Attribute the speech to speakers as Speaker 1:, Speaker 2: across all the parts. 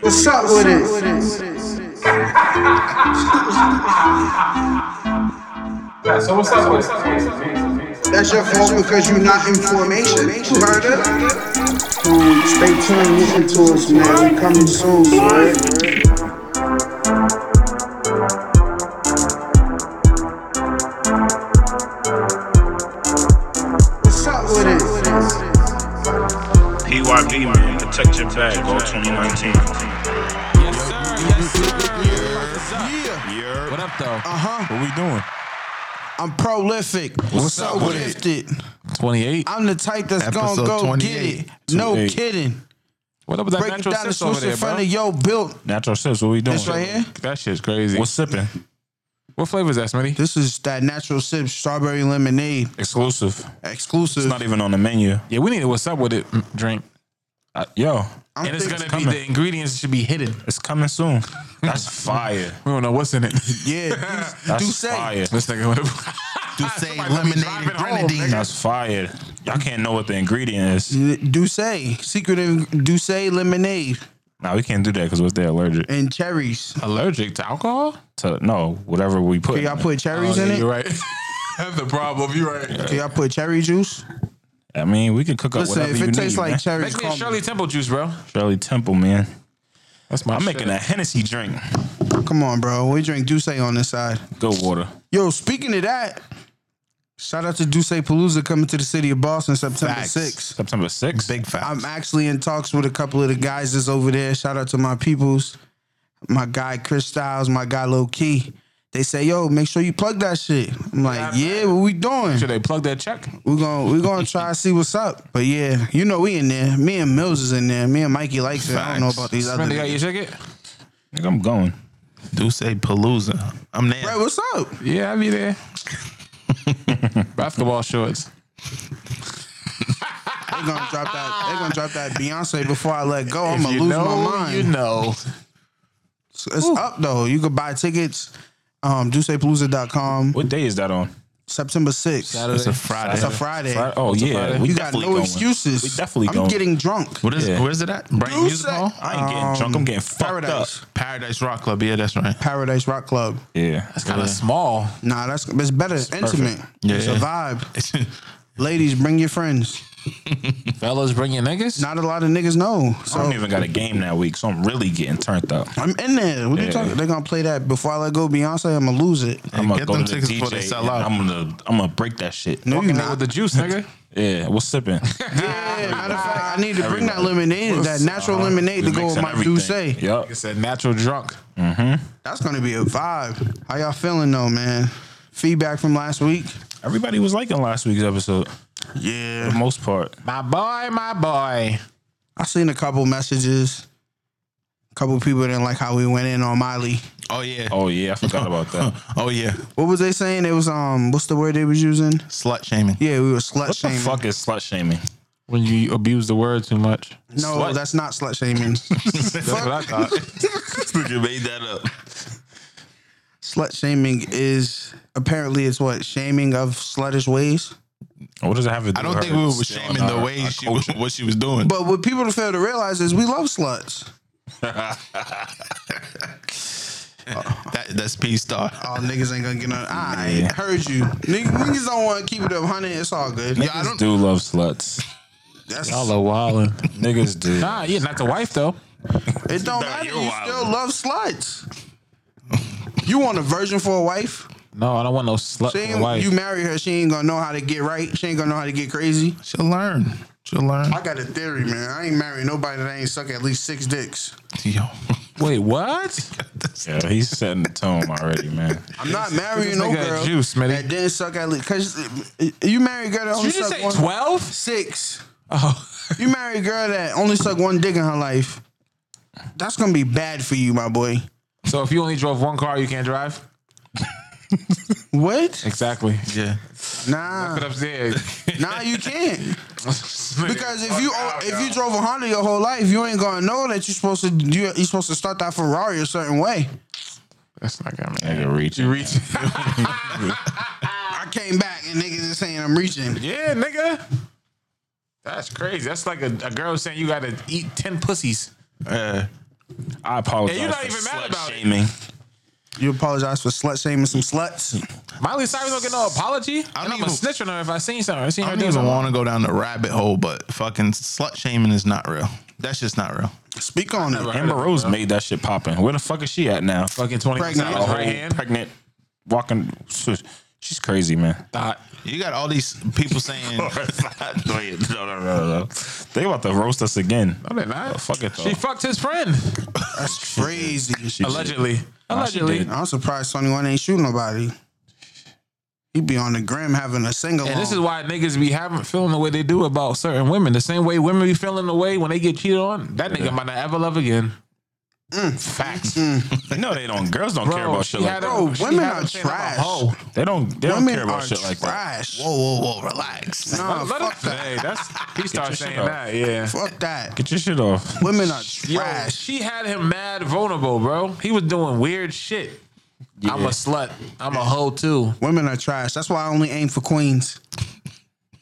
Speaker 1: What's up with it?
Speaker 2: Yeah, so what's up with it?
Speaker 1: That's your fault because you're not in formation. Murder. Um, stay tuned, listen to us, man. We coming soon, man. What's up with it?
Speaker 3: PYB, man. Protect your bag, all 2019.
Speaker 4: Yeah.
Speaker 5: What up, though?
Speaker 4: What we doing?
Speaker 6: I'm prolific. What's
Speaker 4: up with it?
Speaker 6: Gifted.
Speaker 5: 28.
Speaker 6: I'm the type that's
Speaker 4: Episode
Speaker 6: gonna go get
Speaker 4: 28.
Speaker 6: it. No
Speaker 4: 28.
Speaker 6: kidding.
Speaker 5: What up with that
Speaker 6: Break
Speaker 5: natural
Speaker 6: down the
Speaker 5: sips over
Speaker 6: switch in
Speaker 5: there,
Speaker 6: front
Speaker 5: bro?
Speaker 6: of yo built.
Speaker 4: Natural sips. What we doing?
Speaker 6: This right here.
Speaker 5: That shit's crazy.
Speaker 4: What's sipping?
Speaker 5: what flavor is that, Smitty?
Speaker 6: This is that natural sip strawberry lemonade
Speaker 4: Exclusive.
Speaker 6: exclusive.
Speaker 4: It's not even on the menu.
Speaker 5: Yeah, we need a what's up with it mm, drink.
Speaker 4: Uh, yo,
Speaker 6: I'm
Speaker 5: and it's
Speaker 6: thinking-
Speaker 5: gonna be
Speaker 4: coming.
Speaker 5: the ingredients should be hidden.
Speaker 4: it's coming soon. That's fire.
Speaker 5: We don't know what's in it.
Speaker 6: yeah. do-
Speaker 4: That's
Speaker 6: do say.
Speaker 4: fire.
Speaker 5: this nigga went
Speaker 7: to say
Speaker 5: Somebody let me
Speaker 7: lemonade
Speaker 5: drive
Speaker 7: and
Speaker 5: it home,
Speaker 7: grenadine.
Speaker 4: That's fire. Y'all can't know what the ingredient is.
Speaker 6: Douce, secret in- Douce lemonade
Speaker 4: Nah, we can't do that because what they're allergic
Speaker 6: and cherries.
Speaker 4: Oh,
Speaker 5: allergic to alcohol.
Speaker 4: to. No, whatever we put.
Speaker 6: Can y'all
Speaker 4: in it.
Speaker 6: put
Speaker 5: Oh,
Speaker 6: cherries
Speaker 5: yeah,
Speaker 6: in it?
Speaker 5: you're right. That's the problem. You're right.
Speaker 6: Can y'all put cherry juice?
Speaker 4: I mean, we can cook up
Speaker 6: Listen,
Speaker 4: whatever
Speaker 6: if
Speaker 4: you
Speaker 6: it tastes
Speaker 4: need,
Speaker 6: like
Speaker 4: man.
Speaker 5: Make
Speaker 6: cherries,
Speaker 5: me a
Speaker 6: call me.
Speaker 5: Shirley Temple juice, bro.
Speaker 4: Shirley Temple, man.
Speaker 5: That's my.
Speaker 4: I'm making a Hennessy drink.
Speaker 6: Come on, bro. We drink Douce on this side.
Speaker 4: Good water.
Speaker 6: Yo, speaking of that, shout out to Douce Palooza coming to the city of Boston September
Speaker 7: Facts.
Speaker 6: 6th.
Speaker 4: September 6th.
Speaker 7: Big facts.
Speaker 6: I'm actually in talks with a couple of the guys that's over there. Shout out to my peoples, my guy Chris Styles, my guy Low Key. They say, yo, make sure you plug that shit. I'm like, yeah, what we doing?
Speaker 5: Should they plug that check?
Speaker 6: We're gonna we're gonna try to see what's up. But yeah, you know we in there. Me and Mills is in there. Me and Mikey likes it. I don't know about these other
Speaker 5: Smitty got your
Speaker 6: niggas.
Speaker 5: ticket?
Speaker 4: Nigga, I'm going.
Speaker 7: Do say Palooza. I'm there.
Speaker 6: Bro, what's up?
Speaker 5: Yeah, I'll be there. Basketball shorts.
Speaker 6: They're gonna drop that they're gonna drop that Beyonce before I let go. I'm
Speaker 5: If
Speaker 6: gonna
Speaker 5: you
Speaker 6: lose
Speaker 5: know,
Speaker 6: my mind.
Speaker 5: You know.
Speaker 6: It's, it's up though. You could buy tickets. Um, DucePalooza.com.
Speaker 4: What day is that on?
Speaker 6: September 6th.
Speaker 7: It's a Friday.
Speaker 6: That's a Friday.
Speaker 4: Fri- Oh, yeah.
Speaker 5: Friday?
Speaker 4: We
Speaker 6: you got no
Speaker 4: definitely going.
Speaker 6: excuses.
Speaker 4: We definitely
Speaker 6: I'm
Speaker 4: going.
Speaker 6: getting drunk.
Speaker 7: What is
Speaker 4: Yeah.
Speaker 7: Where's it at? Brighton
Speaker 6: Deuce
Speaker 7: Music Hall?
Speaker 4: I ain't getting drunk. I'm getting fucked
Speaker 6: Paradise.
Speaker 4: up.
Speaker 7: Paradise Rock Club. Yeah, that's right.
Speaker 6: Paradise Rock Club.
Speaker 4: Yeah.
Speaker 5: It's kind of small.
Speaker 6: Nah, that's it's better. intimate.
Speaker 7: Yeah,
Speaker 6: it's a
Speaker 7: yeah.
Speaker 6: vibe. Ladies, bring your friends.
Speaker 5: Fellas, bring your niggas.
Speaker 6: Not a lot of niggas know.
Speaker 4: I
Speaker 6: So
Speaker 7: Oh.
Speaker 4: don't even got a game that week, so I'm really getting turned up.
Speaker 6: I'm in there. What
Speaker 4: Yeah.
Speaker 6: you talking? They're gonna play that before I let go Beyonce. I'm gonna lose it.
Speaker 4: I'm gonna
Speaker 7: get
Speaker 4: go
Speaker 7: them
Speaker 4: to the
Speaker 7: tickets before they
Speaker 4: DJ
Speaker 7: sell
Speaker 4: and
Speaker 7: out.
Speaker 4: I'm gonna I'm gonna break that shit.
Speaker 6: No,
Speaker 5: Walking
Speaker 6: you're
Speaker 5: out with
Speaker 6: not.
Speaker 5: the juice, nigga.
Speaker 4: Yeah, what's sipping?
Speaker 6: Yeah, matter of fact, I need to bring that lemonade, that natural
Speaker 4: uh-huh.
Speaker 6: lemonade to go with my Douce.
Speaker 4: Yup.
Speaker 5: It's a natural drunk.
Speaker 6: That's gonna be a vibe. How y'all feeling though, man? Feedback from last week?
Speaker 4: Everybody was liking last week's episode for
Speaker 6: Yeah.
Speaker 4: the most part.
Speaker 5: My boy, my boy.
Speaker 6: I seen a couple messages. A couple people didn't like how we went in on Miley.
Speaker 7: Oh yeah.
Speaker 4: Oh yeah, I forgot about that.
Speaker 7: Oh yeah.
Speaker 6: What was they saying? It was um, what's the word they was using?
Speaker 7: Slut shaming.
Speaker 6: Yeah, we were slut
Speaker 4: What the
Speaker 6: shaming.
Speaker 4: fuck is slut shaming?
Speaker 5: When you abuse the word too much.
Speaker 6: No,
Speaker 4: Slut?
Speaker 6: that's not slut shaming.
Speaker 5: That's what I thought.
Speaker 7: you made that up.
Speaker 6: slut shaming is apparently it's what shaming of sluttish ways.
Speaker 4: What does it have to do?
Speaker 7: I don't
Speaker 4: with
Speaker 7: think
Speaker 4: her
Speaker 7: we were
Speaker 4: still
Speaker 7: shaming
Speaker 4: in
Speaker 7: the
Speaker 4: our-
Speaker 7: way
Speaker 4: our
Speaker 7: she
Speaker 4: culture?
Speaker 7: was, what she was doing.
Speaker 6: But what people fail to realize is we love sluts.
Speaker 7: that, that's P Star.
Speaker 6: Oh, niggas ain't gonna get on. I heard you. Niggas, niggas don't want to keep it up, honey. It's all good. Yeah, I
Speaker 4: Niggas
Speaker 6: don't.
Speaker 4: do love sluts.
Speaker 6: That's,
Speaker 5: Y'all are wildin'.
Speaker 4: Niggas do.
Speaker 5: Nah, yeah, not the wife though.
Speaker 6: it don't
Speaker 7: Nah,
Speaker 6: matter.
Speaker 7: you're
Speaker 6: You
Speaker 7: wild.
Speaker 6: still love sluts. You want a virgin for a wife?
Speaker 5: No, I don't want no slut
Speaker 6: She
Speaker 5: for a
Speaker 6: ain't,
Speaker 5: wife.
Speaker 6: You marry her, she ain't gonna know how to get right. She ain't gonna know how to get crazy.
Speaker 7: She'll learn. She'll learn.
Speaker 6: I got a theory, man. I ain't marrying nobody that ain't suck at least six dicks.
Speaker 7: Yo.
Speaker 5: Wait, what?
Speaker 4: Yeah, he's setting the tone already, man.
Speaker 6: I'm not
Speaker 5: this
Speaker 6: marrying no
Speaker 5: nigga a
Speaker 6: girl
Speaker 5: juice, Smitty.
Speaker 6: that didn't suck at least. Cause uh, you marry a girl that only
Speaker 5: Did you just
Speaker 6: suck
Speaker 5: say
Speaker 6: one,
Speaker 5: twelve?
Speaker 6: six.
Speaker 5: Oh,
Speaker 6: You marry a girl that only suck one dick in her life. That's gonna be bad for you, my boy.
Speaker 5: so if you only drove one car, you can't drive.
Speaker 6: What?
Speaker 5: Exactly.
Speaker 7: Yeah.
Speaker 6: Nah,
Speaker 5: Put upstairs.
Speaker 6: nah, you can't. Because if you if you drove a Honda your whole life, you ain't gonna know that you're supposed to you you're supposed to start that Ferrari a certain way.
Speaker 5: that's not gonna make
Speaker 4: Nigga reaching. You reach.
Speaker 6: I came back and niggas is saying I'm reaching.
Speaker 5: Yeah, nigga. That's crazy. That's like a, a girl saying you gotta eat ten pussies.
Speaker 7: Uh,
Speaker 4: I apologize.
Speaker 5: And you're not
Speaker 4: for
Speaker 5: even
Speaker 4: slut
Speaker 5: mad about it.
Speaker 4: shaming.
Speaker 6: You apologize for slut shaming some sluts.
Speaker 5: Miley Cyrus don't get no apology.
Speaker 7: I
Speaker 5: and
Speaker 7: don't
Speaker 5: I'm a
Speaker 7: even-
Speaker 5: snitch on her if I seen something. I seen
Speaker 7: I
Speaker 5: her
Speaker 7: don't
Speaker 5: do
Speaker 7: even
Speaker 5: something.
Speaker 7: want to go down the rabbit hole, but fucking slut shaming is not real. That's just not real.
Speaker 6: Speak on it.
Speaker 4: Amber Rose made that shit poppin'. Where the fuck is she at now?
Speaker 5: Fucking twenty
Speaker 6: Oh, Pregnant.
Speaker 5: percent
Speaker 4: A whole
Speaker 5: right hand.
Speaker 4: pregnant, walking. She's crazy, man.
Speaker 5: Thought.
Speaker 7: You got all these people saying
Speaker 4: Wait, no, no, no, no. They about to roast us again.
Speaker 5: No, they're not.
Speaker 4: Oh, fuck it, though.
Speaker 5: She fucked his friend
Speaker 6: That's crazy.
Speaker 4: She-
Speaker 5: allegedly.
Speaker 4: Nah, she
Speaker 5: Allegedly.
Speaker 4: did.
Speaker 6: I'm surprised Twenty One ain't shooting nobody. He be on the gram having a sing along.
Speaker 5: And this is why niggas be having feeling the way they do about certain women. The same way women be feeling the way when they get cheated on. That nigga might not ever love again.
Speaker 6: Mm.
Speaker 4: Facts. No, they don't. Girls don't care
Speaker 5: Bro,
Speaker 4: about
Speaker 5: she
Speaker 4: shit like
Speaker 5: had a-
Speaker 4: that.
Speaker 6: Bro,
Speaker 5: she
Speaker 6: women
Speaker 5: had a
Speaker 6: are
Speaker 5: thing about
Speaker 6: trash.
Speaker 5: hoe.
Speaker 4: They don't. They don't
Speaker 6: women
Speaker 4: care about
Speaker 6: are
Speaker 4: shit like that.
Speaker 6: trash.
Speaker 7: Whoa, whoa, whoa, relax.
Speaker 6: Nah,
Speaker 5: Let
Speaker 6: fuck
Speaker 5: it-
Speaker 6: that.
Speaker 5: Hey, that's he started
Speaker 4: shit
Speaker 5: saying
Speaker 4: up.
Speaker 5: that. Yeah.
Speaker 6: Fuck that.
Speaker 4: Get your shit off.
Speaker 6: Women are
Speaker 5: Yo,
Speaker 6: trash.
Speaker 5: she had him mad vulnerable, bro. He was doing weird shit. I'm a slut. I'm a hoe too.
Speaker 6: Women are trash. That's why I only aim for queens.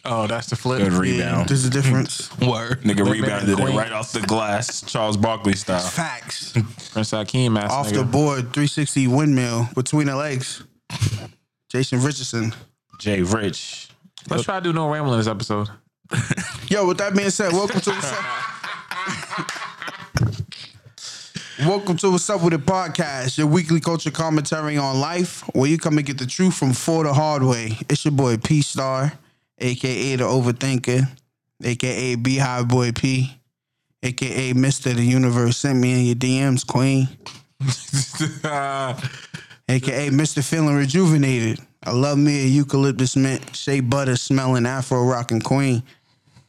Speaker 5: Oh, that's the flip.
Speaker 4: Good
Speaker 5: Oh.
Speaker 6: Yeah,
Speaker 4: rebound.
Speaker 6: there's a difference.
Speaker 7: Word.
Speaker 4: Nigga
Speaker 5: Women
Speaker 4: rebounded it
Speaker 5: queen.
Speaker 4: right off the glass, Charles Barkley style.
Speaker 6: Facts.
Speaker 5: Prince Hakeem ass
Speaker 6: Off
Speaker 5: nigga.
Speaker 6: the board, 360 windmill between the legs. Jason Richardson.
Speaker 4: Jay Rich.
Speaker 5: Let's try to do no rambling this episode.
Speaker 6: Yo, with that being said, welcome to what's up. welcome to what's up with the podcast, your weekly culture commentary on life, where you come and get the truth from four the hard way. It's your boy P Star, aka the Overthinker, aka Beehive Boy P, aka Mister the Universe. Send me in your DMs, Queen, aka Mister Feeling Rejuvenated. I love me a eucalyptus mint, shea butter smelling Afro rocking Queen.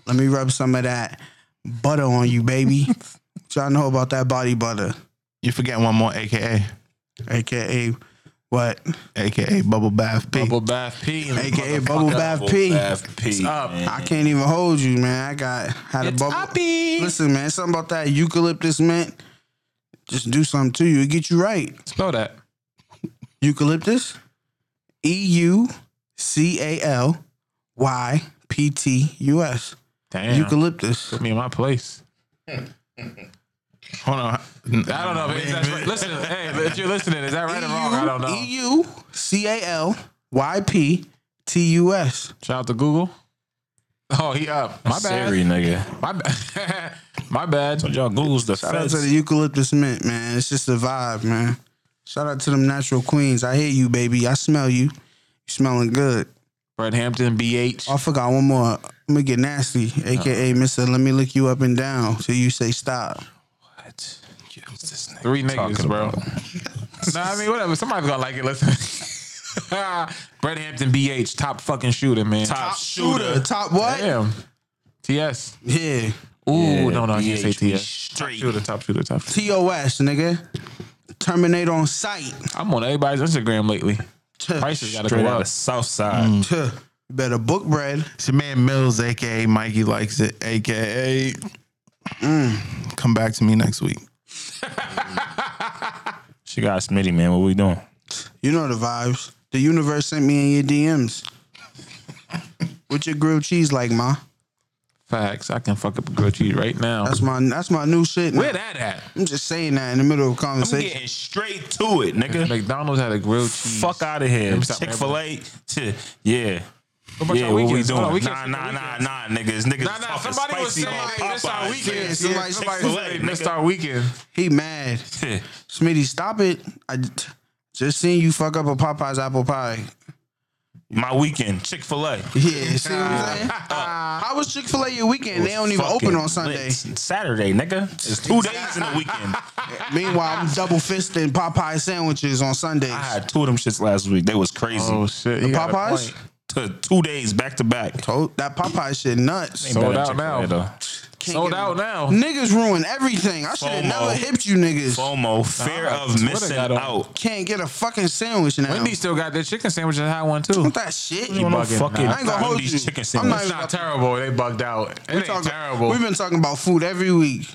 Speaker 6: Let me rub some of that butter on you, baby. What Y'all know about that body butter,
Speaker 7: You forget one more, AKA.
Speaker 6: aka what?
Speaker 7: AKA Bubble Bath P.
Speaker 5: Bubble bath P.
Speaker 6: AKA bubble bath P. I
Speaker 4: Bath P.
Speaker 5: up.
Speaker 4: man.
Speaker 6: can't even hold you, man. I got had a
Speaker 5: It's
Speaker 6: bubble.
Speaker 5: Poppy.
Speaker 6: Listen, man, something about that eucalyptus mint. Just do something to you. It get you right.
Speaker 5: Spell that.
Speaker 6: Eucalyptus, E U C A L Y P T U S.
Speaker 5: Damn.
Speaker 6: Eucalyptus.
Speaker 5: Put me in my place.
Speaker 7: Hold on.
Speaker 5: I don't know. If it's- that's right. Listen, hey, if you're listening, is that right or wrong? I don't know.
Speaker 6: E-U- E-U-C-A-L-Y-P-T-U-S.
Speaker 5: Shout out to Google. Oh, he up. My bad.
Speaker 4: Siri, nigga.
Speaker 5: My bad. My bad.
Speaker 4: Y'all Google's the
Speaker 6: Shout out
Speaker 4: fence.
Speaker 6: to the eucalyptus mint, man. It's just a vibe, man. Shout out to them natural queens. I hear you, baby. I smell you. You smelling good.
Speaker 5: Fred Hampton, BH.
Speaker 6: Oh, I forgot one more. I'm gonna get nasty, aka Mister. Let me lick you up and down till you say stop.
Speaker 5: Three niggas, bro. nah, I mean, whatever. Somebody's gonna like it. Listen. Brett Hampton, BH, top fucking shooter, man.
Speaker 4: Top shooter.
Speaker 6: Top what?
Speaker 5: Damn. TS.
Speaker 6: Yeah.
Speaker 5: Ooh, no, no, I can't say
Speaker 4: BH, we
Speaker 5: TS.
Speaker 4: straight.
Speaker 5: Top shooter, top shooter, top shooter.
Speaker 6: TOS, nigga. Terminate on sight.
Speaker 5: I'm on everybody's Instagram lately. Prices gotta
Speaker 4: Straight
Speaker 5: go
Speaker 4: out
Speaker 5: up.
Speaker 4: of South Side.
Speaker 6: Tuh. Better book bread.
Speaker 7: It's your man Mills, AKA Mikey Likes It, AKA. Come back to me next week.
Speaker 4: She got Smitty, man. What we doing?
Speaker 6: You know the vibes. The universe sent me in your DMs. What's your grilled cheese like, ma?
Speaker 5: Facts. I can fuck up a grilled cheese right now.
Speaker 6: That's my that's my new shit. now.
Speaker 5: Where that at?
Speaker 6: I'm just saying that in the middle of a
Speaker 4: We
Speaker 6: conversation.
Speaker 4: getting straight to it, nigga.
Speaker 5: McDonald's had a grilled cheese.
Speaker 4: Fuck out of here.
Speaker 5: stop
Speaker 4: Chick fil A. Yeah.
Speaker 5: about
Speaker 4: Yeah,
Speaker 5: y'all
Speaker 4: what we
Speaker 5: weekends?
Speaker 4: doing?
Speaker 5: Hold on,
Speaker 4: nah,
Speaker 5: weekends-
Speaker 4: nah, nah,
Speaker 5: weekends.
Speaker 4: nah, niggas. Niggas
Speaker 5: Nah, nah,
Speaker 4: talking
Speaker 5: somebody was
Speaker 4: spicy
Speaker 5: saying
Speaker 4: on
Speaker 5: like, this our
Speaker 4: Popeyes.
Speaker 5: weekend.
Speaker 6: Yeah, somebody said
Speaker 5: somebody
Speaker 4: Chick-fil-A,
Speaker 5: said
Speaker 4: nigga.
Speaker 5: this our weekend.
Speaker 6: He mad.
Speaker 4: Yeah.
Speaker 6: Smitty, stop it. I j- just seen you fuck up a Popeye's apple pie.
Speaker 4: My weekend, Chick Fil A.
Speaker 6: Yeah, see what I'm saying?
Speaker 5: Uh,
Speaker 6: How was Chick Fil A your weekend? They don't even open on Sunday.
Speaker 4: Saturday, nigga. It's two days in a weekend.
Speaker 6: Meanwhile, I'm double fisting Popeye sandwiches on Sundays.
Speaker 4: I had two of them shits last week. They was crazy.
Speaker 5: Oh shit!
Speaker 6: The
Speaker 5: you got a
Speaker 6: Popeyes?
Speaker 5: point.
Speaker 4: T- two days back to back.
Speaker 6: Oh, that Popeye shit nuts.
Speaker 5: Sold
Speaker 4: Better
Speaker 5: out
Speaker 4: Chick-fil-A,
Speaker 5: now.
Speaker 4: though.
Speaker 6: Can't
Speaker 5: Sold
Speaker 6: get-
Speaker 5: out now.
Speaker 6: Niggas ruin everything. I should have
Speaker 4: FOMO.
Speaker 6: never hipped you niggas.
Speaker 4: FOMO, fear
Speaker 5: Nah,
Speaker 4: of
Speaker 5: Twitter
Speaker 4: missing
Speaker 5: got on-
Speaker 4: out.
Speaker 6: Can't get a fucking sandwich now.
Speaker 5: Wendy still got their chicken sandwich and had one too.
Speaker 6: Fuck that shit.
Speaker 4: You know,
Speaker 5: bugging.
Speaker 4: fucking
Speaker 5: Nah,
Speaker 6: I ain't gonna hold
Speaker 4: Wendy's
Speaker 6: you.
Speaker 4: chicken
Speaker 6: I'm
Speaker 4: sandwich.
Speaker 6: not
Speaker 5: It's
Speaker 6: even
Speaker 5: not terrible. They bugged out. It ain't
Speaker 6: talking-
Speaker 5: terrible.
Speaker 6: We've been talking about food every week.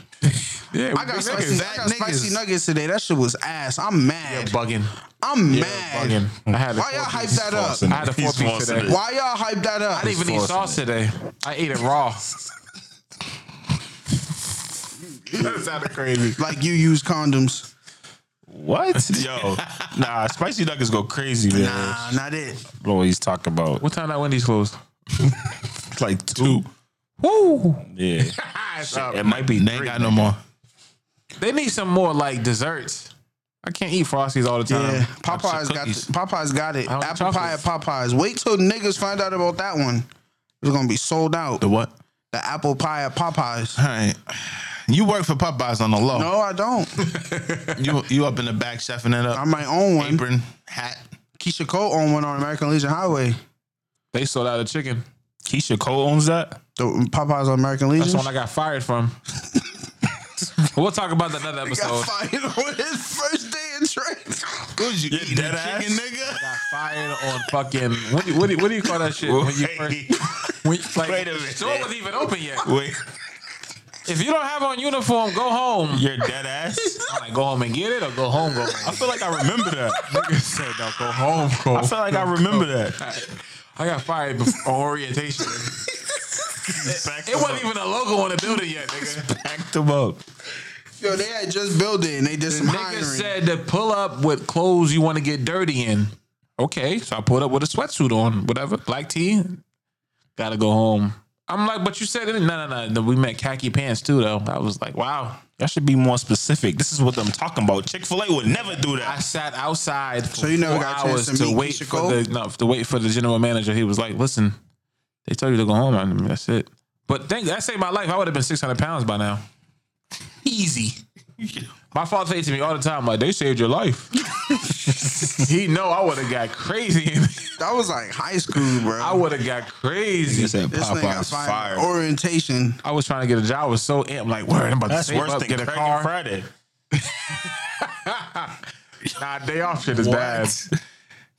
Speaker 5: yeah,
Speaker 6: I got,
Speaker 5: big
Speaker 6: spicy,
Speaker 5: niggas.
Speaker 6: I got
Speaker 7: Niggas.
Speaker 6: spicy nuggets today. That shit was ass. I'm mad.
Speaker 5: bugging.
Speaker 6: I'm mad.
Speaker 5: Bugging. I had a
Speaker 6: Why
Speaker 5: four
Speaker 6: y'all hype
Speaker 5: piece.
Speaker 6: that up?
Speaker 5: I had a four
Speaker 4: He's
Speaker 5: piece
Speaker 4: forcing
Speaker 5: today.
Speaker 4: it.
Speaker 6: Why y'all hype that up?
Speaker 5: I didn't even eat
Speaker 4: forcing
Speaker 5: sauce today. I ate it raw.
Speaker 7: that sounded crazy.
Speaker 6: Like you use condoms.
Speaker 4: What? Yo, nah, spicy nuggets go crazy, man.
Speaker 6: Nah, not it.
Speaker 4: Always talk about
Speaker 5: What time that Wendy's closed?
Speaker 4: it's like two.
Speaker 5: Woo!
Speaker 4: Yeah, it might be.
Speaker 7: They ain't
Speaker 4: three.
Speaker 7: got no more.
Speaker 5: They need some more like desserts. I can't eat frosties all the time.
Speaker 6: Yeah, Popeyes got the,
Speaker 4: cookies.
Speaker 6: Popeyes got it.
Speaker 5: I want
Speaker 6: Apple pie at
Speaker 5: chocolates.
Speaker 6: Popeyes. Wait till niggas find out about that one. It's gonna be sold out.
Speaker 7: The what?
Speaker 6: The apple pie at Popeyes.
Speaker 7: All right. You work for Popeyes on the low.
Speaker 6: No, I don't.
Speaker 7: You you up in the back chefing it up.
Speaker 6: I might own one.
Speaker 7: Apron, hat.
Speaker 6: Keisha Cole owned one on American Legion Highway.
Speaker 5: They sold out of chicken.
Speaker 4: Keisha Cole owns that.
Speaker 6: The Popeyes on American
Speaker 5: That's
Speaker 6: Legion.
Speaker 5: the one I got fired from. we'll talk about that another episode.
Speaker 6: fired on his first day in training.
Speaker 7: Good you eating
Speaker 4: dead ass?
Speaker 7: chicken, nigga.
Speaker 5: got fired on fucking what do, what do, what do you call that shit when you first when, you- like
Speaker 4: Wait a
Speaker 5: the
Speaker 4: minute.
Speaker 5: store wasn't even open yet.
Speaker 4: Wait,
Speaker 5: If you don't have on uniform, go home.
Speaker 4: you're dead ass.
Speaker 5: I'm like, go home and get it, or go home, go
Speaker 4: I
Speaker 5: home.
Speaker 4: feel like I remember that.
Speaker 5: Nigga said, no, go home, go.
Speaker 4: I feel like I remember that.
Speaker 5: I got fired before orientation.
Speaker 4: Back
Speaker 5: It wasn't even a logo on the building yet, nigga.
Speaker 4: Packed them up.
Speaker 6: Yo, they had just built it and they did some
Speaker 5: Nigga
Speaker 6: hiring.
Speaker 5: said to pull up with clothes you want to get dirty in. Okay, so I pulled up with a sweatsuit on, whatever, black tee. Gotta go home. I'm like, but you said it. No, no, no. We meant khaki pants too, though. I was like, wow.
Speaker 4: Y'all should be more specific. This is what I'm talking about. Chick Fil A would never do
Speaker 5: I
Speaker 4: that.
Speaker 5: sat outside for
Speaker 6: So you never
Speaker 5: four
Speaker 6: got a chance
Speaker 5: hours to,
Speaker 6: to meet
Speaker 5: wait
Speaker 6: Keisha
Speaker 5: for
Speaker 6: Cole?
Speaker 5: the no, to wait for the general manager. He was like, "Listen, they told you to go home. I mean, that's it." But thank that saved my life. I would have been six hundred pounds by now. Easy. My father said to me all the time, like, "They saved your life." he know I would have got crazy.
Speaker 6: that was like high school, bro.
Speaker 5: I would have got
Speaker 4: He
Speaker 5: crazy.
Speaker 4: said
Speaker 6: this nigga got
Speaker 4: Popeye's
Speaker 6: fired.
Speaker 4: fired.
Speaker 6: Orientation.
Speaker 5: I was trying to get a job. I was so amped, like, "Word, I'm about
Speaker 4: That's
Speaker 5: to save
Speaker 4: worse
Speaker 5: up,
Speaker 4: than
Speaker 5: get a
Speaker 4: Craig
Speaker 5: car."
Speaker 4: and Friday.
Speaker 5: Nah, day off shit is bad.
Speaker 7: What?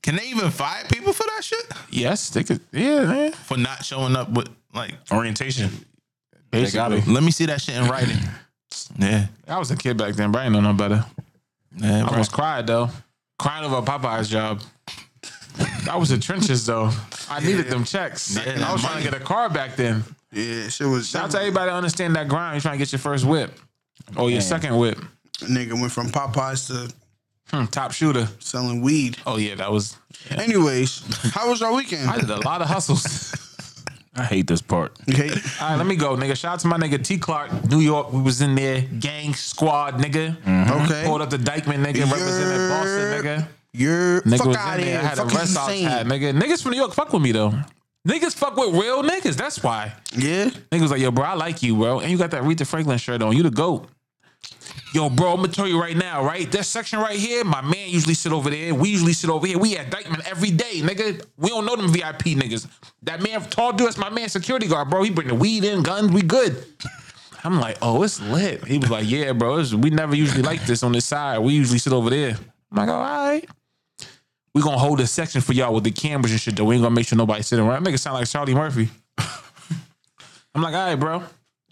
Speaker 7: Can they even fire people for that shit?
Speaker 5: Yes, they could. Yeah, man.
Speaker 7: For not showing up with like
Speaker 4: Orientation.
Speaker 5: Basically,
Speaker 7: Let me see that shit in writing. yeah.
Speaker 5: I was a kid back then, but I didn't know no better.
Speaker 7: Yeah,
Speaker 5: I
Speaker 7: right.
Speaker 5: almost cried though. Crying over a Popeye's job. I was in trenches though. I needed them checks.
Speaker 7: Yeah,
Speaker 5: I was
Speaker 7: that
Speaker 5: trying
Speaker 7: money.
Speaker 5: to get a car back then.
Speaker 6: Yeah, shit was.
Speaker 5: Shout out to everybody that understand that grind. You're trying to get your first whip or your second whip.
Speaker 6: nigga went from Popeyes to
Speaker 5: Hmm, top shooter.
Speaker 6: selling weed.
Speaker 5: Oh yeah, that was.
Speaker 6: Anyways, how was your weekend?
Speaker 5: I did a lot of hustles.
Speaker 4: I hate this part.
Speaker 6: Okay.
Speaker 5: All right, let me go, nigga. Shout out to my nigga T Clark, New York. We was in there, gang squad, nigga.
Speaker 6: Okay.
Speaker 5: Pulled up the Dykeman, nigga. Represented Boston,
Speaker 6: Yeah.
Speaker 5: nigga.
Speaker 6: You're
Speaker 5: Nigga was in
Speaker 6: fuck out
Speaker 5: there.
Speaker 6: here.
Speaker 5: I had a
Speaker 6: Fucking
Speaker 5: rest house
Speaker 6: insane.
Speaker 5: hat, nigga. Niggas from New York fuck with me though. Niggas fuck with real niggas. That's why.
Speaker 6: Yeah.
Speaker 5: Nigga was like, yo, bro, I like you, bro. And you got that Aretha Franklin shirt on. You the GOAT. Yo, bro, I'm gonna tell you right now, right? That section right here, my man usually sit over there. We usually sit over here. We at Dykeman every day, nigga. We don't know them VIP niggas. That man, tall dude, that's my man security guard, bro. He bring the weed in, guns, we good. I'm like, oh, it's lit. He was like, yeah, bro, it's- we never usually like this on this side. We usually sit over there. I'm like, all right. We gonna hold a section for y'all with the cameras and shit, though. We ain't gonna make sure nobody sitting around. Nigga sound like Charlie Murphy. I'm like, all right, bro.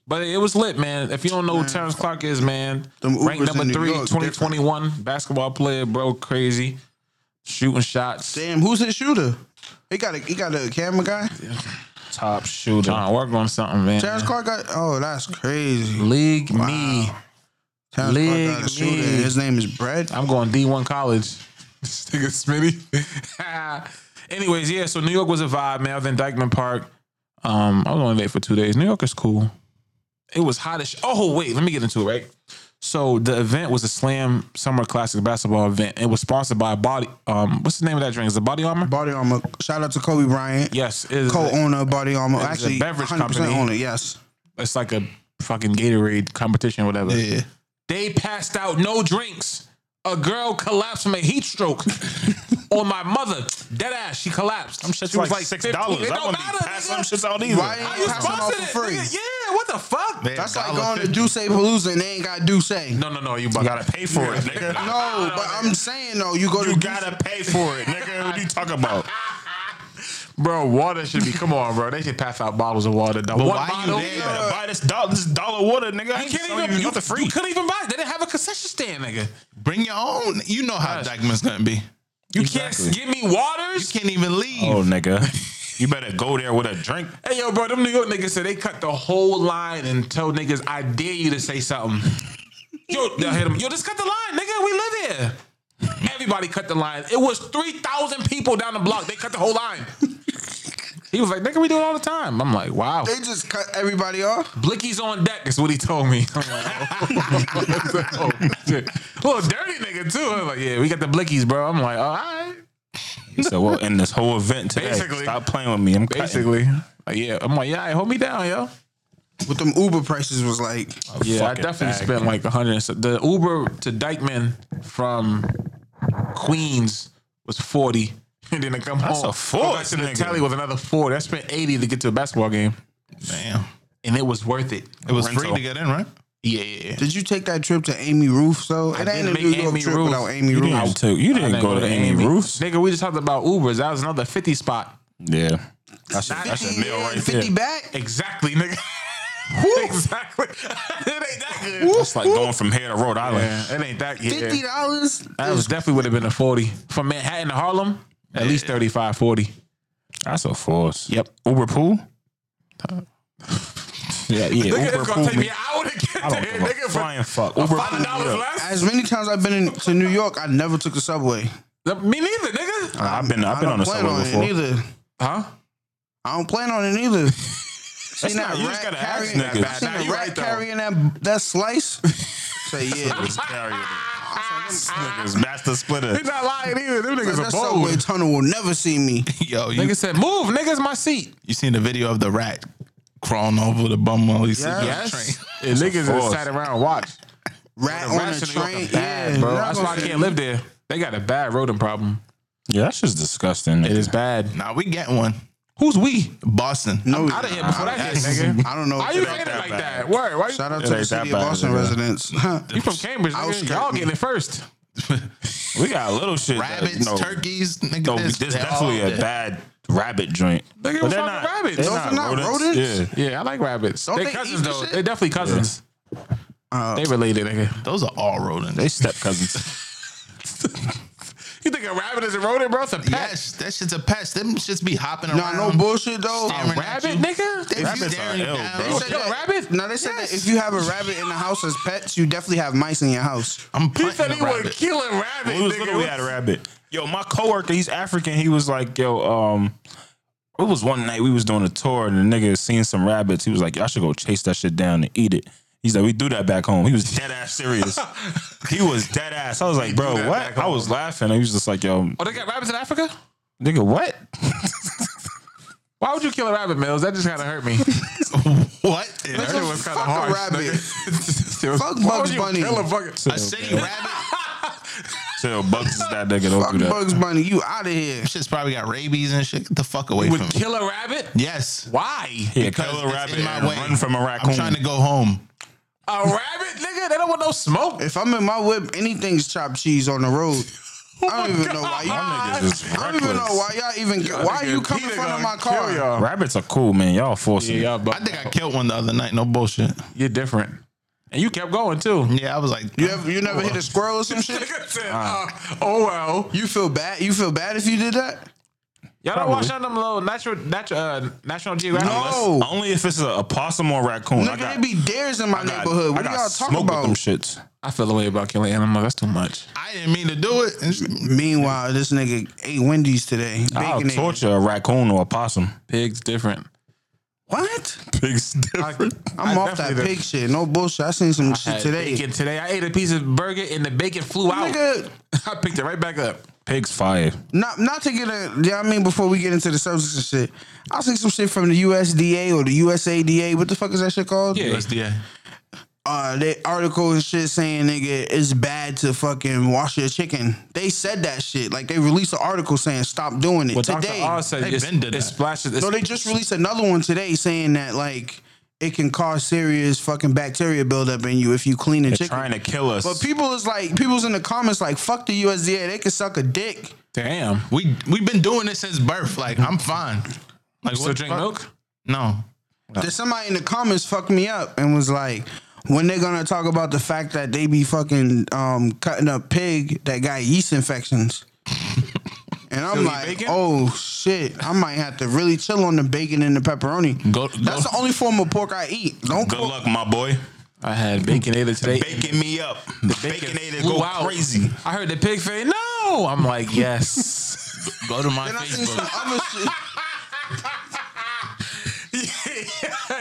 Speaker 5: But it was lit, man. If you don't know who Terrence Clark is, man,
Speaker 6: Them Ubers
Speaker 5: ranked number
Speaker 6: in New
Speaker 5: three,
Speaker 6: York
Speaker 5: 2021 basketball player, bro, crazy. Shooting shots,
Speaker 6: Damn, who's his shooter? He got a he got a camera guy.
Speaker 4: Top shooter.
Speaker 5: trying to work on something, man.
Speaker 6: Terrence Clark got. Oh, that's crazy.
Speaker 5: League me.
Speaker 6: Terrence Clark got a
Speaker 5: Lig
Speaker 6: shooter.
Speaker 5: me.
Speaker 6: His name is Brad.
Speaker 5: I'm going D1 college. This nigga Smitty. Anyways, yeah, so New York was a vibe, man. I was in Dykeman Park. Um, I was only there for two days. New York is cool. It was hot as sh- Oh, wait, let me get into it, right? So the event was a Slam Summer Classic basketball event. It was sponsored by Body. Um, what's the name of that drink? Is it Body Armor?
Speaker 6: Body Armor. Shout out to Kobe Bryant.
Speaker 5: Yes, it is.
Speaker 6: Co-owner of Body Armor.
Speaker 5: It's a
Speaker 6: Actually,
Speaker 5: beverage
Speaker 6: 100%
Speaker 5: company.
Speaker 6: owner. Yes.
Speaker 5: It's like a fucking Gatorade competition, whatever.
Speaker 7: Yeah.
Speaker 5: They passed out no drinks. A girl collapsed from a heat stroke on my mother. Dead ass, she collapsed. I'm
Speaker 4: Shit's like, six dollars. I wouldn't be passing them shits out either.
Speaker 6: Why ain't
Speaker 5: How
Speaker 6: you
Speaker 5: you
Speaker 6: passing them out
Speaker 5: sponsored it?
Speaker 6: for free?
Speaker 5: nigga? Yeah, what the fuck?
Speaker 7: Man,
Speaker 6: That's like
Speaker 7: dollar
Speaker 6: going to
Speaker 7: fifty.
Speaker 6: Duce Palooza and they ain't got Duce.
Speaker 5: No,
Speaker 6: No,
Speaker 5: no, no. You, bugging.
Speaker 4: You gotta pay for it, nigga.
Speaker 6: but I'm saying though, you go to
Speaker 4: You gotta pay for it, nigga. What you talking about?
Speaker 5: bro. Water should be. Come on, bro. They should pass out bottles of water. But
Speaker 7: why you
Speaker 4: You better buy this dollar, this dollar water, nigga. I
Speaker 5: You can't
Speaker 4: ain't selling
Speaker 5: even.
Speaker 4: you
Speaker 5: You,
Speaker 4: nothing free.
Speaker 5: you couldn't even buy. It. They didn't have a concession stand, nigga.
Speaker 7: Bring your own. You know how Dykeman's gonna be.
Speaker 5: You
Speaker 4: Exactly.
Speaker 5: can't give me waters.
Speaker 7: You can't even leave.
Speaker 4: Oh, nigga. You better go there with a drink.
Speaker 5: Hey yo, bro, them New York niggas said they cut the whole line and told niggas, I dare you to say something. Yo, they'll hit them. Yo, just cut the line, nigga. We live here. Everybody cut the line. It was three thousand people down the block. They cut the whole line. He was like, nigga, we do it all the time. I'm like, wow.
Speaker 6: They just cut everybody off.
Speaker 5: Blicky's on deck is what he told me. I'm like, oh. oh, shit. Little dirty nigga too. I'm like, yeah, we got the Blickies, bro. I'm like, oh, all right.
Speaker 4: He said, "Well, in this whole event today,
Speaker 5: Basically.
Speaker 4: stop playing with me. I'm cutting.
Speaker 5: Basically. Like, yeah. I'm like, yeah, all right, hold me down, yo.
Speaker 6: What them Uber prices was like.
Speaker 5: Yeah, I
Speaker 4: fucking
Speaker 5: definitely
Speaker 4: bag.
Speaker 5: spent like a hundred. and so- The Uber to Dykeman from Queens was forty, and then I come
Speaker 4: That's
Speaker 5: home.
Speaker 4: a force,
Speaker 5: go back to the
Speaker 4: nigga.
Speaker 5: tally with another forty. I spent eighty to get to a basketball game,
Speaker 7: Damn.
Speaker 5: and it was worth it.
Speaker 7: It was
Speaker 4: Rental.
Speaker 7: free to get in, right?
Speaker 5: Yeah, yeah. yeah.
Speaker 6: Did you take that trip to Amy Roof? So it ain't
Speaker 5: didn't
Speaker 6: a
Speaker 5: make
Speaker 6: New York
Speaker 5: Amy
Speaker 6: trip
Speaker 5: Roof.
Speaker 6: without Amy
Speaker 4: You
Speaker 6: Roof.
Speaker 4: didn't, to, you
Speaker 5: I
Speaker 4: didn't go to any roofs.
Speaker 5: nigga. We just talked about Ubers. That was another fifty spot.
Speaker 4: Yeah, that's a, that's a meal right there.
Speaker 6: 50 back.
Speaker 5: Exactly, nigga. exactly. it ain't that good.
Speaker 4: That's like going from here to Rhode Island.
Speaker 5: Yeah, it ain't that good.
Speaker 6: Fifty dollars.
Speaker 5: That was definitely would have been a 40. From Manhattan to Harlem, at least 35, 40.
Speaker 4: That's a force.
Speaker 5: Yep.
Speaker 4: Uber pool. yeah, yeah.
Speaker 5: Nigga,
Speaker 4: Uber
Speaker 5: it's
Speaker 4: pool.
Speaker 5: gonna take me
Speaker 4: Me.
Speaker 5: an hour to get
Speaker 4: I don't
Speaker 5: there,
Speaker 4: give a
Speaker 5: nigga.
Speaker 4: flying fuck.
Speaker 5: For
Speaker 4: Uber
Speaker 5: five
Speaker 4: pulled me
Speaker 5: dollars
Speaker 4: up.
Speaker 5: less?
Speaker 6: As many times I've been in, to New York, I never took the subway.
Speaker 5: Me neither, nigga.
Speaker 4: I've been I've
Speaker 6: I
Speaker 4: been
Speaker 6: don't
Speaker 4: on the
Speaker 6: plan
Speaker 4: subway
Speaker 6: on
Speaker 4: before.
Speaker 6: it either.
Speaker 5: Huh?
Speaker 6: I don't plan on it either. See
Speaker 4: not- you just gotta ask niggas.
Speaker 6: I seen
Speaker 5: Nah,
Speaker 6: a
Speaker 5: you
Speaker 6: rat
Speaker 5: right, though.
Speaker 6: carrying that that slice. Say yeah.
Speaker 4: It's carrier. Snickers, master splitter.
Speaker 5: He's not lying either. Them niggas
Speaker 6: That
Speaker 5: are
Speaker 6: subway
Speaker 5: bold.
Speaker 6: tunnel will never see me.
Speaker 7: Yo, you,
Speaker 5: Nigga said, move, nigga, it's my seat.
Speaker 7: you seen the video of the rat crawling over the bum while he's sitting on the train?
Speaker 5: Yes. And niggas just
Speaker 4: force.
Speaker 5: sat around and watched.
Speaker 6: Rat
Speaker 5: The
Speaker 6: on a
Speaker 5: rats in New York
Speaker 6: train.
Speaker 5: are bad,
Speaker 6: Yeah,
Speaker 5: bro.
Speaker 6: not
Speaker 5: That's
Speaker 6: gonna
Speaker 5: why I
Speaker 6: see
Speaker 5: can't
Speaker 6: me.
Speaker 5: live there. They got a bad rodent problem.
Speaker 4: Yeah, that's just disgusting.
Speaker 5: It is bad.
Speaker 7: Nah, we get one.
Speaker 5: Who's we?
Speaker 7: Boston.
Speaker 6: No,
Speaker 5: I didn't hit before that hit, nigga.
Speaker 6: I don't know.
Speaker 5: Why you saying it like that? Word, why you,
Speaker 6: Shout out
Speaker 4: It
Speaker 6: to the
Speaker 4: ain't that
Speaker 6: city of
Speaker 4: bad,
Speaker 6: Boston
Speaker 4: is it?
Speaker 6: residents.
Speaker 5: you from Cambridge, nigga.
Speaker 6: Outskirt.
Speaker 5: Y'all getting it first.
Speaker 4: We got little shit.
Speaker 7: Rabbits,
Speaker 4: that, you know,
Speaker 7: turkeys, nigga.
Speaker 4: No,
Speaker 7: this,
Speaker 4: there's
Speaker 7: they're
Speaker 4: definitely
Speaker 7: all
Speaker 4: a
Speaker 7: dead.
Speaker 4: bad rabbit joint.
Speaker 5: Nigga,
Speaker 4: But
Speaker 5: what's
Speaker 4: they're
Speaker 5: wrong with rabbits?
Speaker 4: they're
Speaker 5: Those
Speaker 6: are not rodents?
Speaker 4: Yeah.
Speaker 5: Yeah, I like rabbits.
Speaker 6: Don't
Speaker 5: they
Speaker 6: they
Speaker 5: cousins
Speaker 6: eat the
Speaker 5: though.
Speaker 6: shit?
Speaker 5: They definitely cousins. they related, nigga.
Speaker 7: Those are all rodents.
Speaker 4: They step cousins.
Speaker 5: You think a rabbit is a rodent, bro? It's a pet.
Speaker 7: Yes, that shit's a pest. Them shits be hopping
Speaker 6: Nah, no
Speaker 7: around.
Speaker 6: bullshit though.
Speaker 7: Staring at
Speaker 5: Rabbit,
Speaker 7: you.
Speaker 5: nigga.
Speaker 7: They be
Speaker 4: Rabbits
Speaker 7: staring
Speaker 4: are ill,
Speaker 7: down.
Speaker 4: bro.
Speaker 7: They said
Speaker 5: Yo,
Speaker 7: that-
Speaker 5: rabbit.
Speaker 6: No, they said that if you have a rabbit in the house as pets, you definitely have mice in your house.
Speaker 5: He
Speaker 7: I'm punting
Speaker 5: said
Speaker 7: the
Speaker 5: he was
Speaker 7: rabbit.
Speaker 5: killing rabbit.
Speaker 4: When we was
Speaker 5: nigga.
Speaker 4: little, we had a rabbit. Yo, my coworker, he's African. He was like, yo, um, it was one night we was doing a tour and the nigga seen some rabbits. He was like, y'all should go chase that shit down and eat it. He's like, we do that back home. He was dead ass serious. he was dead ass. I was like, bro, what? I was laughing. He was just like, yo,
Speaker 5: Oh, they got rabbits in Africa?
Speaker 4: nigga, what?
Speaker 5: Why would you kill a rabbit, Mills? That just kind of hurt me.
Speaker 7: What?
Speaker 5: That shit was kind of
Speaker 6: fuck a
Speaker 5: harsh.
Speaker 6: rabbit.
Speaker 5: nigga. It was- why
Speaker 6: Fuck
Speaker 5: would
Speaker 6: Bugs
Speaker 5: you
Speaker 6: Bunny.
Speaker 5: Kill a fucking.
Speaker 7: A city rabbit?
Speaker 4: Tell Bugs is that nigga. Don't
Speaker 6: Fuck
Speaker 4: do that.
Speaker 6: Bugs Bunny, you out of here.
Speaker 7: Shit's probably got rabies and shit. Get the fuck away from
Speaker 5: Would
Speaker 7: me.
Speaker 5: kill a rabbit?
Speaker 7: Yes.
Speaker 5: Why?
Speaker 4: Yeah,
Speaker 7: Because
Speaker 4: kill a
Speaker 7: it's
Speaker 4: rabbit
Speaker 7: in my
Speaker 4: and
Speaker 7: way.
Speaker 4: run from a raccoon.
Speaker 7: I'm trying to go home.
Speaker 5: A rabbit, nigga? They don't want no smoke.
Speaker 6: If I'm in my whip, anything's chopped cheese on the road. I don't even know why
Speaker 5: Oh
Speaker 6: you.
Speaker 4: My
Speaker 6: I
Speaker 4: niggas is
Speaker 6: don't even know
Speaker 4: reckless.
Speaker 6: why y'all even. Why are you coming in front of my car?
Speaker 4: Rabbits are cool, man. Y'all forcing. it.
Speaker 5: Yeah,
Speaker 7: I think I killed one the other night. No bullshit.
Speaker 5: You're different. And you kept going too.
Speaker 7: Yeah, I was like,
Speaker 6: You ever, you never hit a squirrel or some shit?
Speaker 5: Nigga said, uh, oh well.
Speaker 6: You feel bad. You feel bad if you did that.
Speaker 5: Y'all don't watch none of them little natural, natural, uh, National Geographic.
Speaker 6: No.
Speaker 4: Unless- Only if it's a, a possum or raccoon. I
Speaker 6: Nigga,
Speaker 4: got,
Speaker 6: there be dares in my
Speaker 4: I got-
Speaker 6: neighborhood.
Speaker 4: I
Speaker 6: What
Speaker 4: got
Speaker 6: are y'all talking
Speaker 4: smoke
Speaker 6: about?
Speaker 4: With them shits.
Speaker 5: I feel the way about killing animals. That's too much.
Speaker 7: I didn't mean to do it. And she-
Speaker 6: Meanwhile, this nigga ate Wendy's today.
Speaker 4: I'll
Speaker 6: Bacon egg.
Speaker 4: torture a raccoon or a possum.
Speaker 5: Pigs different.
Speaker 6: What?
Speaker 4: Pigs different.
Speaker 6: I'm
Speaker 5: I
Speaker 6: off that
Speaker 5: definitely
Speaker 6: pig shit. No bullshit. I seen some
Speaker 5: I
Speaker 6: shit
Speaker 5: had
Speaker 6: today.
Speaker 5: Bacon today. I ate a piece of burger and the bacon flew out.
Speaker 6: Nigga,
Speaker 5: I picked it right back up.
Speaker 4: Pigs fire.
Speaker 6: not not to get a. Yeah, I mean, before we get into the substance and shit, I seen some shit from the USDA or the USADA. What the fuck is that shit called?
Speaker 5: Yeah.
Speaker 7: USDA.
Speaker 6: Uh, they article and shit saying nigga it's bad to fucking wash your chicken. They said that shit. Like they released an article saying stop doing it
Speaker 5: But Dr.
Speaker 6: today.
Speaker 5: Oz said
Speaker 7: They
Speaker 5: it's,
Speaker 7: been did
Speaker 5: it
Speaker 7: that.
Speaker 5: splashes. It's,
Speaker 6: So they just released another one today saying that like it can cause serious fucking bacteria buildup in you if you clean the
Speaker 4: They're
Speaker 6: chicken.
Speaker 4: trying to kill us.
Speaker 6: But people is like, people's in the comments like, fuck the USDA, they can suck a dick.
Speaker 5: damn.
Speaker 7: We we've been doing this since birth. Like I'm fine. Like
Speaker 5: Still
Speaker 7: what
Speaker 5: drink
Speaker 7: the fuck?
Speaker 5: milk?
Speaker 7: No.
Speaker 6: There's somebody in the comments fucked me up and was like, when they're gonna talk about the fact that they be fucking um, cutting up pig that got yeast infections. And I'm
Speaker 4: Still eat
Speaker 6: like,
Speaker 4: bacon?
Speaker 6: oh shit, I might have to really chill on the bacon and the pepperoni.
Speaker 5: Go-
Speaker 6: That's
Speaker 5: go-
Speaker 6: the only form of pork I eat. Don't
Speaker 4: Good
Speaker 6: cook.
Speaker 4: luck, my boy.
Speaker 5: I had baconator today.
Speaker 4: Baking me up. The baconator
Speaker 5: Flew
Speaker 4: go
Speaker 5: out.
Speaker 4: crazy.
Speaker 5: I heard the pig say no. I'm like, yes. Go to my
Speaker 6: Then I seen some
Speaker 5: Facebook.
Speaker 6: other shit.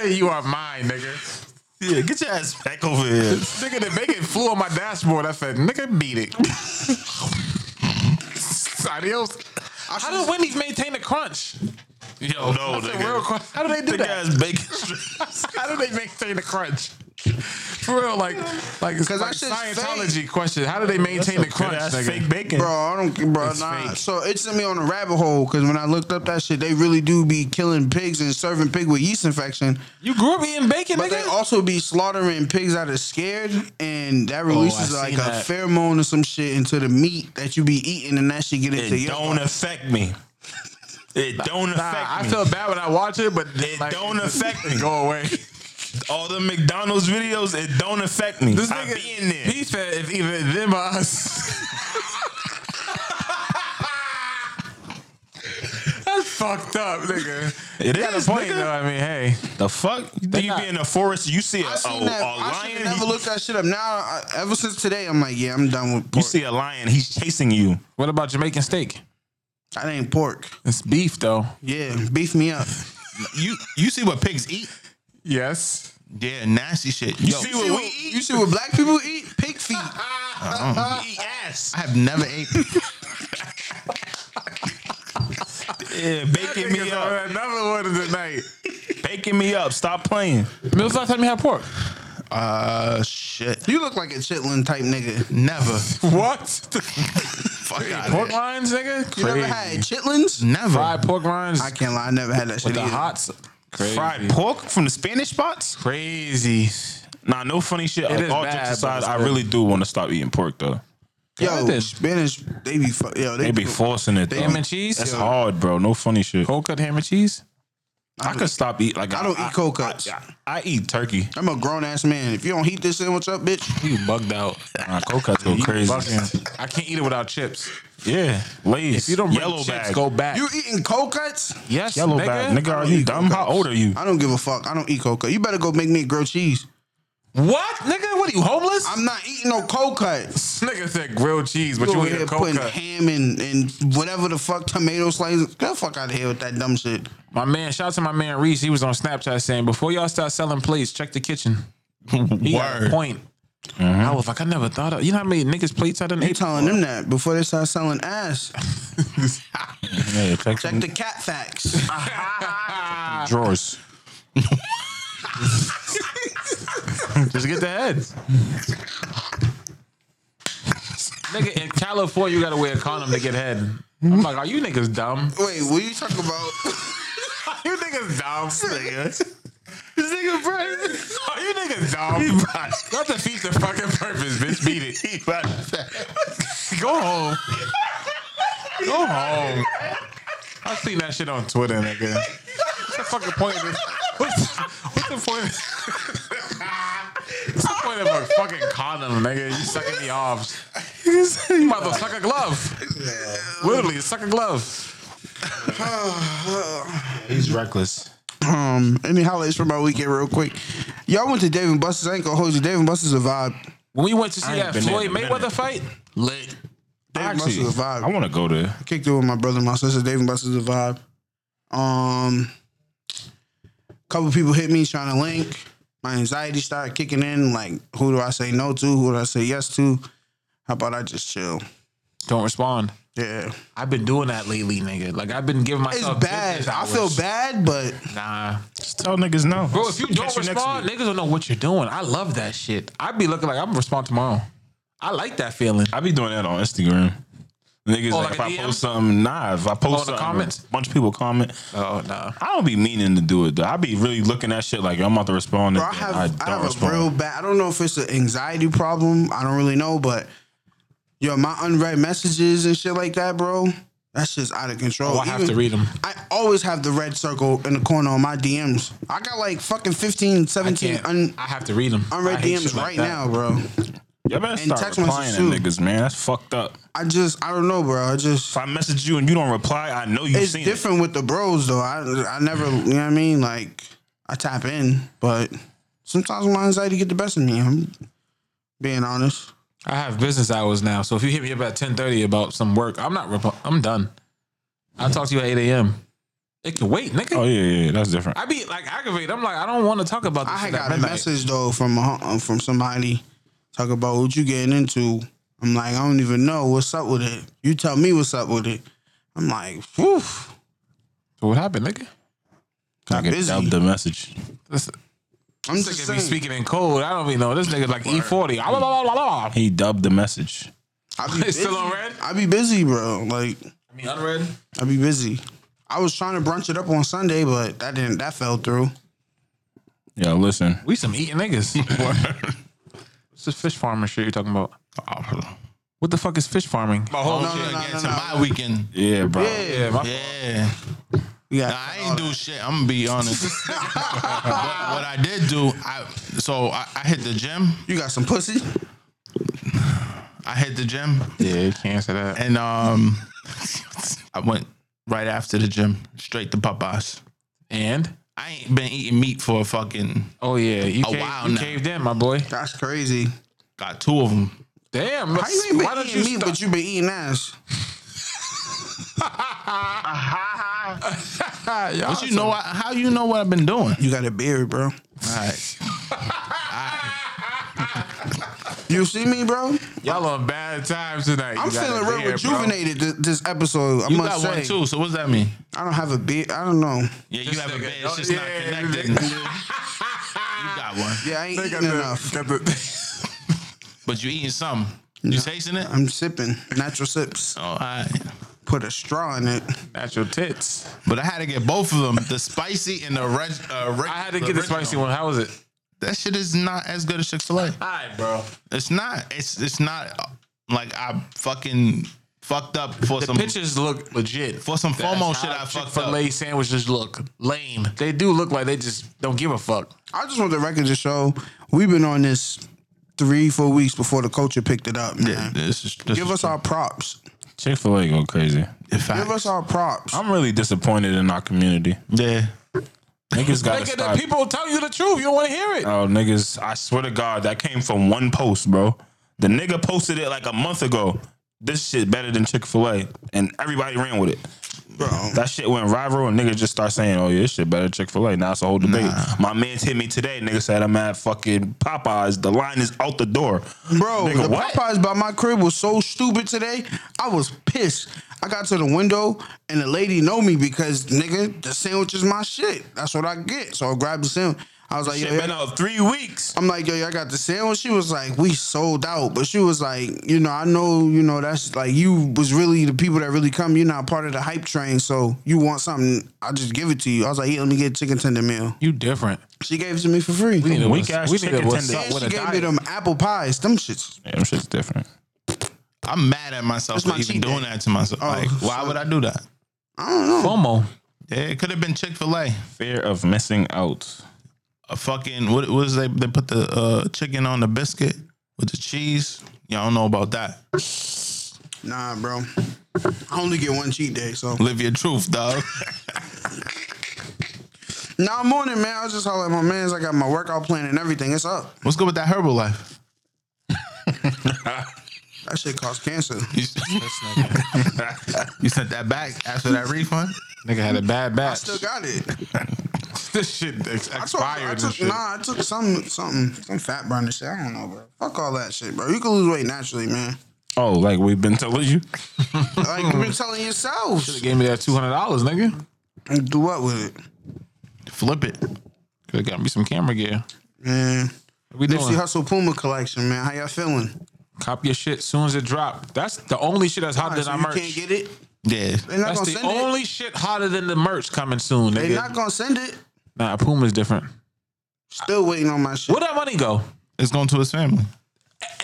Speaker 5: you are mine, nigga.
Speaker 4: Yeah, get your ass back over here.
Speaker 5: Nigga, the bacon flew on my dashboard. I said, nigga, beat it. Adios. How do Wendy's maintain the crunch?
Speaker 4: Yo, no,
Speaker 5: The
Speaker 4: Oh, nigga.
Speaker 5: real crunch. How do they do
Speaker 4: Thick
Speaker 5: that?
Speaker 4: ass bacon strips.
Speaker 5: How do they maintain the crunch? For real, like, like, it's
Speaker 6: 'Cause
Speaker 5: like
Speaker 6: that shit's
Speaker 5: Scientology question. How do they maintain the crunch,
Speaker 4: Good-ass
Speaker 5: nigga?
Speaker 4: Fake bacon.
Speaker 6: Bro, I don't, bro, nah.
Speaker 5: fake.
Speaker 6: So it sent me on a rabbit hole because when I looked up that shit, they really do be killing pigs and serving pig with yeast infection.
Speaker 5: You grew up eating bacon,
Speaker 6: But they
Speaker 5: nigga.
Speaker 6: also be slaughtering pigs that are scared, and that releases
Speaker 5: I
Speaker 6: like a
Speaker 5: seen that.
Speaker 6: pheromone or some shit into the meat that you be eating, and that shit get into
Speaker 4: It
Speaker 6: your.
Speaker 4: don't affect me. It don't
Speaker 5: Nah,
Speaker 4: affect
Speaker 5: I
Speaker 4: me.
Speaker 5: feel bad when I watch it, but
Speaker 4: It
Speaker 5: like,
Speaker 4: don't affect me.
Speaker 5: Go away.
Speaker 4: All the McDonald's videos, it don't affect me.
Speaker 5: This
Speaker 4: I
Speaker 5: nigga,
Speaker 4: be in there.
Speaker 5: He said, "If either them or us." That's fucked up, nigga.
Speaker 4: It
Speaker 5: Got
Speaker 4: is,
Speaker 5: a point,
Speaker 4: nigga.
Speaker 5: though. I mean, hey,
Speaker 4: The fuck? You think you
Speaker 5: not-
Speaker 4: be in the forest, you see a,
Speaker 6: I seen
Speaker 4: a-
Speaker 6: that.
Speaker 4: Oh, a
Speaker 6: I should
Speaker 4: lion.
Speaker 6: never
Speaker 4: he-
Speaker 6: looked that shit up. Now, I, ever since today, I'm like, yeah, I'm done with
Speaker 4: you
Speaker 6: pork.
Speaker 4: see a lion, he's chasing you.
Speaker 5: what about Jamaican steak?
Speaker 6: that ain't pork.
Speaker 5: It's beef, though.
Speaker 6: Yeah, beef me up.
Speaker 7: You you see what pigs eat?
Speaker 5: Yes.
Speaker 7: Yeah, nasty shit. You
Speaker 4: see what we eat?
Speaker 6: You see what black people eat? Pig feet.
Speaker 4: Eat ass.
Speaker 7: I have never ate.
Speaker 4: Yeah, baking me up.
Speaker 5: Another one of the night.
Speaker 4: Baking me up. Stop playing.
Speaker 5: Mills last time you had pork.
Speaker 7: Uh, shit.
Speaker 6: You look like a chitlin type nigga.
Speaker 7: Never.
Speaker 5: What?
Speaker 7: Fuck out
Speaker 5: pork rinds, nigga.
Speaker 6: You never
Speaker 5: Crazy.
Speaker 6: had chitlins?
Speaker 7: Never.
Speaker 5: fried pork rinds
Speaker 6: I can't lie, I never had that
Speaker 5: with
Speaker 6: shit
Speaker 5: the
Speaker 6: either.
Speaker 5: hots. Crazy.
Speaker 4: Fried pork from the Spanish spots?
Speaker 5: Crazy.
Speaker 4: Nah, no funny shit. Like,
Speaker 5: is
Speaker 4: all
Speaker 5: bad,
Speaker 4: jokes
Speaker 5: but
Speaker 4: aside,
Speaker 5: it's
Speaker 4: I
Speaker 5: good.
Speaker 4: really do want to stop eating pork though.
Speaker 5: Yeah,
Speaker 6: Yo,
Speaker 5: it is.
Speaker 6: Spanish, they be fu- yo, they,
Speaker 4: They be forcing it.
Speaker 5: Ham
Speaker 4: though.
Speaker 5: and cheese.
Speaker 4: That's hard, bro. No funny shit.
Speaker 5: Cold cut ham and cheese.
Speaker 4: I could stop eating. Like
Speaker 6: I don't eat cold cuts.
Speaker 4: I, I eat turkey.
Speaker 6: I'm a grown ass man. If you don't heat this sandwich up, bitch,
Speaker 5: You bugged out.
Speaker 4: Nah, cold cuts go crazy.
Speaker 5: Fucking- I can't eat it without chips.
Speaker 4: Yeah, Lay's.
Speaker 5: If you don't bring
Speaker 4: yellow
Speaker 5: chips,
Speaker 4: bag.
Speaker 5: go back.
Speaker 6: you eating cold cuts?
Speaker 5: yes,
Speaker 4: yellow
Speaker 5: nigga.
Speaker 4: bag. Nigga, are
Speaker 6: don't
Speaker 4: you
Speaker 6: eat
Speaker 4: dumb?
Speaker 6: cold
Speaker 4: How
Speaker 6: cuts.
Speaker 4: old are you?
Speaker 6: I don't give a fuck. I don't eat cold cut. You better go make me grilled cheese.
Speaker 5: What, nigga? What are you homeless?
Speaker 6: I'm not eating no cold cuts.
Speaker 5: nigga said grilled cheese, but
Speaker 6: You
Speaker 5: you
Speaker 6: over
Speaker 5: ain't
Speaker 6: here
Speaker 5: a cold
Speaker 6: putting
Speaker 5: cut.
Speaker 6: ham and, and whatever the fuck tomato slices. Get the fuck out of here with that dumb shit.
Speaker 5: My man, shout out to my man Reese. He was on Snapchat saying, "Before y'all start selling plates, check the kitchen." He got a
Speaker 7: Word.
Speaker 5: point. I was like, I never thought of. You know how many niggas plates I done
Speaker 6: You
Speaker 5: ate?
Speaker 6: telling them that before they start selling ass.
Speaker 4: Yeah, check,
Speaker 6: Check the cat facts.
Speaker 4: the drawers.
Speaker 5: Just get the head. nigga, in California, you gotta wear a condom to get head. I'm like, are you niggas dumb?
Speaker 6: Wait, what you talking about?
Speaker 5: you niggas dumb, nigga. This nigga, bro. Are you niggas
Speaker 7: He
Speaker 5: dumb?
Speaker 7: brought-
Speaker 5: That defeats the fucking purpose, bitch. Beat it.
Speaker 7: he brought that.
Speaker 5: Go home. Go home. I seen that shit on Twitter, nigga. What's the fucking point of this? What's, what's the point? What's the point of a fucking condom, nigga? You sucking me off. You might as well suck a glove. Literally, suck a glove.
Speaker 4: He's reckless.
Speaker 6: Um, any highlights from my weekend real quick? Y'all went to Dave and Buster's. I ain't gonna hold you. Dave and Buster's a vibe.
Speaker 5: When we went to see
Speaker 4: ain't
Speaker 5: that
Speaker 4: been there
Speaker 5: Floyd
Speaker 4: in a minute.
Speaker 5: Mayweather fight,
Speaker 7: Lit.
Speaker 6: Dave and
Speaker 4: Actually,
Speaker 6: Buster's a vibe.
Speaker 4: I want to go there.
Speaker 6: kicked it with my brother and my sister. Dave and Buster's a vibe. Um, couple people hit me trying to link. My anxiety started kicking in. Like, who do I say no to? Who do I say yes to? How about I just chill?
Speaker 5: don't respond.
Speaker 6: Yeah,
Speaker 5: I've been doing that lately, nigga. Like I've been giving
Speaker 6: it's
Speaker 5: myself.
Speaker 6: bad.
Speaker 5: business
Speaker 6: I feel
Speaker 5: hours.
Speaker 6: bad, but
Speaker 5: Nah.
Speaker 4: Just tell niggas no,
Speaker 5: Bro, if you don't
Speaker 4: Catch next
Speaker 5: respond,
Speaker 4: week.
Speaker 5: niggas don't know what you're doing. I love that shit. I'd be looking like I'm gonna respond tomorrow. I like that feeling.
Speaker 4: I be doing that on Instagram. Niggas,
Speaker 5: Oh, like
Speaker 4: like, if
Speaker 5: a
Speaker 4: I
Speaker 5: DM?
Speaker 4: post something, nah. If I post
Speaker 5: in the
Speaker 4: something,
Speaker 5: comments?
Speaker 4: a bunch of people comment.
Speaker 5: Oh no.
Speaker 4: I don't be meaning to do it though. I be really looking at shit like I'm about to respond.
Speaker 6: bro, I
Speaker 4: and then
Speaker 6: have
Speaker 4: I
Speaker 6: I,
Speaker 4: don't
Speaker 6: have
Speaker 4: respond.
Speaker 6: a real bad. I don't know if it's an anxiety problem. I don't really know, but yo, my unread messages and shit like that, bro. That's just out of control.
Speaker 5: Oh, I have
Speaker 6: Even-
Speaker 5: to read them.
Speaker 6: I always have the red circle in the corner on my DMs. I got like fucking 15,
Speaker 5: I
Speaker 6: 17
Speaker 5: can't.
Speaker 6: un-
Speaker 5: I have to read them.
Speaker 6: unread DMs right now, bro.
Speaker 4: Y'all better
Speaker 6: And
Speaker 4: start
Speaker 6: text
Speaker 4: replying
Speaker 6: messages
Speaker 4: to
Speaker 6: too.
Speaker 4: niggas, man. That's fucked up.
Speaker 6: I just, I don't know, bro. I just,
Speaker 4: If I message you and you don't reply, I know you've
Speaker 6: it's
Speaker 4: seen
Speaker 6: different with the bros though. I, I never, you know what I mean? Like, I tap in, but sometimes my anxiety get the best of me. I'm being honest.
Speaker 5: I have business hours now, so if you hit me up at ten thirty about some work, I'm not. Rep- I'm done. I'll talk to you at eight a.m. It can wait, nigga.
Speaker 4: it. Oh yeah, yeah, yeah, that's different.
Speaker 5: I be like aggravated. I'm like, I don't want to talk about this.
Speaker 6: I had
Speaker 5: shit at
Speaker 6: got a
Speaker 5: midnight.
Speaker 6: message though from a, uh, from somebody talk about what you getting into. I'm like, I don't even know what's up with it. You tell me what's up with it. I'm like, whew,
Speaker 5: So what happened, nigga?
Speaker 4: I can
Speaker 6: busy.
Speaker 4: dub the message.
Speaker 5: This
Speaker 6: I'm
Speaker 5: nigga
Speaker 6: just
Speaker 5: be
Speaker 6: saying.
Speaker 5: speaking in code. I don't even know. This nigga like E forty. I
Speaker 4: He dubbed the message.
Speaker 6: I be
Speaker 5: It's
Speaker 6: busy.
Speaker 5: still on red?
Speaker 6: I be busy, bro. Like,
Speaker 5: mean, unread.
Speaker 6: I be busy. I was trying to brunch it up on Sunday, but that didn't. That fell through.
Speaker 4: Yeah, listen.
Speaker 5: We some eating niggas. What's this fish farming shit you talking about?
Speaker 7: Oh,
Speaker 5: What the fuck is fish farming?
Speaker 7: My whole
Speaker 6: No, no,
Speaker 7: shit
Speaker 6: no,
Speaker 7: again
Speaker 6: no,
Speaker 7: to
Speaker 6: no.
Speaker 7: my weekend.
Speaker 4: Yeah, bro.
Speaker 5: Yeah, my,
Speaker 7: Yeah.
Speaker 6: Yeah,
Speaker 7: Nah, I ain't do shit. I'm gonna be honest. but what I did do, I so I, I hit the gym.
Speaker 6: You got some pussy?
Speaker 7: I hit the gym,
Speaker 5: yeah, you can't say that.
Speaker 7: and um, I went right after the gym straight to Popeyes.
Speaker 5: And
Speaker 7: I ain't been eating meat for a fucking
Speaker 5: oh yeah, you,
Speaker 7: Oh,
Speaker 5: caved,
Speaker 7: wow,
Speaker 5: you
Speaker 7: now.
Speaker 5: caved in, my boy.
Speaker 6: That's crazy.
Speaker 7: got two of them.
Speaker 5: Damn,
Speaker 6: How you ain't been
Speaker 5: why don't
Speaker 6: eating
Speaker 5: you
Speaker 6: meat,
Speaker 5: stop?
Speaker 6: but you been eating ass?
Speaker 7: But you know I, how you know what I've been doing?
Speaker 6: You got a beard, bro.
Speaker 7: All right,
Speaker 6: You see me, bro?
Speaker 5: Y'all on bad times tonight.
Speaker 6: I'm
Speaker 5: You got
Speaker 6: feeling
Speaker 5: it
Speaker 6: real
Speaker 5: there, bro.
Speaker 6: rejuvenated thi- this episode. I
Speaker 7: you got
Speaker 6: must
Speaker 7: one
Speaker 6: say,
Speaker 7: too. So what's that mean?
Speaker 6: I don't have a beard. I don't know.
Speaker 7: Yeah, you
Speaker 5: This
Speaker 7: have a
Speaker 5: nigga
Speaker 7: bed.
Speaker 5: don't-
Speaker 7: It's just
Speaker 5: yeah,
Speaker 7: not connected. you got one,
Speaker 6: Yeah, I ain't
Speaker 5: They got
Speaker 6: eating
Speaker 5: the-
Speaker 6: enough.
Speaker 5: got the-
Speaker 7: but you eating some. You tasting it?
Speaker 6: I'm sipping natural sips.
Speaker 7: Oh, all right.
Speaker 6: Put a straw in it.
Speaker 5: Natural tits.
Speaker 7: But I had to get both of them, the spicy and the red. Uh, reg-
Speaker 5: I had to get the
Speaker 7: original.
Speaker 5: spicy one. How was it?
Speaker 7: That shit is not as good as Chick Fil A.
Speaker 5: All right, bro.
Speaker 7: It's not. It's it's not uh, like I fucking fucked up for
Speaker 5: The
Speaker 7: some
Speaker 5: pictures look legit.
Speaker 7: for some
Speaker 5: That's
Speaker 7: FOMO
Speaker 5: how
Speaker 7: shit. I fucked up.
Speaker 5: Chick-fil-A sandwiches look lame. They do look like they just don't give a fuck.
Speaker 6: I just want the record to show we've been on this three, four weeks before the culture picked it up, man.
Speaker 7: This is, this
Speaker 6: Give
Speaker 7: is-
Speaker 6: us our props.
Speaker 4: Chick Fil A go crazy.
Speaker 6: Give us our props.
Speaker 4: I'm really disappointed in our community.
Speaker 7: yeah.
Speaker 4: Niggas got to
Speaker 5: Nigga, the
Speaker 4: stop.
Speaker 5: people tell you the truth. You don't want to hear it.
Speaker 4: Oh, niggas! I swear to God, that came from one post, bro. The nigga posted it like a month ago. This shit better than Chick Fil A, and everybody ran with it.
Speaker 6: Bro.
Speaker 4: That shit went viral, and niggas just start saying, "Oh yeah, this shit better Chick Fil A." Now it's a whole debate. My man's hit me today. Nigga said I'm at fucking Popeyes. The line is out the door.
Speaker 6: Bro,
Speaker 4: Nigga,
Speaker 6: the
Speaker 4: what?
Speaker 6: Popeyes by my crib was so stupid today. I was pissed. I got to the window and the lady know me because nigga, the sandwich is my shit. That's what I get. So I grabbed the sandwich. I was like,
Speaker 4: Shit
Speaker 6: yo,
Speaker 4: been
Speaker 6: yo-
Speaker 4: out three weeks.
Speaker 6: I'm like, yo, y'all got the sandwich. She was like, we sold out. But she was like, you know, I know, you know, that's like you was really the people that really come. You're not part of the hype train, so you want something, I'll just give it to you. I was like, yeah, let me get a chicken tender meal.
Speaker 5: You different.
Speaker 6: She gave it to me for free.
Speaker 5: We need a
Speaker 4: Weak
Speaker 5: what's-
Speaker 4: ass
Speaker 5: we need a
Speaker 4: chicken
Speaker 5: what's
Speaker 4: tender.
Speaker 5: up
Speaker 6: and
Speaker 5: with
Speaker 6: she
Speaker 5: a
Speaker 6: gave me
Speaker 5: diet.
Speaker 6: them apple pies. Them shits.
Speaker 4: Yeah, them shit's different.
Speaker 7: I'm mad at myself
Speaker 6: That's
Speaker 7: for
Speaker 6: my
Speaker 7: even
Speaker 6: cheat
Speaker 7: doing
Speaker 6: day.
Speaker 7: that to myself.
Speaker 6: Oh,
Speaker 7: like, why
Speaker 6: so-
Speaker 7: would I do that?
Speaker 6: I don't know.
Speaker 5: FOMO.
Speaker 7: Yeah, it could have been Chick Fil A.
Speaker 4: Fear of missing out.
Speaker 7: A fucking what was they? They put the uh, chicken on the biscuit with the cheese. Y'all don't know about that.
Speaker 6: Nah, bro. I only get one cheat day, so.
Speaker 7: Live your truth, dog.
Speaker 6: Nah, I'm on it, man. I was just hollering at my man's. I got my workout plan and everything. It's up.
Speaker 7: What's good with that herbal life?
Speaker 6: That shit caused cancer.
Speaker 7: You, you sent that back after that refund?
Speaker 5: Nigga had a bad batch.
Speaker 6: Still got it.
Speaker 5: This shit ex-
Speaker 6: I took, I
Speaker 5: expired and
Speaker 6: took
Speaker 5: shit.
Speaker 6: nah, I took some something some fat burner shit. I don't know, bro. Fuck all that shit, bro. You can lose weight naturally, man.
Speaker 4: Oh, like we've been telling you.
Speaker 6: Like you've been telling yourself.
Speaker 5: Gave me that two hundred dollars, nigga.
Speaker 6: Do what with it,
Speaker 7: Flip it.
Speaker 5: Could have got me some camera gear.
Speaker 6: man?
Speaker 5: What we
Speaker 6: Nipsey
Speaker 5: doing?
Speaker 6: Hustle Puma collection, man. How y'all feeling?
Speaker 5: Cop your shit soon as it drop. That's the only shit that's hotter than
Speaker 6: Alright, so
Speaker 5: our
Speaker 6: you
Speaker 5: merch.
Speaker 6: can't get it.
Speaker 7: Yeah.
Speaker 6: They're not
Speaker 5: that's
Speaker 6: gonna
Speaker 5: the
Speaker 6: send
Speaker 5: only
Speaker 6: it.
Speaker 5: shit hotter than the merch coming soon,
Speaker 6: They're
Speaker 5: nigga.
Speaker 6: not gonna send it.
Speaker 5: nah, Puma's different.
Speaker 6: Still waiting on my shit.
Speaker 5: Where that money go?
Speaker 7: It's going to his family.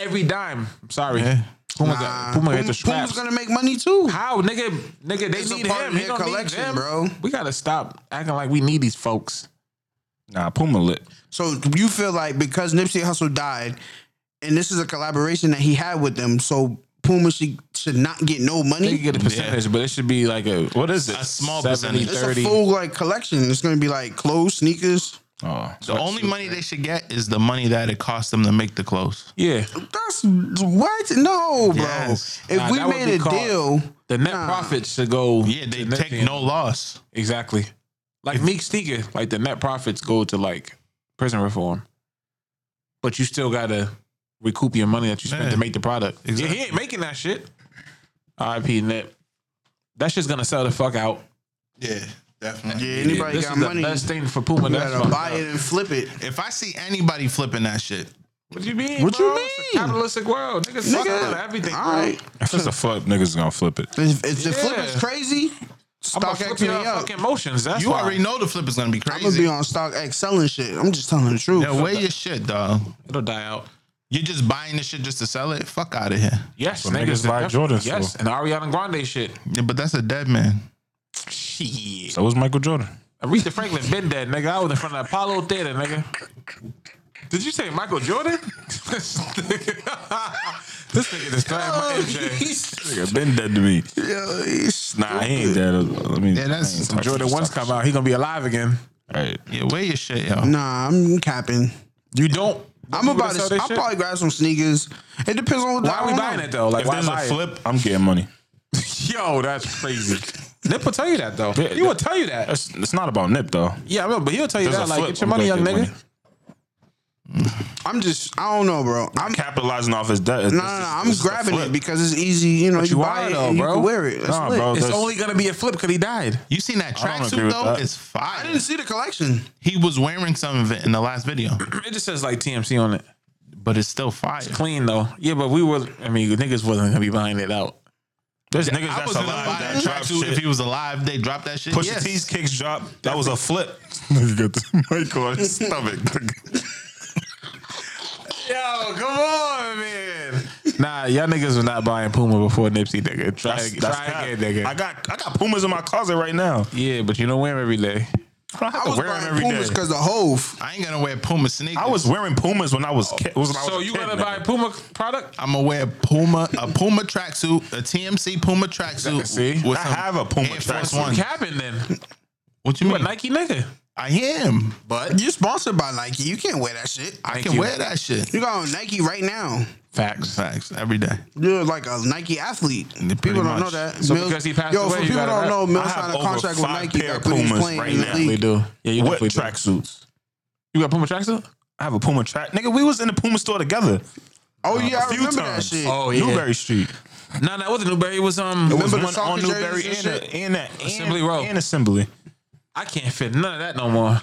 Speaker 5: Every dime. I'm sorry.
Speaker 7: Yeah.
Speaker 5: Puma,
Speaker 6: Nah,
Speaker 5: got, Puma, hit
Speaker 6: Puma-
Speaker 5: the
Speaker 6: Puma's
Speaker 5: straps.
Speaker 6: gonna make money too.
Speaker 5: How, nigga? Nigga, they
Speaker 6: It's a
Speaker 5: need
Speaker 6: part of
Speaker 5: him. He
Speaker 6: their
Speaker 5: don't need
Speaker 6: collection,
Speaker 5: them.
Speaker 6: bro.
Speaker 5: We gotta stop acting like we need these folks.
Speaker 4: Nah, Puma lit.
Speaker 6: So you feel like because Nipsey Hussle died, and this is a collaboration that he had with them. So Puma should should not get no
Speaker 5: They
Speaker 6: money.
Speaker 5: get a percentage, but it should be like a what is it?
Speaker 7: A small
Speaker 6: it's
Speaker 7: percentage.
Speaker 6: a full like collection. It's gonna be like clothes, sneakers.
Speaker 4: Oh,
Speaker 7: The only money they should get is the money that it cost them to make the clothes.
Speaker 5: Yeah.
Speaker 6: That's what? No, bro.
Speaker 7: Yes.
Speaker 6: If
Speaker 5: Nah,
Speaker 6: we
Speaker 5: that would be
Speaker 6: made a
Speaker 5: called-
Speaker 6: deal,
Speaker 5: The net
Speaker 6: Nah.
Speaker 5: profit should go.
Speaker 7: Yeah, they
Speaker 5: to net
Speaker 7: take
Speaker 5: team.
Speaker 7: no loss.
Speaker 5: Exactly. Like Meek Sneaker, like the net profits go to like prison reform. But you still gotta recoup your money that you spent
Speaker 7: Yeah.
Speaker 5: to make the product.
Speaker 7: Exactly.
Speaker 5: Yeah, he ain't making that shit. RIP Nip. That shit's gonna sell the fuck out.
Speaker 7: Yeah, definitely.
Speaker 6: yeah, anybody
Speaker 5: this
Speaker 6: got
Speaker 5: is
Speaker 6: money,
Speaker 5: the best thing for Puma.
Speaker 6: you
Speaker 5: That's
Speaker 6: gotta
Speaker 5: fucked
Speaker 6: buy
Speaker 5: up.
Speaker 6: it and flip it.
Speaker 7: If I see anybody flipping that shit,
Speaker 5: What you mean?
Speaker 6: What
Speaker 5: bro?
Speaker 6: you
Speaker 5: It's a
Speaker 6: mean?
Speaker 5: capitalistic world. Niggas fuck
Speaker 6: Nigga,
Speaker 5: up everything.
Speaker 6: All right.
Speaker 4: if it's a fuck, niggas gonna flip it.
Speaker 6: If, if the
Speaker 5: Yeah.
Speaker 6: flip is crazy,
Speaker 5: I'm
Speaker 6: stock
Speaker 5: gonna
Speaker 6: X
Speaker 5: flip
Speaker 6: me
Speaker 5: your
Speaker 6: up.
Speaker 5: fucking emotions. That's
Speaker 7: you
Speaker 5: why.
Speaker 7: already know the flip is gonna be
Speaker 6: I'm gonna be
Speaker 7: crazy.
Speaker 6: on stock X selling shit. I'm just telling the truth.
Speaker 7: Yeah, weigh your shit, dog.
Speaker 5: It'll die out.
Speaker 7: You're just buying the shit just to sell it. Fuck out of here.
Speaker 5: Yes,
Speaker 4: But niggas buy
Speaker 5: def-
Speaker 4: Jordans,
Speaker 5: Yes,
Speaker 4: so-
Speaker 5: and Ariana Grande shit.
Speaker 7: Yeah, but that's a dead man.
Speaker 5: Shit.
Speaker 4: So was Michael Jordan.
Speaker 5: Aretha Franklin been dead, nigga. I was in front of the Apollo Theater, nigga. Did you say Michael Jordan? this nigga just started my MJ.
Speaker 4: Nigga been dead to me. Nah, he ain't dead. I mean,
Speaker 7: Yeah, that's-
Speaker 4: I ain't talking
Speaker 5: Jordan once come out, he gonna be alive again.
Speaker 4: Right.
Speaker 7: Yeah, weigh your shit, yo.
Speaker 6: Nah, I'm capping.
Speaker 5: You don't.
Speaker 6: I'm
Speaker 5: You
Speaker 6: about
Speaker 5: gonna sell
Speaker 6: to.
Speaker 5: this
Speaker 6: I'll
Speaker 5: shit?
Speaker 6: probably grab some sneakers. It depends on what.
Speaker 5: Why are we buying it though? Like,
Speaker 4: If
Speaker 5: why
Speaker 4: there's
Speaker 5: buy
Speaker 4: a
Speaker 5: it?
Speaker 4: flip, I'm getting money.
Speaker 5: Yo, that's crazy. Nip will tell you that though.
Speaker 4: Yeah,
Speaker 5: he will tell you that.
Speaker 4: That's it's not about Nip though.
Speaker 5: Yeah, I know, but he'll tell you
Speaker 4: There's
Speaker 5: that.
Speaker 4: a
Speaker 5: Like,
Speaker 4: flip,
Speaker 5: get your
Speaker 4: I'm
Speaker 5: money, young
Speaker 4: gonna
Speaker 5: nigga.
Speaker 4: get
Speaker 6: I'm just. I don't know, bro. I'm.
Speaker 4: Capitalizing off his debt.
Speaker 6: No, no, no. I'm grabbing it because it's easy. You know, you,
Speaker 5: you
Speaker 6: buy
Speaker 5: are,
Speaker 6: it
Speaker 5: though,
Speaker 6: and you
Speaker 5: bro.
Speaker 6: can wear it. That's
Speaker 4: Nah,
Speaker 6: lit.
Speaker 4: bro.
Speaker 5: It's
Speaker 4: That's-
Speaker 5: only gonna be a flip because he died.
Speaker 7: You seen that
Speaker 4: I don't
Speaker 7: tracksuit
Speaker 4: agree with
Speaker 7: though?
Speaker 4: that.
Speaker 7: It's fire.
Speaker 6: I didn't see the collection.
Speaker 7: He was wearing some of it in the last video,
Speaker 5: It just says like TMC on it.
Speaker 7: but it's still fire.
Speaker 5: Clean though. Yeah, but we were. I mean, niggas wasn't gonna be buying it out.
Speaker 4: There's niggas
Speaker 7: I
Speaker 4: that's
Speaker 7: was gonna
Speaker 4: alive
Speaker 7: buy
Speaker 4: that
Speaker 7: that
Speaker 4: drop
Speaker 7: tracksuit if
Speaker 4: shit.
Speaker 7: he was alive. They dropped that shit.
Speaker 4: Push
Speaker 7: yes.
Speaker 4: T's kicks drop. That was a flip. Nigga got the mic on his stomach.
Speaker 5: Yo, come on, man. Nah, y'all niggas was not buying Puma before Nipsey, nigga. Try,
Speaker 4: That's- that's
Speaker 5: try
Speaker 4: cap.
Speaker 5: again, nigga.
Speaker 4: I got I got Pumas in my closet right now.
Speaker 5: yeah, but you don't wear them every day.
Speaker 4: I don't have
Speaker 6: I
Speaker 4: to
Speaker 6: was
Speaker 4: wear them
Speaker 6: buying
Speaker 4: every day.
Speaker 6: Pumas because the Hove.
Speaker 7: I ain't gonna wear Puma sneakers.
Speaker 4: I was wearing Pumas when I was, ki- was when I was
Speaker 5: So
Speaker 4: a
Speaker 5: you
Speaker 4: kid,
Speaker 5: gonna
Speaker 4: nigga.
Speaker 5: buy Puma product?
Speaker 7: I'm gonna wear a Puma, a Puma tracksuit, a TMC Puma tracksuit.
Speaker 5: See?
Speaker 7: with
Speaker 4: I
Speaker 7: some
Speaker 4: have a Puma
Speaker 7: Air Force
Speaker 4: tracksuit.
Speaker 7: One.
Speaker 5: Capping then.
Speaker 7: What you
Speaker 5: You a
Speaker 7: mean?
Speaker 5: Nike nigga.
Speaker 7: I am, but
Speaker 6: You're sponsored by Nike. You can't wear that shit.
Speaker 7: I
Speaker 5: Thank
Speaker 7: can
Speaker 5: you.
Speaker 7: wear that shit.
Speaker 6: You got on Nike right now.
Speaker 5: Facts.
Speaker 7: Facts every day.
Speaker 6: You're like a Nike athlete.
Speaker 7: pretty
Speaker 6: People don't know
Speaker 7: much.
Speaker 6: that.
Speaker 5: So because he passed
Speaker 6: yo,
Speaker 5: away,
Speaker 6: for
Speaker 5: you
Speaker 6: people
Speaker 5: gotta
Speaker 6: don't
Speaker 5: have-
Speaker 6: know, Mills
Speaker 4: I have
Speaker 6: signed a
Speaker 4: over
Speaker 6: contract with
Speaker 4: five
Speaker 6: Nike
Speaker 4: pair
Speaker 6: back
Speaker 4: of
Speaker 6: when he was
Speaker 4: Pumas
Speaker 6: playing
Speaker 4: right
Speaker 6: in the
Speaker 4: now.
Speaker 5: We
Speaker 6: league.
Speaker 5: do. Yeah, you
Speaker 4: What
Speaker 5: definitely do.
Speaker 4: tracksuits?
Speaker 5: You got Puma tracksuit?
Speaker 4: I have a Puma track. Nigga, we was in the Puma store together.
Speaker 6: Oh yeah, I
Speaker 4: few
Speaker 6: remember that
Speaker 4: times.
Speaker 6: shit.
Speaker 5: Oh yeah.
Speaker 4: Newberry Street.
Speaker 5: Nah, that wasn't Newberry. It was um.
Speaker 4: It was
Speaker 6: Remember the
Speaker 4: one
Speaker 6: soccer
Speaker 4: on Newberry
Speaker 6: jerseys
Speaker 4: and,
Speaker 6: and
Speaker 4: a, and, a, and
Speaker 5: Assembly Row.
Speaker 4: and Assembly.
Speaker 5: I can't fit none of that no more.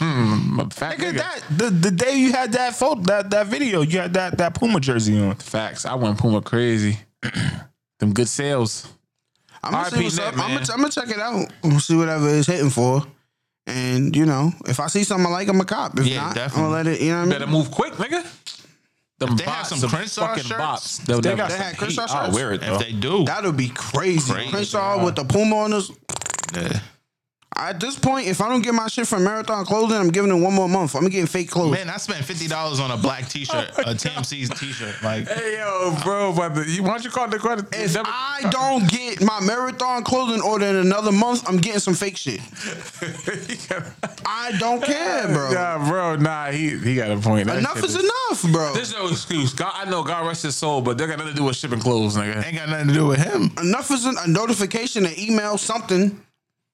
Speaker 5: I'm a fat
Speaker 4: Nigga,
Speaker 5: nigga.
Speaker 4: that the, the day you had that photo, that, that video, you had that that Puma jersey on.
Speaker 5: Facts. I went Puma crazy. Them good sales.
Speaker 6: I'm gonna see
Speaker 5: RIP
Speaker 6: what's
Speaker 5: Nip,
Speaker 6: up. I'm
Speaker 5: man.
Speaker 6: gonna, I'm gonna check it out. We'll see whatever it's hitting for. And you know, if I see something I like, I'm a cop. If
Speaker 7: Yeah,
Speaker 6: not,
Speaker 7: definitely.
Speaker 6: I'm gonna let it. You know what I
Speaker 5: Better
Speaker 6: mean?
Speaker 5: move quick, nigga. Them
Speaker 7: they
Speaker 5: bops
Speaker 7: have some
Speaker 5: are
Speaker 7: Crenshaw
Speaker 5: fucking
Speaker 7: shirts,
Speaker 5: bops. They'll
Speaker 4: They
Speaker 5: never-
Speaker 4: got
Speaker 6: They
Speaker 4: some
Speaker 6: had Crenshaw
Speaker 4: heat. I'll
Speaker 6: shirts?
Speaker 4: wear it though.
Speaker 7: If they do,
Speaker 6: That'll be crazy.
Speaker 7: Crazy,
Speaker 6: Crenshaw with the Puma on us.
Speaker 7: yeah.
Speaker 6: At this point, if I don't get my shit from Marathon Clothing, I'm giving it one more month. I'm getting fake clothes.
Speaker 7: man, I spent fifty dollars on a black T-shirt,
Speaker 5: Oh
Speaker 7: a TMC T-shirt. Like,
Speaker 5: Hey yo, bro, but the, you, why don't you call the credit?
Speaker 6: if
Speaker 5: debit-
Speaker 6: I don't get my Marathon Clothing order in another month, I'm getting some fake shit. I don't care, bro.
Speaker 5: Nah, bro, nah, he he got a point. That
Speaker 6: enough
Speaker 5: shit
Speaker 6: is enough, bro.
Speaker 5: There's no excuse. God, I know God rest his soul, but they got nothing to do with shipping clothes, nigga.
Speaker 7: ain't got nothing to do with him.
Speaker 6: enough is a notification, an email, something.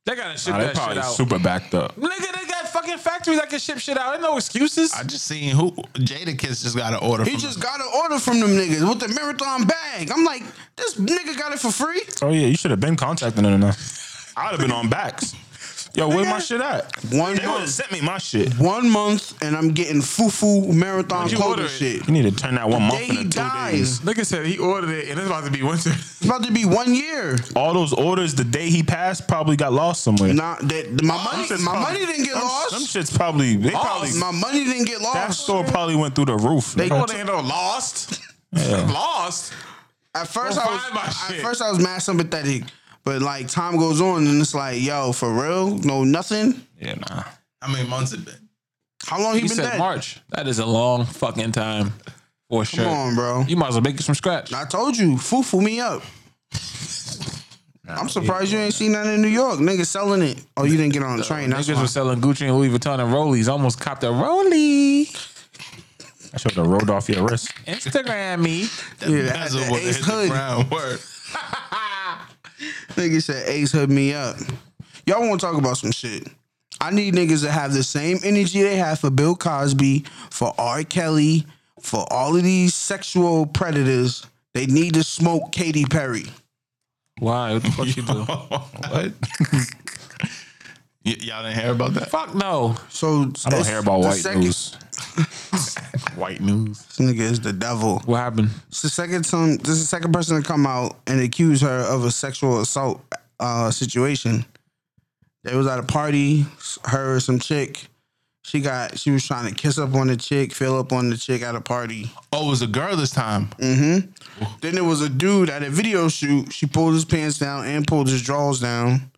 Speaker 5: They gotta ship
Speaker 4: Nah, they
Speaker 5: that shit
Speaker 4: probably
Speaker 5: out.
Speaker 4: super backed up.
Speaker 5: nigga, they got fucking factories that can ship shit out. Ain't no excuses.
Speaker 7: I just seen who Jada Kiss just got an order.
Speaker 6: He
Speaker 7: from
Speaker 6: just got an order from them niggas with the marathon bag. I'm like, this nigga got it for free.
Speaker 4: Oh yeah, you should have been contacting them now. I'd have been on backs. Yo, where my shit at?
Speaker 6: One
Speaker 4: They would have
Speaker 6: month,
Speaker 4: sent me my shit.
Speaker 6: one month, and I'm getting fufu marathon
Speaker 5: you order
Speaker 6: clothing
Speaker 5: it?
Speaker 6: shit.
Speaker 4: You need to turn that one month
Speaker 6: Day he
Speaker 4: into two days.
Speaker 6: dies.
Speaker 5: nigga said he ordered it and it's about to be winter.
Speaker 6: It's about to be one year.
Speaker 4: All those orders the day he passed probably got lost somewhere.
Speaker 6: Nah, that
Speaker 5: Oh,
Speaker 6: my
Speaker 4: Them
Speaker 6: money,
Speaker 4: shit's
Speaker 6: my
Speaker 4: probably-
Speaker 6: money didn't get
Speaker 4: them-
Speaker 6: lost.
Speaker 4: Them shit's probably they probably
Speaker 6: my money didn't get
Speaker 4: that
Speaker 6: lost.
Speaker 4: store probably went through the roof.
Speaker 5: They ordered it no lost. lost.
Speaker 6: At first,
Speaker 5: Go
Speaker 6: I was
Speaker 5: find my
Speaker 6: at
Speaker 5: shit.
Speaker 6: first I was mad sympathetic, but like time goes on and it's like, yo, for real, no nothing.
Speaker 4: yeah, nah.
Speaker 7: How many months it been?
Speaker 6: How long he,
Speaker 5: He
Speaker 6: been
Speaker 5: said
Speaker 6: dead?
Speaker 5: March. That is a long fucking time. or a shirt.
Speaker 6: Come on, bro.
Speaker 5: You might as well make it from scratch.
Speaker 6: I told you, fufu me up. I'm surprised you ain't seen that in New York. Niggas selling it. Oh, you didn't get on the train. That's
Speaker 5: Niggas
Speaker 6: why.
Speaker 5: was selling Gucci and Louis Vuitton and Rollies. Almost copped a Rollie.
Speaker 4: I should have rolled off your wrist.
Speaker 5: Instagram me.
Speaker 6: Yeah, that-
Speaker 7: That's
Speaker 6: that
Speaker 7: what
Speaker 6: Ace
Speaker 7: hit the
Speaker 6: Hood.
Speaker 7: ground. Word.
Speaker 6: Nigga said Ace hood me up. Y'all want to talk about some shit? I need niggas to have the same energy they have for Bill Cosby, for R. Kelly, for all of these sexual predators. They need to smoke Katy Perry.
Speaker 5: Why? What the fuck you do?
Speaker 7: what? Y- y'all didn't hear about that?
Speaker 5: Fuck no.
Speaker 6: So
Speaker 4: I don't hear about white
Speaker 6: second,
Speaker 4: news.
Speaker 7: White news.
Speaker 6: This nigga is the devil.
Speaker 5: What happened?
Speaker 6: It's the second time. This is the second person to come out and accuse her of a sexual assault uh, situation. They was at a party. Her and some chick. She got. She was trying to kiss up on the chick, feel up on the chick at a party.
Speaker 7: Oh, it was a girl this time.
Speaker 6: Then there was a dude at a video shoot. She pulled his pants down and pulled his drawers down,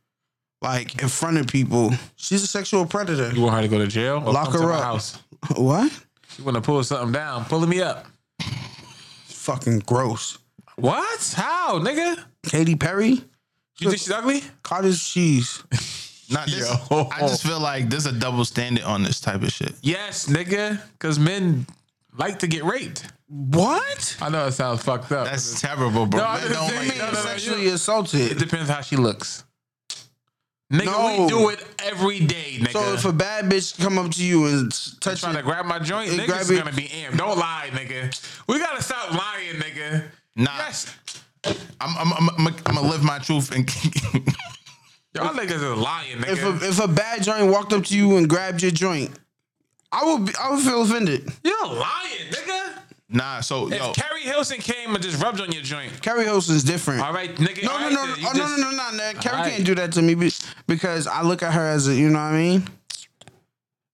Speaker 6: like in front of people. She's a sexual predator.
Speaker 5: You want her to go to jail? Or
Speaker 6: Lock
Speaker 5: come to
Speaker 6: her
Speaker 5: my
Speaker 6: up.
Speaker 5: House?
Speaker 6: What?
Speaker 5: You want to pull something down? Pulling me up.
Speaker 6: Fucking gross.
Speaker 5: What? How, nigga?
Speaker 6: Katy Perry
Speaker 5: You think she's ugly?
Speaker 6: cottage cheese.
Speaker 7: Not this.
Speaker 5: Yo.
Speaker 7: I just feel like there's a double standard on this type of shit.
Speaker 5: Yes, nigga. Because men like to get raped.
Speaker 6: What?
Speaker 5: I know it sounds fucked up.
Speaker 7: That's terrible, bro.
Speaker 5: No, I
Speaker 7: Men
Speaker 5: didn't
Speaker 7: don't
Speaker 5: think-
Speaker 7: like
Speaker 5: no,
Speaker 7: that.
Speaker 5: no, no,
Speaker 6: Sexually
Speaker 5: it
Speaker 6: assaulted.
Speaker 5: depends how she looks. Nigga,
Speaker 6: No.
Speaker 5: we do it every day, nigga.
Speaker 6: So if a bad bitch come up to you and s- touch
Speaker 5: trying to
Speaker 6: you,
Speaker 5: grab my joint,
Speaker 6: Hey,
Speaker 5: niggas
Speaker 6: grab
Speaker 5: is
Speaker 6: it.
Speaker 5: gonna be amped. Don't lie, nigga. We gotta stop lying, nigga.
Speaker 7: Nah.
Speaker 5: Yes.
Speaker 7: I'm, I'm, I'm, I'm, gonna live my truth and
Speaker 5: Y'all niggas are lying,
Speaker 6: if
Speaker 5: nigga.
Speaker 6: a if a bad joint walked up to you and grabbed your joint, I would be, I would feel offended.
Speaker 5: You're lying, nigga.
Speaker 7: nah. So
Speaker 5: If
Speaker 7: yo,
Speaker 5: Carrie Hilson came and just rubbed on your joint,
Speaker 6: Carrie Hilson's different.
Speaker 5: all right, nigga.
Speaker 6: No,
Speaker 5: all
Speaker 6: no,
Speaker 5: right,
Speaker 6: no, no,
Speaker 5: then you
Speaker 6: oh, no, no,
Speaker 5: just-
Speaker 6: no, no, no. Carrie
Speaker 5: right.
Speaker 6: can't do that to me be- because I look at her as a, you know what I mean,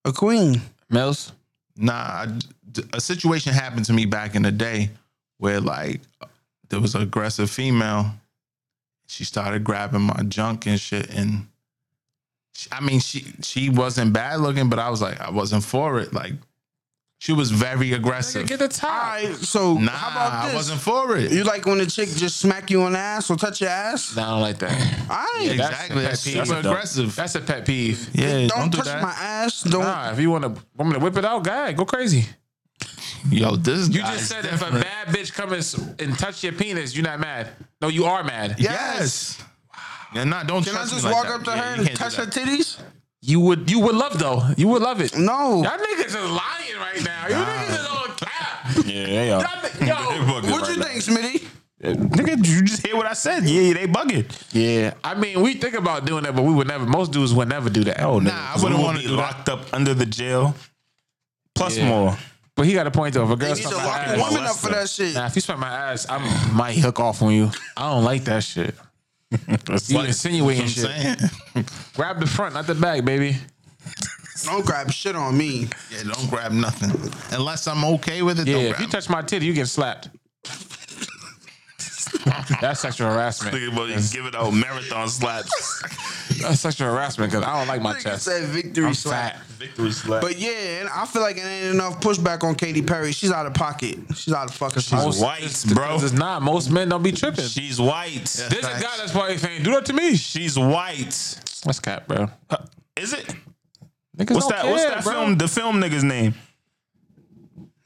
Speaker 6: a queen.
Speaker 5: Mills.
Speaker 7: nah. I- a situation happened to me back in the day where like there was an aggressive female. She started grabbing my junk and shit, and she- I mean she she wasn't bad looking, but I was like I wasn't for it. Like she was very aggressive.
Speaker 5: Nigga, get the
Speaker 6: All
Speaker 5: top.
Speaker 6: right, so
Speaker 7: nah,
Speaker 6: how about this?
Speaker 7: I wasn't for it.
Speaker 6: you like when a chick just smack you on the ass or touch your ass?
Speaker 5: Nah, I don't like that.
Speaker 6: All right,
Speaker 5: that's-
Speaker 7: exactly.
Speaker 5: that's
Speaker 7: That's,
Speaker 5: peeve.
Speaker 7: super
Speaker 5: That's
Speaker 4: dumb.
Speaker 7: aggressive.
Speaker 5: That's a pet peeve.
Speaker 7: yeah,
Speaker 6: don't, touch my ass. Don't.
Speaker 5: Nah, if you want to, want me to whip it out, guy, go crazy.
Speaker 7: Yo, this
Speaker 5: You just said if a bad bitch comes and touch your penis, you're not mad. No, you are mad.
Speaker 7: Yes. And not don't
Speaker 6: Can I
Speaker 7: trust me
Speaker 6: just
Speaker 7: like
Speaker 6: walk
Speaker 7: that.
Speaker 6: up to
Speaker 7: Yeah,
Speaker 6: her
Speaker 7: you
Speaker 6: and
Speaker 7: can't do
Speaker 6: touch her
Speaker 7: that.
Speaker 6: titties?
Speaker 5: You would, you would love though. You would love it.
Speaker 6: No.
Speaker 5: Y'all niggas is lying right now. You niggas is on cap.
Speaker 4: Yeah, they are.
Speaker 5: Y'all thi- Yo,
Speaker 4: They bugging
Speaker 6: What you
Speaker 4: right
Speaker 6: think, Smitty?
Speaker 4: now. Nigga, you just hear what I said. Yeah, they bugging.
Speaker 5: yeah. I mean, we think about doing that, but we would never. Most dudes would never do that.
Speaker 4: Oh,
Speaker 7: Nah,
Speaker 4: nigga,
Speaker 7: I
Speaker 4: 'cause we
Speaker 7: wouldn't
Speaker 4: would
Speaker 7: wanna
Speaker 4: be
Speaker 7: do that.
Speaker 4: locked up under the jail. Plus
Speaker 5: Yeah.
Speaker 4: more.
Speaker 5: But he got a point though. If a
Speaker 6: They
Speaker 5: girl
Speaker 6: need to
Speaker 5: smack
Speaker 6: lock
Speaker 5: my
Speaker 6: a
Speaker 5: ass,
Speaker 6: woman up for that shit.
Speaker 5: Nah, if you smack my ass, I am might hook off on you. I don't like that shit. You insinuating
Speaker 7: You
Speaker 5: shit.
Speaker 7: know what I'm saying?
Speaker 5: Grab the front, not the back, baby.
Speaker 6: Don't grab shit on me.
Speaker 7: yeah, don't grab nothing. Unless I'm okay with it,
Speaker 5: Yeah,
Speaker 7: don't
Speaker 5: if
Speaker 7: grab
Speaker 5: you touch my titty, you get slapped. That's sexual harassment.
Speaker 4: Nigga, but you give it out marathon slaps.
Speaker 5: That's sexual harassment because I don't like my
Speaker 6: Nigga
Speaker 5: chest.
Speaker 6: said victory
Speaker 5: I'm
Speaker 6: slap.
Speaker 5: fat.
Speaker 4: Victory slap.
Speaker 6: But yeah, and I feel like it ain't enough pushback on Katy Perry. She's out of pocket. She's out of fucking pocket.
Speaker 4: She's white, bro.
Speaker 5: Because it's not. Most men don't be tripping.
Speaker 4: She's white.
Speaker 5: There's a guy that's probably saying, "Do that to me."
Speaker 4: She's white.
Speaker 5: That's cap, bro.
Speaker 4: Huh, Is it?
Speaker 5: Niggas
Speaker 4: What's
Speaker 5: don't
Speaker 4: that? What's
Speaker 5: care,
Speaker 4: that
Speaker 5: bro.
Speaker 4: film? The film nigga's name.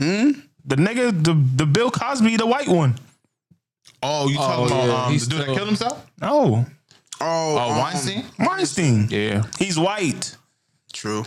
Speaker 4: Hmm.
Speaker 7: Hmm?
Speaker 4: The nigga, the the Bill Cosby, the white one.
Speaker 7: Oh, you talking
Speaker 5: Oh, yeah.
Speaker 7: about um, the
Speaker 5: He's
Speaker 7: dude that
Speaker 5: still-
Speaker 7: killed himself?
Speaker 4: Oh,
Speaker 6: Oh,
Speaker 7: Oh,
Speaker 6: um,
Speaker 7: Weinstein?
Speaker 4: Weinstein.
Speaker 5: Yeah,
Speaker 4: He's white.
Speaker 6: True.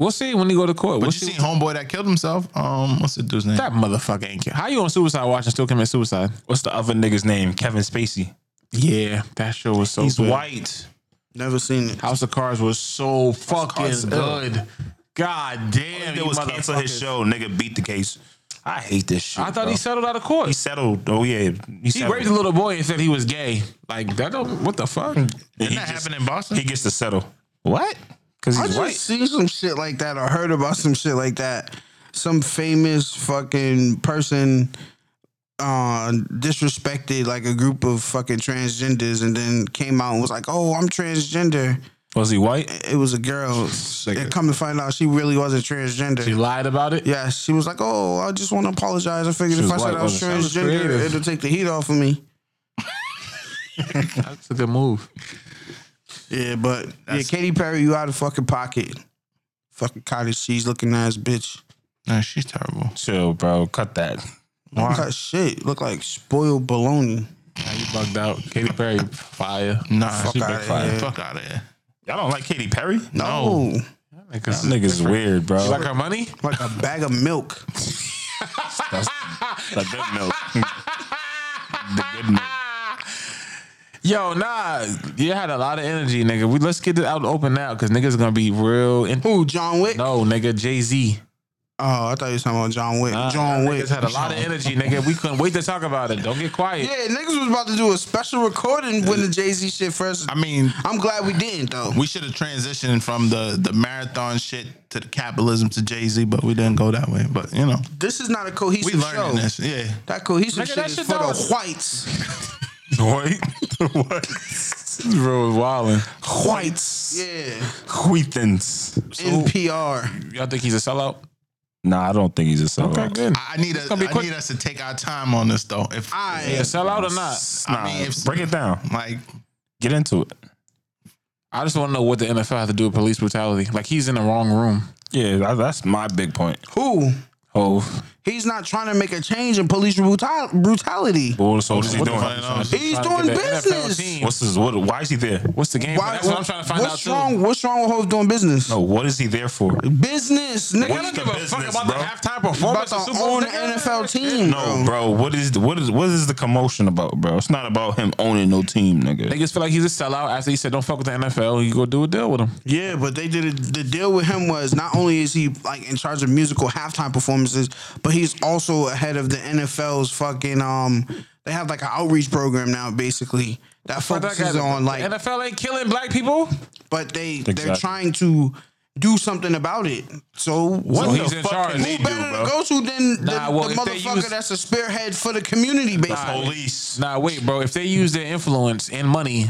Speaker 5: we'll see when he go to court.
Speaker 7: But
Speaker 5: We'll
Speaker 7: you
Speaker 5: see.
Speaker 7: seen homeboy that killed himself? Um, what's the dude's name?
Speaker 5: That motherfucker ain't kill. How you on suicide watch and still commit suicide?
Speaker 4: What's the other nigga's name? Kevin Spacey.
Speaker 5: Yeah, that show was so.
Speaker 4: He's
Speaker 5: good.
Speaker 4: white.
Speaker 6: Never seen it.
Speaker 5: House of Cards was so
Speaker 4: Cards
Speaker 5: fucking
Speaker 4: is
Speaker 5: good. God damn,
Speaker 4: They
Speaker 5: you
Speaker 4: was cancel his
Speaker 5: motherfuckers.
Speaker 4: show. Nigga beat the case. I hate this shit.
Speaker 5: I thought
Speaker 4: bro.
Speaker 5: he settled out of court.
Speaker 4: he settled. Oh yeah, he,
Speaker 5: He
Speaker 4: settled.
Speaker 5: raped a little boy and said he was gay. Like that don't. What the fuck?
Speaker 4: he,
Speaker 7: that
Speaker 4: just-
Speaker 7: happened in Boston?
Speaker 4: he gets to settle. What? Because
Speaker 6: I
Speaker 4: he's
Speaker 6: just
Speaker 4: white.
Speaker 6: seen some shit like that or heard about some shit like that. Some famous fucking person uh, disrespected like a group of fucking transgenders and then came out and was like, "Oh, I'm transgender."
Speaker 4: Was he white?
Speaker 6: It was a girl. And come to find out, she really wasn't transgender.
Speaker 5: She lied about it.
Speaker 6: Yes, she was like, "Oh, I just want to apologize. I figured
Speaker 5: She
Speaker 6: if I
Speaker 5: was
Speaker 6: said
Speaker 5: white,
Speaker 6: I was
Speaker 5: wasn't she? She was
Speaker 6: transgender,
Speaker 5: creative.
Speaker 6: it'll take the heat off of me."
Speaker 5: That's a good move.
Speaker 6: Yeah, but yeah, Katy Perry, you out of fucking pocket, fucking cottage cheese looking ass bitch.
Speaker 7: Nah, she's terrible.
Speaker 4: Chill, bro. Cut that.
Speaker 6: Cut shit, look like spoiled bologna.
Speaker 5: Now you bugged out. Katy Perry, fire.
Speaker 7: Nah,
Speaker 6: Fuck
Speaker 7: she
Speaker 6: outta
Speaker 7: big fire.
Speaker 6: here.
Speaker 7: Fuck out of here.
Speaker 4: Y'all don't like Katy Perry?
Speaker 6: No,
Speaker 4: This nigga's weird, bro.
Speaker 5: You like her money?
Speaker 6: like a bag of milk.
Speaker 4: The good milk. the good milk.
Speaker 5: Yo, nah, you had a lot of energy, nigga. We let's get it out in the open now, cause niggas gonna be real. In-
Speaker 6: Who, John Wick?
Speaker 5: no, nigga, Jay Z.
Speaker 6: Oh, I thought you was talking about John Wick. John Wick
Speaker 5: Niggas had a lot of energy, nigga. We couldn't wait to talk about it. Don't get quiet.
Speaker 6: Yeah, niggas was about to do a special recording when the Jay Z shit first.
Speaker 7: I mean,
Speaker 6: I'm glad we didn't though.
Speaker 7: we should have transitioned from the the marathon shit to the capitalism to Jay Z, but we didn't go that way. But you know,
Speaker 6: This is not a
Speaker 7: we
Speaker 6: cohesive show.
Speaker 7: learning this. Yeah,
Speaker 6: That cohesive
Speaker 5: Nigga,
Speaker 6: shit
Speaker 5: that
Speaker 6: is
Speaker 5: shit
Speaker 6: for the
Speaker 5: don't-
Speaker 6: whites.
Speaker 4: White?
Speaker 5: This real wildin'.
Speaker 4: Whites.
Speaker 6: Yeah,
Speaker 4: Wheatens.
Speaker 6: NPR.
Speaker 5: Y'all think he's a sellout?
Speaker 4: Nah, I don't think he's a sellout.
Speaker 5: good.
Speaker 7: I I need a,
Speaker 5: gonna be
Speaker 7: I
Speaker 5: quick.
Speaker 7: need us to take our time on this though. If
Speaker 5: Yeah,
Speaker 6: I
Speaker 5: sellout or not?
Speaker 4: Nah,
Speaker 7: I mean, if-
Speaker 4: break it down.
Speaker 7: like
Speaker 4: Get into it.
Speaker 5: I just want to know what the NFL has to do with police brutality. Like he's in the wrong room.
Speaker 4: Yeah, that, that's my big point.
Speaker 6: who?
Speaker 4: Oh,
Speaker 6: He's not trying to make a change in police brutal- brutality.
Speaker 4: well, so what is he
Speaker 7: what the
Speaker 4: doing?
Speaker 7: fuck, you know,
Speaker 6: He's
Speaker 5: Trying to
Speaker 6: doing
Speaker 5: get the NFL
Speaker 6: business.
Speaker 5: team.
Speaker 4: What's his? What? Why is he there?
Speaker 5: What's the game? plan? That's what I'm trying to find
Speaker 6: what's
Speaker 5: out
Speaker 6: wrong?
Speaker 5: too.
Speaker 6: What's wrong with hoes doing business?
Speaker 4: No, what is he there for?
Speaker 6: Business,
Speaker 5: I
Speaker 6: nigga.
Speaker 4: What's
Speaker 5: don't
Speaker 4: the
Speaker 5: give a fuck
Speaker 4: business,
Speaker 5: about
Speaker 4: bro?
Speaker 5: the halftime
Speaker 6: about
Speaker 5: performance.
Speaker 6: to
Speaker 5: of Super Bowl,
Speaker 6: own the
Speaker 5: nigga.
Speaker 6: NFL team.
Speaker 4: No, bro. What is the, what is what is the commotion about, bro? It's not about him owning no team, nigga.
Speaker 5: Niggas feel like he's a sellout after he said, "Don't fuck with the NFL." You go do a deal with him.
Speaker 6: Yeah, but they did it. The deal with him was not only is he like in charge of musical halftime performances, but he's also ahead of the NFL's fucking um. They have like an outreach program now, basically that
Speaker 5: But that
Speaker 6: focuses
Speaker 5: guy-
Speaker 6: on like,
Speaker 5: the NFL ain't killing black people.
Speaker 6: but they they're
Speaker 4: Exactly.
Speaker 6: trying to do something about it. So what?
Speaker 4: What
Speaker 5: So
Speaker 4: the
Speaker 5: he's in
Speaker 4: fuck
Speaker 5: charge.
Speaker 4: can they
Speaker 5: Who
Speaker 4: do,
Speaker 6: better to
Speaker 4: bro?
Speaker 6: go to than
Speaker 5: Nah,
Speaker 6: the,
Speaker 5: well,
Speaker 6: the
Speaker 5: if they
Speaker 6: motherfucker
Speaker 5: use-
Speaker 6: that's a spearhead for the community, basically.
Speaker 4: Police.
Speaker 5: Nah, wait, bro. If they use their influence and money,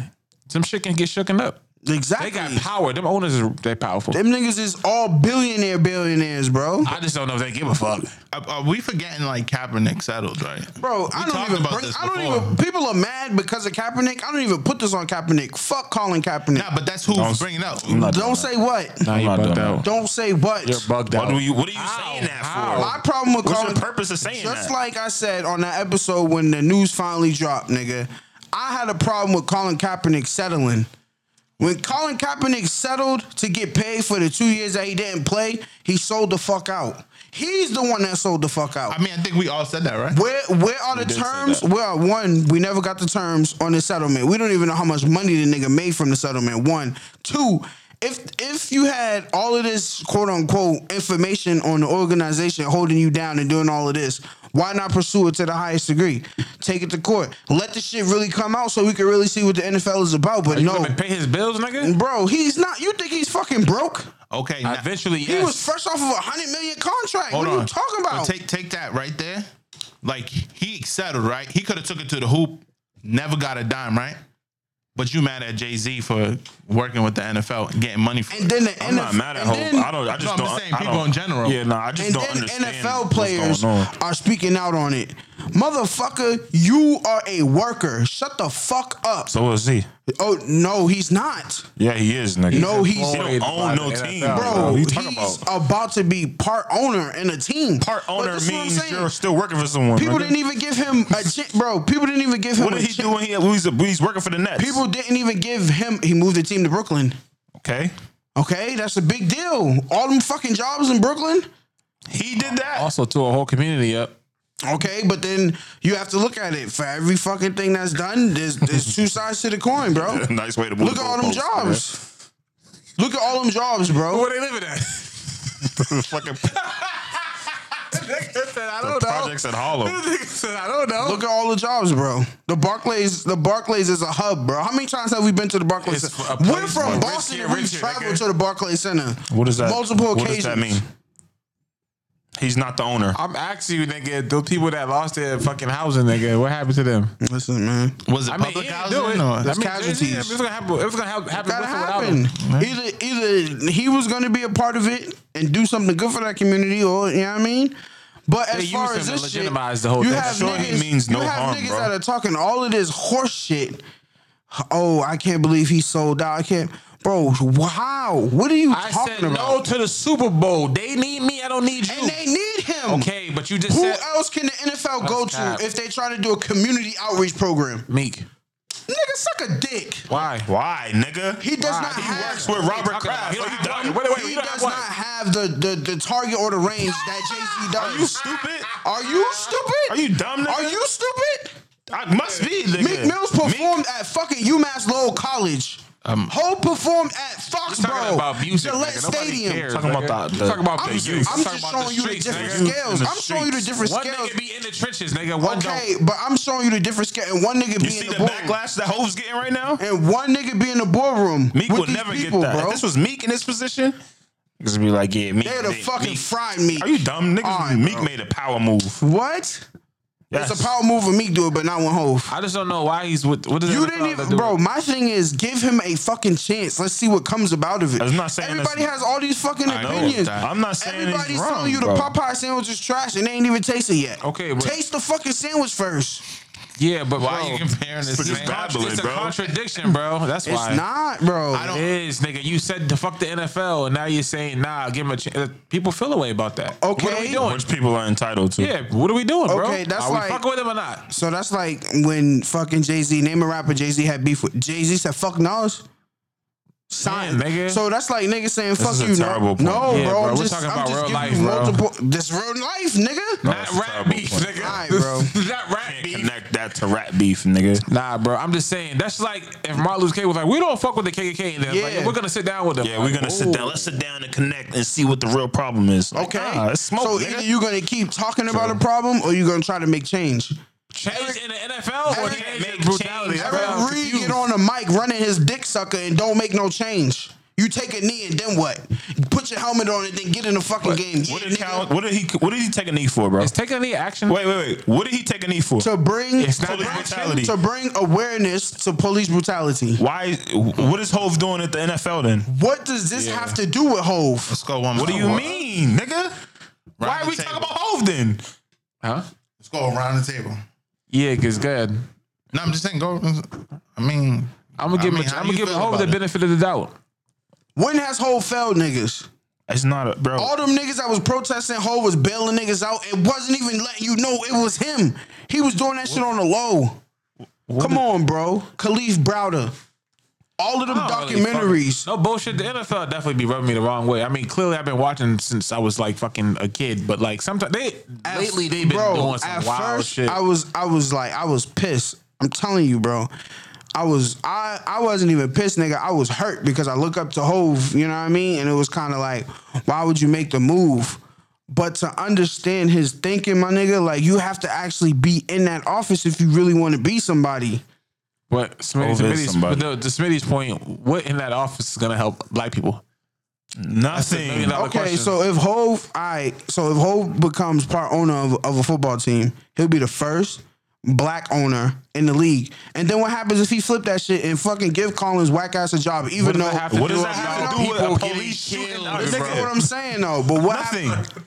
Speaker 5: some shit can get shooken up.
Speaker 6: Exactly.
Speaker 5: They got power. Them owners are they powerful.
Speaker 6: Them niggas is all billionaire billionaires, bro.
Speaker 5: I just don't know if they give a fuck.
Speaker 7: are, are we forgetting like Kaepernick settled right?
Speaker 6: Bro, I don't
Speaker 7: talked
Speaker 6: even.
Speaker 7: about
Speaker 6: Bring,
Speaker 7: this
Speaker 6: I don't
Speaker 7: before.
Speaker 6: even. People are mad because of Kaepernick. I don't even put this on Kaepernick. Fuck Colin Kaepernick.
Speaker 7: Nah, but that's who
Speaker 4: Don't-
Speaker 7: was bringing up.
Speaker 4: I'm not doing
Speaker 6: don't
Speaker 4: that.
Speaker 6: say what.
Speaker 5: Nah, you
Speaker 4: not
Speaker 5: bugged
Speaker 4: doing
Speaker 5: out.
Speaker 6: Don't say what.
Speaker 5: You're bugged
Speaker 4: What
Speaker 5: out.
Speaker 4: do you? What are you
Speaker 5: Ow,
Speaker 4: saying that
Speaker 5: ow.
Speaker 4: for?
Speaker 6: My problem with
Speaker 4: What's
Speaker 6: Colin.
Speaker 4: the purpose of saying
Speaker 6: Just
Speaker 4: that?
Speaker 6: like I said on that episode when the news finally dropped, nigga, I had a problem with Colin Kaepernick settling. When Colin Kaepernick settled to get paid for the two years that he didn't play, he sold the fuck out. He's the one that sold the fuck out.
Speaker 7: I mean, I think we all said that, right?
Speaker 6: Where where are the
Speaker 4: did say
Speaker 6: terms?
Speaker 4: that.
Speaker 6: Well, one, we never got the terms on the settlement. We don't even know how much money the nigga made from the settlement. One, two. If if you had all of this quote unquote information on the organization holding you down and doing all of this, why not pursue it to the highest degree? Take it to court. Let the shit really come out so we can really see what the NFL is about. But
Speaker 5: You
Speaker 6: no,
Speaker 5: gonna pay his bills, nigga.
Speaker 6: bro, he's not. You think he's fucking broke?
Speaker 7: Okay, now-
Speaker 5: Eventually, yes.
Speaker 6: He was fresh off of a hundred million contract.
Speaker 7: Hold
Speaker 6: what are
Speaker 7: on.
Speaker 6: you talking
Speaker 7: Now
Speaker 6: about?
Speaker 7: take take that right there. Like he settled, right? He could have took it to the hoop, never got a dime, right? But you mad at Jay Z for working with the NFL and getting money for
Speaker 6: and then the
Speaker 4: I'm not
Speaker 6: NFL
Speaker 4: mad at
Speaker 6: and
Speaker 4: Hope.
Speaker 6: then-
Speaker 4: I don't. I just
Speaker 7: No, I'm
Speaker 4: don't.
Speaker 7: just saying
Speaker 4: I
Speaker 7: people
Speaker 4: don't-
Speaker 7: in general.
Speaker 4: Yeah, no. I just
Speaker 6: and
Speaker 4: don't
Speaker 6: then
Speaker 4: understand.
Speaker 6: NFL
Speaker 4: what's
Speaker 6: players
Speaker 4: going on.
Speaker 6: are speaking out on it. Motherfucker, you are a worker. Shut the fuck up.
Speaker 4: So is he?
Speaker 6: Oh no, he's not.
Speaker 4: Yeah, he is, nigga.
Speaker 6: No, he's-
Speaker 4: he don't own no team,
Speaker 6: Bro,
Speaker 4: bro. He
Speaker 6: he's
Speaker 4: talking about
Speaker 6: about? to be part owner in a team.
Speaker 4: part
Speaker 6: But
Speaker 4: owner
Speaker 6: this is what I'm
Speaker 4: means
Speaker 6: saying.
Speaker 4: you're still working for someone.
Speaker 6: people
Speaker 4: nigga.
Speaker 6: didn't even give him a chance, bro. People didn't even give him
Speaker 4: What
Speaker 6: a
Speaker 4: did he
Speaker 6: chan-
Speaker 4: do when he when he's, when he's working for the Nets?
Speaker 6: People didn't even give him he moved the team to Brooklyn.
Speaker 4: okay,
Speaker 6: Okay, that's a big deal. All them fucking jobs in Brooklyn.
Speaker 4: he did that.
Speaker 5: also tore a whole community up.
Speaker 6: Okay, but then you have to look at it. For every fucking thing that's done, there's there's two sides to the coin, bro.
Speaker 4: nice way to move
Speaker 6: Look at
Speaker 4: the
Speaker 6: all them
Speaker 4: goalposts, man.
Speaker 6: jobs. Look at all them jobs, bro.
Speaker 5: Where they living at?
Speaker 4: fucking
Speaker 5: Nigga said, I don't know.
Speaker 4: projects in Harlem.
Speaker 5: Nigga said, I don't know.
Speaker 6: Look at all the jobs, bro. The Barclays, the Barclays is a hub, bro. How many times have we been to the Barclays?
Speaker 5: It's a
Speaker 6: Center?
Speaker 5: place
Speaker 6: We're from
Speaker 5: for rich
Speaker 6: Boston and
Speaker 5: here,
Speaker 6: we've
Speaker 5: rich here,
Speaker 6: traveled
Speaker 5: nigga.
Speaker 6: to the Barclays Center.
Speaker 4: What does that?
Speaker 6: Multiple
Speaker 4: what
Speaker 6: occasions.
Speaker 4: does that mean? He's not the owner.
Speaker 5: I'm asking you, nigga, those people that lost their fucking housing, nigga, what happened to them?
Speaker 6: Listen, man.
Speaker 7: Was it
Speaker 5: I mean, it
Speaker 7: public
Speaker 5: didn't do
Speaker 7: housing
Speaker 5: it.
Speaker 7: or
Speaker 5: I mean, it-
Speaker 6: casualties.
Speaker 5: It was gonna happen. It was gonna happen. happen
Speaker 6: Gotta
Speaker 5: with or without
Speaker 6: happen.
Speaker 5: them.
Speaker 6: Either either he was gonna be a part of it and do something good for that community, or you know what I mean. But
Speaker 5: They
Speaker 6: as far
Speaker 5: used him to
Speaker 6: as this shit,
Speaker 5: legitimize the whole
Speaker 6: you
Speaker 5: thing.
Speaker 6: have
Speaker 4: Sure, he
Speaker 6: niggas,
Speaker 4: means no
Speaker 6: you have
Speaker 4: harm,
Speaker 6: niggas
Speaker 4: bro.
Speaker 6: that are talking all of this horse shit. Oh, I can't believe he sold out. I can't, bro. Wow, what are you
Speaker 5: I
Speaker 6: talking
Speaker 5: said no
Speaker 6: about?
Speaker 5: to the Super Bowl. They need me. I don't need you.
Speaker 6: and they need him.
Speaker 5: okay, but you just
Speaker 6: Who
Speaker 5: said
Speaker 6: else can the NFL go to
Speaker 5: cap.
Speaker 6: if they try to do a community outreach program?
Speaker 5: Meek.
Speaker 6: Nigga, suck a dick.
Speaker 5: Why?
Speaker 4: Why, nigga?
Speaker 6: He does
Speaker 5: Why?
Speaker 6: not
Speaker 5: He
Speaker 6: have.
Speaker 4: works with Robert
Speaker 5: Talking about-
Speaker 4: Kraft.
Speaker 5: he don't
Speaker 4: Are you
Speaker 5: have
Speaker 4: dumb?
Speaker 5: one. Wait, wait, wait.
Speaker 6: he
Speaker 5: You don't
Speaker 6: does
Speaker 5: have
Speaker 6: not
Speaker 5: one.
Speaker 6: have the, the the target or the range that Jay Z does.
Speaker 4: Are you stupid?
Speaker 6: Are you stupid?
Speaker 4: Are you dumb, nigga?
Speaker 6: Are you stupid?
Speaker 4: I must be, nigga.
Speaker 6: Meek Mills performed at fucking UMass Lowell College.
Speaker 7: Um,
Speaker 6: Hope performed at Foxborough,
Speaker 5: Talking about music.
Speaker 6: Gillette
Speaker 5: nigga. Nobody
Speaker 6: Stadium.
Speaker 5: cares,
Speaker 4: Talking about
Speaker 5: nigga.
Speaker 4: the-
Speaker 5: You
Speaker 4: the-
Speaker 5: talking about
Speaker 6: I'm,
Speaker 5: the
Speaker 6: just-
Speaker 5: youth.
Speaker 6: I'm
Speaker 5: You talking
Speaker 6: just
Speaker 5: about
Speaker 6: showing you the
Speaker 5: streets,
Speaker 6: different
Speaker 5: nigga.
Speaker 6: scales.
Speaker 4: In the
Speaker 6: I'm showing you the different
Speaker 5: One
Speaker 6: scales.
Speaker 5: nigga be in the trenches, nigga. One
Speaker 6: okay,
Speaker 5: don't.
Speaker 6: but I'm showing you the different scale. And one nigga
Speaker 4: You
Speaker 6: be
Speaker 4: see
Speaker 6: in
Speaker 4: the
Speaker 6: the boardroom.
Speaker 4: backlash that Hove's getting right now?
Speaker 6: And one nigga be in the boardroom.
Speaker 4: Meek
Speaker 6: with
Speaker 4: would
Speaker 6: these
Speaker 4: never
Speaker 6: people,
Speaker 4: get that.
Speaker 6: bro.
Speaker 4: If this was Meek in this position, niggas would be like, yeah, Meek.
Speaker 6: They'd have
Speaker 4: Meek,
Speaker 6: fucking
Speaker 4: Meek.
Speaker 6: fried me.
Speaker 4: Are you dumb? Niggas,
Speaker 6: All right,
Speaker 4: Meek
Speaker 6: bro.
Speaker 4: made a power move.
Speaker 6: What?
Speaker 4: Yes.
Speaker 6: It's a power move for Meek do it, but not one Hove.
Speaker 5: I just don't know why he's with. What does
Speaker 6: You
Speaker 5: that
Speaker 6: didn't
Speaker 5: have to
Speaker 6: even,
Speaker 5: do
Speaker 6: bro.
Speaker 5: with-
Speaker 6: My thing is, give him a fucking chance. Let's see what comes about of it.
Speaker 4: I'm not saying
Speaker 6: everybody
Speaker 4: that's-
Speaker 6: has all these fucking
Speaker 7: know
Speaker 6: opinions.
Speaker 7: that.
Speaker 4: I'm not saying it's
Speaker 6: Everybody's
Speaker 4: wrong,
Speaker 6: telling you
Speaker 4: bro.
Speaker 6: the Popeye sandwich is trash and they ain't even taste it yet.
Speaker 5: Okay, but-
Speaker 6: taste the fucking sandwich first.
Speaker 5: Yeah, but
Speaker 7: Why are you comparing this?
Speaker 4: Just
Speaker 7: man?
Speaker 4: bad-
Speaker 5: It's a
Speaker 4: bro?
Speaker 5: contradiction, bro. That's
Speaker 6: It's
Speaker 5: why.
Speaker 6: not, bro.
Speaker 7: I
Speaker 5: It
Speaker 7: don't.
Speaker 5: is, nigga. You said to fuck the NFL, and now you're saying, nah, give him a chance. People feel away about that.
Speaker 6: Okay.
Speaker 5: What are we doing?
Speaker 4: Which people are entitled to.
Speaker 5: Yeah, what are we doing, bro?
Speaker 6: Okay, that's
Speaker 5: are
Speaker 6: like-
Speaker 5: we fucking with him or not?
Speaker 6: So that's like when fucking Jay Z, name a rapper Jay Z had beef with. Jay Z said, fuck Nas. Sign.
Speaker 5: Yeah, nigga.
Speaker 6: So that's like niggas saying, fuck
Speaker 4: is a
Speaker 6: you, no.
Speaker 4: terrible point.
Speaker 6: No,
Speaker 5: Yeah,
Speaker 6: bro.
Speaker 5: bro,
Speaker 6: I'm
Speaker 5: we're
Speaker 6: just,
Speaker 5: talking
Speaker 6: I'm
Speaker 5: about
Speaker 6: just
Speaker 5: real
Speaker 6: giving
Speaker 5: life,
Speaker 6: you
Speaker 5: bro.
Speaker 6: multiple. This real life, nigga.
Speaker 5: Not
Speaker 4: that's a
Speaker 5: rap
Speaker 4: terrible
Speaker 5: beef,
Speaker 4: point.
Speaker 5: nigga.
Speaker 6: Alright, bro.
Speaker 5: not rap
Speaker 4: Can't
Speaker 5: beef.
Speaker 4: connect that to rap beef, nigga.
Speaker 5: Nah, bro. I'm just saying. That's like if Martin Luther King was like, we don't fuck with the KKK, and then like,
Speaker 6: Yeah.
Speaker 5: we're gonna sit down with them.
Speaker 4: Yeah, we're gonna sit down. Let's sit down and connect and see what the real problem is. Like,
Speaker 6: Okay.
Speaker 4: nah, it's smoke.
Speaker 6: so
Speaker 4: nigga.
Speaker 6: either you're gonna keep talking about a problem or you're gonna try to make change.
Speaker 5: change in the NFL or
Speaker 6: Eric-
Speaker 5: change in
Speaker 4: Make
Speaker 5: brutality.
Speaker 4: change.
Speaker 5: I'm
Speaker 6: Eric
Speaker 5: confused.
Speaker 6: Reed get on the mic running his dick sucker and don't make no change. You take a knee and then what? Put your helmet on and then get in the fucking game. Yeah,
Speaker 4: What did,
Speaker 6: nigga.
Speaker 4: Cal, what did he? What did he take a knee for, bro?
Speaker 5: Is taking any action?
Speaker 4: Wait, wait, wait. What did he take a knee for?
Speaker 6: to bring
Speaker 5: It's
Speaker 6: to
Speaker 5: not
Speaker 6: bring-
Speaker 4: brutality.
Speaker 6: to bring awareness to police brutality.
Speaker 4: Why? What is Hove doing at the NFL then?
Speaker 6: What does this have to do with Hove?
Speaker 7: Let's go one.
Speaker 4: What do
Speaker 7: by
Speaker 4: you
Speaker 7: one.
Speaker 4: mean, nigga? Why
Speaker 7: Round
Speaker 4: are we
Speaker 7: the
Speaker 4: talking
Speaker 7: table.
Speaker 4: about Hove then?
Speaker 5: Huh?
Speaker 7: Let's go around the table.
Speaker 5: Yeah, cause good.
Speaker 7: No, I'm just saying. Go. I mean,
Speaker 5: I'm gonna
Speaker 7: I
Speaker 5: give
Speaker 7: mean,
Speaker 5: him.
Speaker 7: how
Speaker 5: I'm
Speaker 7: you
Speaker 5: gonna give
Speaker 7: feel
Speaker 5: him
Speaker 7: about
Speaker 5: the
Speaker 7: it?
Speaker 5: benefit of the doubt.
Speaker 6: When has Hove failed niggas?
Speaker 4: It's not a bro.
Speaker 6: All them niggas that was protesting, Hove was bailing niggas out and wasn't even letting you know it was him. He was doing that shit on the low. Come on, bro. Khalif Browder. All of them
Speaker 5: I don't really
Speaker 6: documentaries.
Speaker 5: fucking- no bullshit. The NFL definitely be rubbing me the wrong way. I mean, clearly I've been watching since I was like fucking a kid, but like sometimes they
Speaker 6: At-
Speaker 5: lately they've been
Speaker 6: bro,
Speaker 5: doing some
Speaker 6: at
Speaker 5: wild
Speaker 6: first,
Speaker 5: shit.
Speaker 6: I was I was like I was pissed. I'm telling you, bro. I was I I wasn't even pissed, nigga. I was hurt because I look up to Hove, you know what I mean? And it was kind of like, why would you make the move? But to understand his thinking, my nigga, like you have to actually be in that office if you really want to be somebody.
Speaker 5: but Smitty,
Speaker 4: Over
Speaker 5: Smitty's, but
Speaker 4: somebody.
Speaker 5: the, to Smitty's point, what in that office is gonna help black people?
Speaker 4: Nothing.
Speaker 5: million dollar- Other
Speaker 6: Okay,
Speaker 5: questions?
Speaker 6: so if Hove, I so if Hove becomes part owner of, of a football team, he'll be the first black owner in the league. And then what happens if he flip that shit and fucking give Collins whack ass a job, even though
Speaker 5: that have to
Speaker 4: What does
Speaker 5: do
Speaker 4: that have
Speaker 5: about
Speaker 4: to do with
Speaker 5: people
Speaker 4: a
Speaker 5: getting
Speaker 4: police shooting?
Speaker 5: killed,
Speaker 4: out,
Speaker 5: bro?
Speaker 6: Nigga, what
Speaker 4: Bro.
Speaker 6: I'm saying though, but what
Speaker 4: Nothing.
Speaker 6: happened-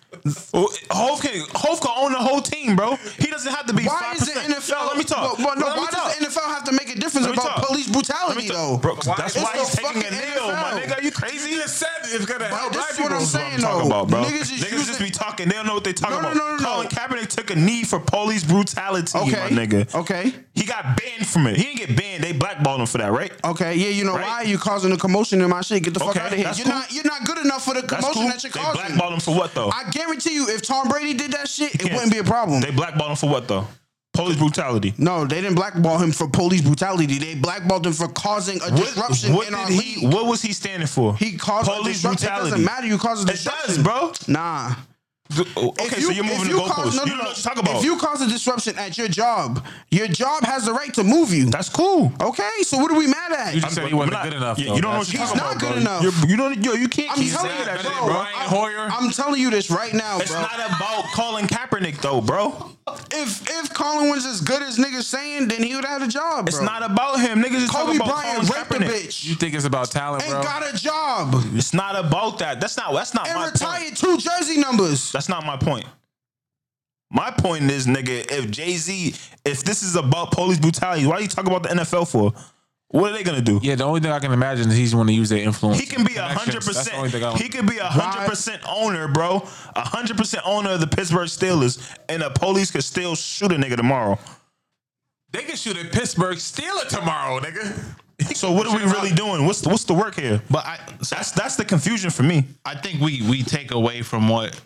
Speaker 4: Well, Hove can Hove can own the whole team, bro. He doesn't have to be.
Speaker 6: Why
Speaker 4: 5%.
Speaker 6: is the NFL?
Speaker 4: Yo, let me talk.
Speaker 6: But, but no,
Speaker 4: Let me
Speaker 6: why
Speaker 4: talk.
Speaker 6: does the NFL have to make a difference
Speaker 4: Let me
Speaker 6: about
Speaker 4: talk.
Speaker 6: police
Speaker 4: Let me
Speaker 6: brutality
Speaker 4: talk.
Speaker 6: though?
Speaker 4: Bro, that's
Speaker 6: It's
Speaker 4: why
Speaker 6: the
Speaker 4: he's taking a
Speaker 6: fucking
Speaker 4: knee, my
Speaker 6: NFL.
Speaker 4: nigga. Are you crazy? You just said it's gonna
Speaker 6: help black this is what people. I'm
Speaker 4: That's
Speaker 6: saying,
Speaker 4: talking
Speaker 6: though.
Speaker 4: about, bro.
Speaker 6: Niggas is using-
Speaker 4: just be talking. They don't know what they talking
Speaker 6: No, no,
Speaker 4: about.
Speaker 6: no, no,
Speaker 4: Colin
Speaker 6: no.
Speaker 4: Kaepernick took a knee for police brutality,
Speaker 6: Okay,
Speaker 4: my nigga.
Speaker 6: Okay.
Speaker 4: He got banned from it. He didn't get banned. They blackballed him for that, right?
Speaker 6: Okay, yeah, you know
Speaker 4: Right.
Speaker 6: why you causing a commotion in my shit? Get the fuck
Speaker 4: Okay,
Speaker 6: out of here. You're
Speaker 4: that's cool.
Speaker 6: not you're not good enough for the
Speaker 4: That's
Speaker 6: commotion
Speaker 4: cool.
Speaker 6: that you're
Speaker 4: they
Speaker 6: causing.
Speaker 4: blackballed him for what though?
Speaker 6: I guarantee you, if Tom Brady did that shit, it
Speaker 4: can't.
Speaker 6: wouldn't be a problem.
Speaker 4: They blackballed him for what though? Police brutality.
Speaker 6: no, they didn't blackball him for police brutality. They blackballed him for causing a
Speaker 4: What,
Speaker 6: disruption
Speaker 4: what
Speaker 6: in our
Speaker 4: did he?
Speaker 6: league.
Speaker 4: What was he standing for?
Speaker 6: He caused a
Speaker 4: police
Speaker 6: disruption. It
Speaker 4: brutality.
Speaker 6: doesn't matter. You caused a
Speaker 4: It
Speaker 6: disruption,
Speaker 4: does, bro.
Speaker 6: Nah,
Speaker 4: Okay,
Speaker 6: If
Speaker 4: so you're moving
Speaker 6: if
Speaker 4: the goalposts. You don't know what you're talking about.
Speaker 6: If you cause a disruption at your job, your job has the right to move you.
Speaker 4: That's cool.
Speaker 6: Okay, so what are we mad at?
Speaker 5: You just said he wasn't good enough.
Speaker 4: You,
Speaker 5: though.
Speaker 4: you don't know what
Speaker 5: That's-
Speaker 4: you're
Speaker 6: He's
Speaker 4: talking
Speaker 6: not
Speaker 4: about,
Speaker 6: good
Speaker 4: bro.
Speaker 6: enough.
Speaker 4: You're- you don't. Yo, you can't.
Speaker 6: I'm
Speaker 4: keep
Speaker 6: telling you
Speaker 4: saying
Speaker 6: that,
Speaker 5: that
Speaker 6: bro.
Speaker 5: shit, Brian
Speaker 6: I'm-
Speaker 5: Hoyer.
Speaker 6: I'm telling you this right now,
Speaker 4: It's
Speaker 6: bro.
Speaker 4: not about Colin Kaepernick though, bro.
Speaker 6: if if Colin was as good as niggas saying, then he would have a job. Bro.
Speaker 4: It's not about him. Niggas is
Speaker 6: Kobe
Speaker 4: talking about
Speaker 6: Bryant
Speaker 4: Colin
Speaker 6: raped a
Speaker 4: Kaepernick.
Speaker 6: bitch
Speaker 5: You think it's about talent,
Speaker 6: and
Speaker 5: bro?
Speaker 6: got a job
Speaker 4: It's not about that. That's not. That's not my
Speaker 6: and
Speaker 4: point.
Speaker 6: retired two jersey numbers.
Speaker 4: That's not my point. My point is, nigga, if Jay Z, if this is about police brutality, why are you talking about the NFL for? What are they gonna do?
Speaker 5: Yeah, the only thing I can imagine is he's going to use their influence.
Speaker 4: He can be a
Speaker 5: and
Speaker 4: hundred
Speaker 5: connections. That's the only
Speaker 4: percent.
Speaker 5: thing I
Speaker 4: He can be a hundred percent owner, bro. A hundred percent owner of the Pittsburgh Steelers, and the police could still shoot a nigga tomorrow.
Speaker 5: They can shoot at Pittsburgh, steal it tomorrow, nigga.
Speaker 4: So what are we really doing? What's the, what's the work here?
Speaker 7: But I, so
Speaker 4: That's that's the confusion for me.
Speaker 7: I think we we take away from what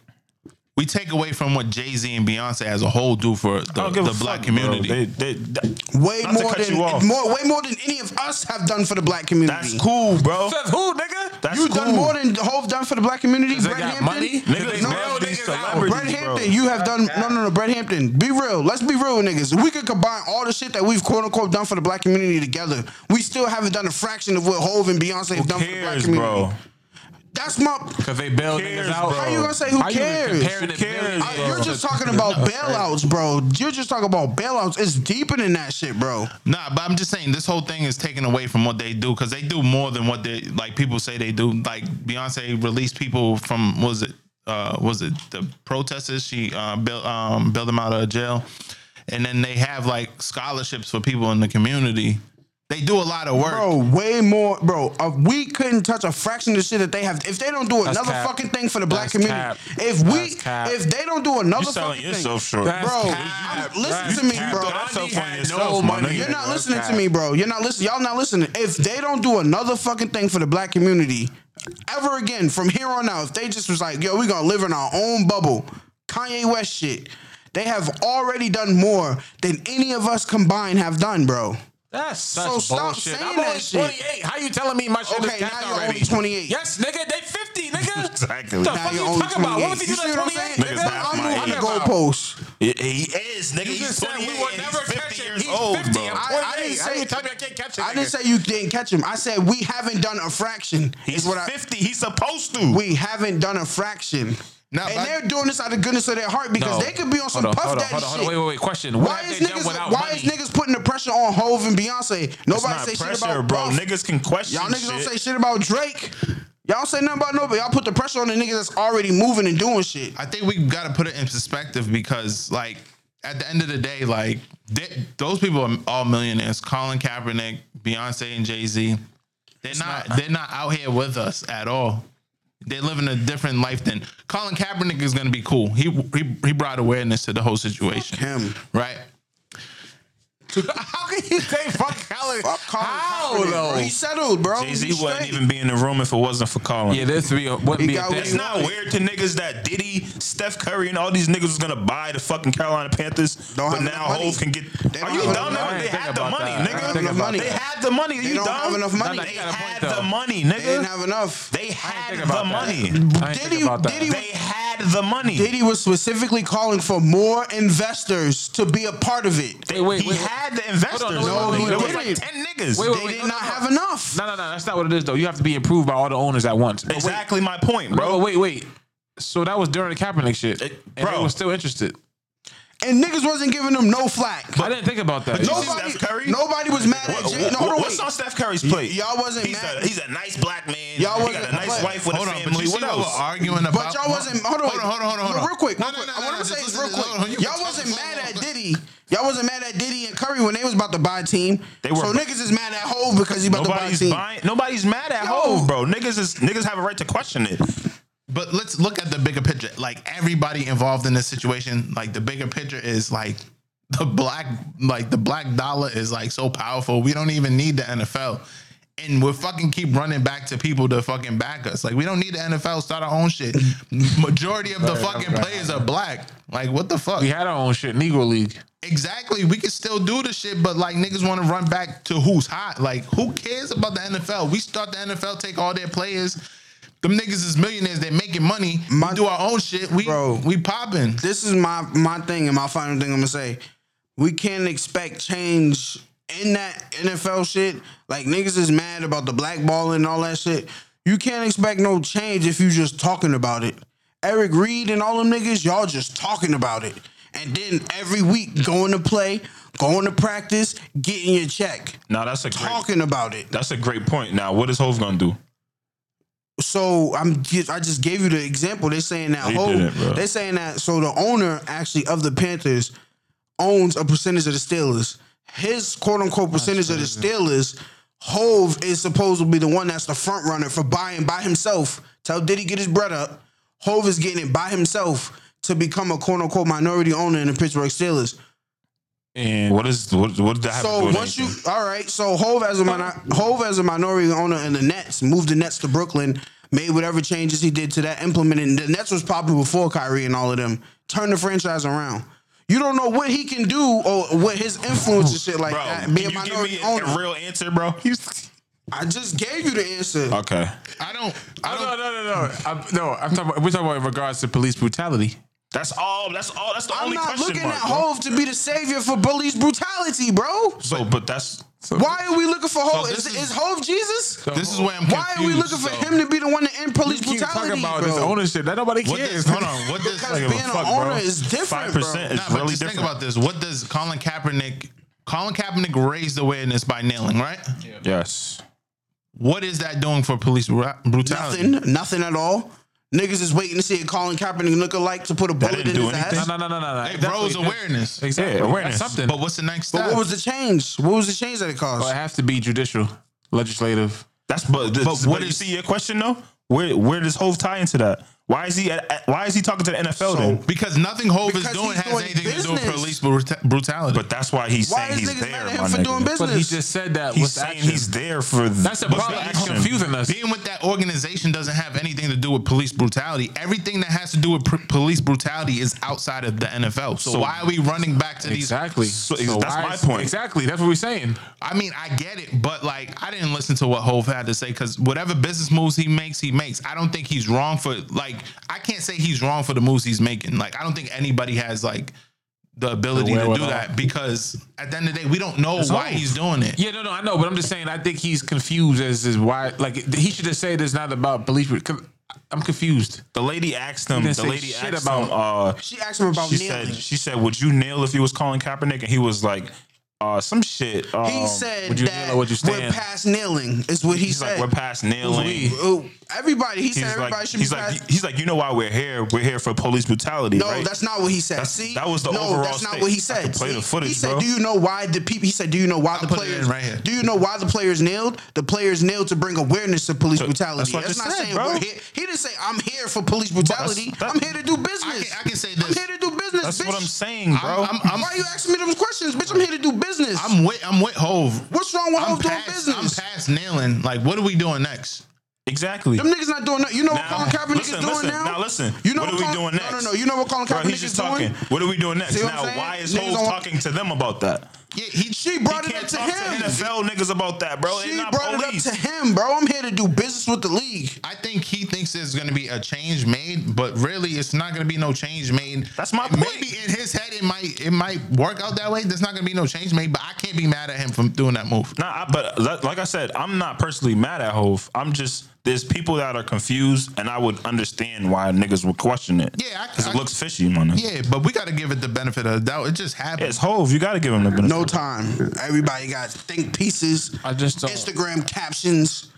Speaker 7: we take away from what Jay Z and Beyonce as a whole do
Speaker 4: I
Speaker 7: for the,
Speaker 4: don't give
Speaker 7: the
Speaker 4: a
Speaker 7: black
Speaker 4: fuck, bro.
Speaker 7: community.
Speaker 4: They- they- that-
Speaker 6: Way
Speaker 4: Not to
Speaker 6: more
Speaker 4: cut
Speaker 6: than
Speaker 4: you off.
Speaker 6: more, way more than any of us have done for the black community.
Speaker 4: that's cool, bro.
Speaker 5: Says who, nigga?
Speaker 4: That's
Speaker 6: You've
Speaker 4: cool.
Speaker 6: done more than Hove done for the black community.
Speaker 5: they
Speaker 6: Brett
Speaker 5: got
Speaker 6: Hampton.
Speaker 5: money?
Speaker 4: Niggas
Speaker 5: They
Speaker 4: love
Speaker 5: nailed
Speaker 4: these
Speaker 5: niggas out.
Speaker 4: celebrities,
Speaker 6: Brett
Speaker 4: bro.
Speaker 6: Hampton, you have done no, no, no. Brett Hampton, be real. Let's be real, niggas. We could combine all the shit that we've quote unquote done for the black community together. We still haven't done a fraction of what Hove and Beyonce have
Speaker 4: Who
Speaker 6: done for the black
Speaker 4: cares,
Speaker 6: community.
Speaker 4: bro?
Speaker 6: That's my.
Speaker 5: Because they bailed
Speaker 4: Cares,
Speaker 5: niggas out.
Speaker 4: bro. How
Speaker 6: you gonna say who
Speaker 5: How you even
Speaker 6: cares?
Speaker 5: comparing
Speaker 4: Who
Speaker 5: it to
Speaker 4: cares,
Speaker 5: Billy
Speaker 4: bro?
Speaker 5: Gates?
Speaker 6: Uh, You're just talking about bailouts, bro. You're just talking about bailouts. It's deeper than that shit, bro.
Speaker 7: Nah, but I'm just saying this whole thing is taken away from what they do because they do more than what they like. People say they do. Like Beyonce released people from what was it uh was it the protesters? She uh, built um built them out of jail, and then they have like scholarships for people in the community. They do a lot of work.
Speaker 6: Bro, way more, bro. Uh, we couldn't touch a fraction of the shit that they have. If they don't do
Speaker 5: That's
Speaker 6: another
Speaker 5: cap.
Speaker 6: fucking thing for the
Speaker 5: That's
Speaker 6: black community,
Speaker 5: cap.
Speaker 6: if we,
Speaker 5: That's cap.
Speaker 6: if they don't do another
Speaker 4: You selling
Speaker 6: fucking
Speaker 4: yourself
Speaker 6: thing,
Speaker 4: short.
Speaker 5: That's
Speaker 6: Bro,
Speaker 5: cap.
Speaker 6: I'm- listen
Speaker 5: That's
Speaker 6: to me,
Speaker 5: cap.
Speaker 6: bro.
Speaker 5: Gandhi
Speaker 4: That's up on
Speaker 5: had
Speaker 4: yourself, my nigga.
Speaker 6: You're not
Speaker 5: That's
Speaker 6: listening
Speaker 5: cap.
Speaker 6: to me, bro. You're not listening. Y'all not listening. If they don't do another fucking thing for the black community ever again from here on out, if they just was like, yo, we gonna live in our own bubble, Kanye West shit, they have already done more than any of us combined have done, bro.
Speaker 5: That's such
Speaker 6: So stop
Speaker 5: bullshit.
Speaker 6: saying
Speaker 5: I'm
Speaker 6: that
Speaker 5: only
Speaker 6: shit.
Speaker 5: 28. How you telling me my shit
Speaker 6: Okay,
Speaker 5: is
Speaker 6: now
Speaker 5: capped
Speaker 6: you're
Speaker 5: already?
Speaker 6: only 28.
Speaker 5: Yes, nigga, they 50, nigga.
Speaker 4: Exactly.
Speaker 5: What the
Speaker 4: Now
Speaker 5: fuck
Speaker 6: you're
Speaker 5: you
Speaker 6: only
Speaker 5: talking about? What was
Speaker 6: 28?
Speaker 5: he
Speaker 6: You see
Speaker 5: doing
Speaker 6: what I'm
Speaker 5: at
Speaker 6: saying?
Speaker 5: 28?
Speaker 4: Niggas half
Speaker 5: I'm
Speaker 4: my
Speaker 5: talking
Speaker 4: age.
Speaker 5: about-
Speaker 6: Goalposts.
Speaker 4: He he is, nigga.
Speaker 5: You
Speaker 4: He's
Speaker 5: just said we
Speaker 4: 28
Speaker 5: would
Speaker 4: and
Speaker 5: never
Speaker 4: he's
Speaker 5: catch
Speaker 4: 50
Speaker 5: him.
Speaker 4: years
Speaker 5: He's
Speaker 4: old,
Speaker 5: 50.
Speaker 4: bro.
Speaker 5: I'm
Speaker 6: I-
Speaker 5: 28.
Speaker 6: I didn't
Speaker 5: How
Speaker 6: say-
Speaker 5: you telling me I can't catch it?
Speaker 6: I didn't
Speaker 5: nigga?
Speaker 6: say you didn't catch him. I said we haven't done a fraction.
Speaker 4: He's
Speaker 6: is what I,
Speaker 4: 50. He's supposed to.
Speaker 6: we haven't done a fraction.
Speaker 7: Nah,
Speaker 6: and
Speaker 7: but-
Speaker 6: they're doing this out of goodness of their heart because
Speaker 5: No.
Speaker 6: they could be on some
Speaker 5: Hold on,
Speaker 6: puff
Speaker 5: hold on,
Speaker 6: daddy
Speaker 5: hold on,
Speaker 6: shit.
Speaker 5: hold on. Wait, wait, wait. Question.
Speaker 6: Why
Speaker 5: What have
Speaker 6: is
Speaker 5: they done
Speaker 6: niggas
Speaker 5: without
Speaker 6: Why
Speaker 5: money?
Speaker 6: is niggas putting the pressure on Hove and Beyonce?
Speaker 4: It's
Speaker 6: Nobody
Speaker 4: not
Speaker 6: say shit
Speaker 4: pressure,
Speaker 6: about
Speaker 4: bro.
Speaker 6: Puff.
Speaker 4: Niggas can question
Speaker 6: Y'all niggas don't
Speaker 4: shit.
Speaker 6: say shit about Drake. Y'all don't say nothing about nobody. Y'all put the pressure on the niggas that's already moving and doing shit.
Speaker 7: I think we got to put it in perspective because, like, at the end of the day, like they, those people are all millionaires. Colin Kaepernick, Beyonce, and Jay Z. They're not, They're not out here with us at all. They're living a different life than Colin Kaepernick is going to be cool. He, he he brought awareness to the whole situation.
Speaker 6: him.
Speaker 7: right?
Speaker 5: How can you say fuck Colin?
Speaker 6: Fuck Colin
Speaker 5: How
Speaker 6: Kaepernick, bro.
Speaker 5: though?
Speaker 6: He settled, bro.
Speaker 4: Jay Z
Speaker 6: He's
Speaker 4: wouldn't
Speaker 6: straight.
Speaker 4: even be in the room if it wasn't for Colin.
Speaker 5: Yeah, this be a, wouldn't
Speaker 6: He
Speaker 5: be a
Speaker 6: got what
Speaker 5: thing.
Speaker 4: it's not weird to niggas that Diddy, Steph Curry, and all these niggas was gonna buy the fucking Carolina Panthers,
Speaker 6: Don't
Speaker 4: but
Speaker 6: have
Speaker 4: now
Speaker 6: enough money.
Speaker 4: Hove can get.
Speaker 6: They
Speaker 4: Are
Speaker 6: don't
Speaker 4: you
Speaker 6: have
Speaker 4: dumb?
Speaker 6: enough
Speaker 4: nigga?
Speaker 6: money.
Speaker 4: They
Speaker 5: Think
Speaker 4: had the
Speaker 5: about
Speaker 4: money,
Speaker 5: that. I
Speaker 4: nigga.
Speaker 5: ain't think about
Speaker 4: They
Speaker 6: that.
Speaker 4: had the money. Are you
Speaker 6: don't
Speaker 4: dumb?
Speaker 6: have enough money.
Speaker 4: They
Speaker 5: They got a point,
Speaker 4: had
Speaker 5: though.
Speaker 4: the money,
Speaker 6: They didn't
Speaker 4: nigga.
Speaker 6: have enough.
Speaker 4: They
Speaker 5: I
Speaker 4: had
Speaker 5: ain't think
Speaker 4: the
Speaker 5: about that.
Speaker 4: money.
Speaker 5: I ain't
Speaker 6: Diddy-
Speaker 5: think about that.
Speaker 6: Diddy
Speaker 4: They had the money.
Speaker 6: Diddy was specifically calling for more investors to be a part of it.
Speaker 4: They-
Speaker 5: Wait, wait,
Speaker 4: he
Speaker 5: wait.
Speaker 4: had the investors.
Speaker 5: Hold on, no,
Speaker 4: bro.
Speaker 6: he
Speaker 4: there was like
Speaker 6: didn't.
Speaker 4: ten niggas.
Speaker 5: Wait, wait,
Speaker 6: They
Speaker 5: wait,
Speaker 6: did
Speaker 5: no,
Speaker 6: not
Speaker 5: no,
Speaker 6: have
Speaker 5: no.
Speaker 6: enough.
Speaker 5: No, no, no. That's not what it is, though. You have to be approved by all the owners at once. But wait,
Speaker 4: Exactly my point,
Speaker 5: Bro,
Speaker 4: bro.
Speaker 5: wait, wait. So that was during the Kaepernick shit,
Speaker 4: It-
Speaker 5: and
Speaker 4: bro.
Speaker 5: they were still interested.
Speaker 6: And niggas wasn't giving them no flack.
Speaker 5: I didn't think about that.
Speaker 4: But you see
Speaker 6: Nobody,
Speaker 4: Steph Curry?
Speaker 6: nobody was mad at Jay.
Speaker 4: What-
Speaker 6: No, hold on,
Speaker 4: what- what's
Speaker 6: wait.
Speaker 4: on Steph Currey's plate?
Speaker 6: y'all wasn't
Speaker 4: he's
Speaker 6: mad.
Speaker 4: A, he's a nice black man.
Speaker 6: Y'all
Speaker 4: he got
Speaker 6: wasn't-
Speaker 4: a nice
Speaker 6: but-
Speaker 4: wife with
Speaker 7: Hold
Speaker 4: a
Speaker 7: on, but
Speaker 4: family.
Speaker 7: you see
Speaker 4: What
Speaker 7: what we're
Speaker 4: else?
Speaker 7: arguing about?
Speaker 6: But y'all wasn't. Hold on,
Speaker 7: hold on, hold on, hold on.
Speaker 6: Real quick,
Speaker 7: No,
Speaker 6: real
Speaker 7: no,
Speaker 6: quick.
Speaker 7: no,
Speaker 6: I
Speaker 7: no,
Speaker 6: want to
Speaker 7: just
Speaker 6: say this
Speaker 7: listen
Speaker 6: real
Speaker 7: to- hold on,
Speaker 6: quick.
Speaker 7: you can
Speaker 6: Y'all
Speaker 7: talk
Speaker 6: wasn't
Speaker 7: about-
Speaker 6: mad at Diddy. Y'all wasn't mad at Diddy and Curry when they was about to buy a team.
Speaker 4: They were-
Speaker 6: so niggas is mad at Hove because he about
Speaker 4: Nobody's
Speaker 6: to buy a team.
Speaker 4: buying. Nobody's mad at
Speaker 6: Yo.
Speaker 4: Hove, bro. Niggas is niggas have a right to question it.
Speaker 7: But let's look at the bigger picture. Like everybody involved in this situation, like the bigger picture is like the black, like the black dollar is like so powerful. We don't even need the NFL. And we'll fucking keep running back to people to fucking back us. Like we don't need the NFL, start our own shit. Majority of the fucking players are black. Like what the fuck?
Speaker 5: we had our own shit, Negro League.
Speaker 7: Exactly. We can still do the shit, but like niggas want to run back to who's hot. Like who cares about the NFL? We start the NFL, take all their players. Them niggas is millionaires. They making money.
Speaker 6: My-
Speaker 7: we do our own shit. We
Speaker 6: Bro.
Speaker 7: we popping.
Speaker 6: this is my my thing and my final thing I'm gonna say. We can't expect change in that NFL shit. Like niggas is mad about the blackballing and all that shit. You can't expect no change if you just talking about it. Eric Reed and all them niggas, y'all just talking about it. And then every week going to play, going to practice, getting your check,
Speaker 4: Now that's a great,
Speaker 6: talking about it.
Speaker 4: that's a great point. Now what is Hove gonna do?
Speaker 6: So I'm just, I just gave you the example. They're saying that
Speaker 4: They
Speaker 6: whole
Speaker 4: didn't, bro.
Speaker 6: they're saying that so the owner actually of the Panthers owns a percentage of the Steelers. His quote unquote percentage of the Steelers, Hove is supposedly the one that's the front runner for buying by himself. Tell Diddy get his bread up. Hove is getting it by himself to become a quote unquote minority owner in the Pittsburgh Steelers.
Speaker 5: And
Speaker 4: What is what? What did that have to do
Speaker 6: So
Speaker 4: with
Speaker 6: once you
Speaker 4: anything?
Speaker 6: all right, so Hove as a minor, Hove as a minority owner in the Nets moved the Nets to Brooklyn, made whatever changes he did to that, implemented. And the Nets was popular before Kyrie and all of them. Turned the franchise around. You don't know what he can do or what his influence and shit like
Speaker 4: bro,
Speaker 6: that.
Speaker 4: can
Speaker 6: Being
Speaker 4: you give
Speaker 6: minority
Speaker 4: me a,
Speaker 6: owner,
Speaker 4: a real answer, bro?
Speaker 6: I just gave you the answer.
Speaker 4: okay,
Speaker 7: I don't. I
Speaker 5: no,
Speaker 7: don't.
Speaker 5: no, no, no, I'm, no. I'm talking. About, we're talking about in regards to police brutality.
Speaker 4: that's all. That's all. That's the
Speaker 6: I'm
Speaker 4: only
Speaker 6: not
Speaker 4: question
Speaker 6: looking
Speaker 4: mark,
Speaker 6: at
Speaker 4: bro.
Speaker 6: Hove to be the savior for bullies brutality, bro.
Speaker 4: So, but that's
Speaker 6: Why are we looking for Hove?
Speaker 7: this
Speaker 6: is,
Speaker 7: is-
Speaker 6: is Hove Jesus?
Speaker 7: This is where I'm.
Speaker 6: Why are we
Speaker 7: confused,
Speaker 6: looking for
Speaker 7: so.
Speaker 6: him to be the one to end police
Speaker 5: Keep
Speaker 6: brutality?
Speaker 5: talking about
Speaker 6: bro?
Speaker 5: this ownership that nobody
Speaker 7: What
Speaker 5: cares.
Speaker 7: does, hold on. What does
Speaker 6: Because being an
Speaker 5: fuck,
Speaker 6: owner
Speaker 5: bro.
Speaker 6: is different,
Speaker 4: five
Speaker 6: bro.
Speaker 4: percent
Speaker 7: Nah,
Speaker 4: is
Speaker 7: but
Speaker 4: really
Speaker 7: just
Speaker 4: different.
Speaker 7: think about this. What does Colin Kaepernick? Colin Kaepernick raised awareness by kneeling, right?
Speaker 4: yes,
Speaker 7: What is that doing for police bra- brutality?
Speaker 6: Nothing, nothing at all. Niggas is waiting to see a Colin Kaepernick lookalike to put a bullet
Speaker 4: didn't
Speaker 6: in
Speaker 4: do
Speaker 6: his
Speaker 4: anything.
Speaker 6: ass.
Speaker 5: No, no, no, no, no.
Speaker 7: It
Speaker 5: That's-
Speaker 7: rose awareness.
Speaker 5: Exactly.
Speaker 4: Yeah, awareness.
Speaker 5: That's something.
Speaker 7: But what's the next step?
Speaker 6: But what was the change? What was the change that it caused?
Speaker 5: Well, it has to be judicial, legislative.
Speaker 4: that's but. This, but
Speaker 7: what
Speaker 4: what is you
Speaker 7: is-
Speaker 4: see your question though? Where where does Hove tie into that? Why is he at, at- why is he talking to the NFL then?
Speaker 7: Oh, because nothing Hove is
Speaker 6: Because
Speaker 7: doing
Speaker 6: he's
Speaker 7: has
Speaker 6: doing
Speaker 7: anything to do with
Speaker 6: business.
Speaker 7: police bruta- brutality.
Speaker 4: But that's why he's
Speaker 6: Why
Speaker 4: saying
Speaker 6: is
Speaker 4: he's
Speaker 6: niggas
Speaker 4: there.
Speaker 6: mad at him
Speaker 4: my
Speaker 6: for
Speaker 4: nigga.
Speaker 6: doing business?
Speaker 5: But he just said that.
Speaker 4: He's
Speaker 5: What's the
Speaker 4: saying
Speaker 5: action?
Speaker 4: he's there for.
Speaker 5: That's a
Speaker 4: what's
Speaker 5: problem.
Speaker 4: the
Speaker 5: He's
Speaker 4: action?
Speaker 5: confusing us.
Speaker 7: being with that organization doesn't have anything to do with police brutality. Everything that has to do with pr- police brutality is outside of the NFL. So,
Speaker 4: So-
Speaker 7: why are we running back to these?
Speaker 5: Exactly.
Speaker 4: So, that's
Speaker 5: why
Speaker 4: my
Speaker 5: is-
Speaker 4: point.
Speaker 5: Exactly. That's what we're saying.
Speaker 7: I mean, I get it, but like, I didn't listen to what Hove had to say because whatever business moves he makes, he makes. I don't think he's wrong for like. I can't say he's wrong for the moves he's making. Like, I don't think anybody has like the ability to do
Speaker 5: wherewithal.
Speaker 7: that because at the end of the day, we don't know why
Speaker 5: Hove.
Speaker 7: he's doing it.
Speaker 5: Yeah, no, no, I know, but I'm just saying. I think he's confused as is why. Like he should just say this not about police. bru- 'cause I'm confused.
Speaker 4: The lady asked him.
Speaker 5: didn't
Speaker 4: The
Speaker 5: say
Speaker 4: lady
Speaker 5: shit
Speaker 4: asked
Speaker 5: about-
Speaker 4: him. Uh,
Speaker 6: She asked him about
Speaker 4: she
Speaker 6: kneeling.
Speaker 4: said she said would you kneel if you was calling Kaepernick and he was like uh some shit um,
Speaker 6: he said
Speaker 5: would you
Speaker 6: that
Speaker 5: kneel or would you
Speaker 6: we're
Speaker 5: stand?
Speaker 6: past kneeling. Is what he
Speaker 4: he's
Speaker 6: said.
Speaker 4: like we're past kneeling
Speaker 5: we?
Speaker 6: Ooh, everybody. He said
Speaker 4: he's
Speaker 6: everybody
Speaker 4: like
Speaker 6: should be
Speaker 4: he's
Speaker 6: past.
Speaker 4: like he's like you know why we're here we're here for police brutality
Speaker 6: No,
Speaker 4: right?
Speaker 6: that's not what he said.
Speaker 4: That's-
Speaker 6: See,
Speaker 4: that was the
Speaker 6: no,
Speaker 4: overall
Speaker 6: that's not
Speaker 4: state.
Speaker 6: what he
Speaker 4: I
Speaker 6: said.
Speaker 4: can play
Speaker 6: See,
Speaker 4: the footage,
Speaker 6: he said,
Speaker 4: bro.
Speaker 6: "Do you know why the people?" He said, "Do you know why the
Speaker 7: put it in
Speaker 6: players?
Speaker 7: right here.
Speaker 6: Do you know why the players nailed? The players nailed to bring awareness to police brutality.
Speaker 4: that's what I
Speaker 6: That's,
Speaker 4: just
Speaker 6: not
Speaker 4: said,
Speaker 6: saying
Speaker 4: bro.
Speaker 6: we're here. He didn't say I'm here for police brutality.
Speaker 4: that's-
Speaker 6: I'm here to do business.
Speaker 7: I can, I can say
Speaker 6: I'm
Speaker 7: this.
Speaker 6: here to do business.
Speaker 4: that's
Speaker 6: bitch.
Speaker 4: what I'm saying bro
Speaker 7: I'm, I'm,
Speaker 6: why
Speaker 7: I'm,
Speaker 6: you asking me those questions, bitch? I'm here to do business.
Speaker 7: I'm with I'm with Hove.
Speaker 6: What's wrong with
Speaker 7: I'm
Speaker 6: hoes doing
Speaker 7: past, I'm
Speaker 6: business?
Speaker 7: past nailing. Like, what are we doing next?
Speaker 4: exactly
Speaker 6: Them niggas not doing that. You know
Speaker 4: Now,
Speaker 6: what Colin Kaepernick
Speaker 4: listen,
Speaker 6: is doing
Speaker 4: listen.
Speaker 6: now?
Speaker 4: Now, listen.
Speaker 6: You know
Speaker 4: What
Speaker 6: what
Speaker 4: are we
Speaker 6: Colin-
Speaker 4: doing next?
Speaker 6: No, no, no. You know what Colin
Speaker 4: bro
Speaker 6: Kaepernick
Speaker 4: he's
Speaker 6: is
Speaker 4: just
Speaker 6: doing?
Speaker 4: talking what are we doing next
Speaker 6: See what I'm
Speaker 4: now
Speaker 6: saying?
Speaker 4: why is
Speaker 6: Niggas
Speaker 4: Hove
Speaker 6: don't-
Speaker 4: talking to them about that
Speaker 7: Yeah, he,
Speaker 6: She
Speaker 4: he
Speaker 6: brought it up
Speaker 4: can't
Speaker 6: to
Speaker 4: talk
Speaker 6: him.
Speaker 4: to NFL niggas about that
Speaker 5: Oh,
Speaker 4: bro
Speaker 6: She
Speaker 4: They're not
Speaker 6: brought
Speaker 4: police.
Speaker 6: it up to him, bro. I'm here to do business with the league.
Speaker 7: I think he thinks there's going to be a change made, but really, it's not going to be no change made.
Speaker 4: That's my point.
Speaker 7: Maybe in his head, it might it might work out that way. There's not going to be no change made, but I can't be mad at him for doing that move.
Speaker 4: Nah, I, but li- like I said, I'm not personally mad at Hove. I'm just there's people that are confused, and I would understand why niggas would question it.
Speaker 7: Yeah, I-
Speaker 4: because
Speaker 7: I-
Speaker 4: it looks fishy, man. Yeah.
Speaker 7: Yeah, but we got to give it the benefit of the doubt. It just happened.
Speaker 4: it's Hove. You got to give him the benefit.
Speaker 6: No time. Everybody got think pieces.
Speaker 5: I just don't.
Speaker 6: Instagram captions,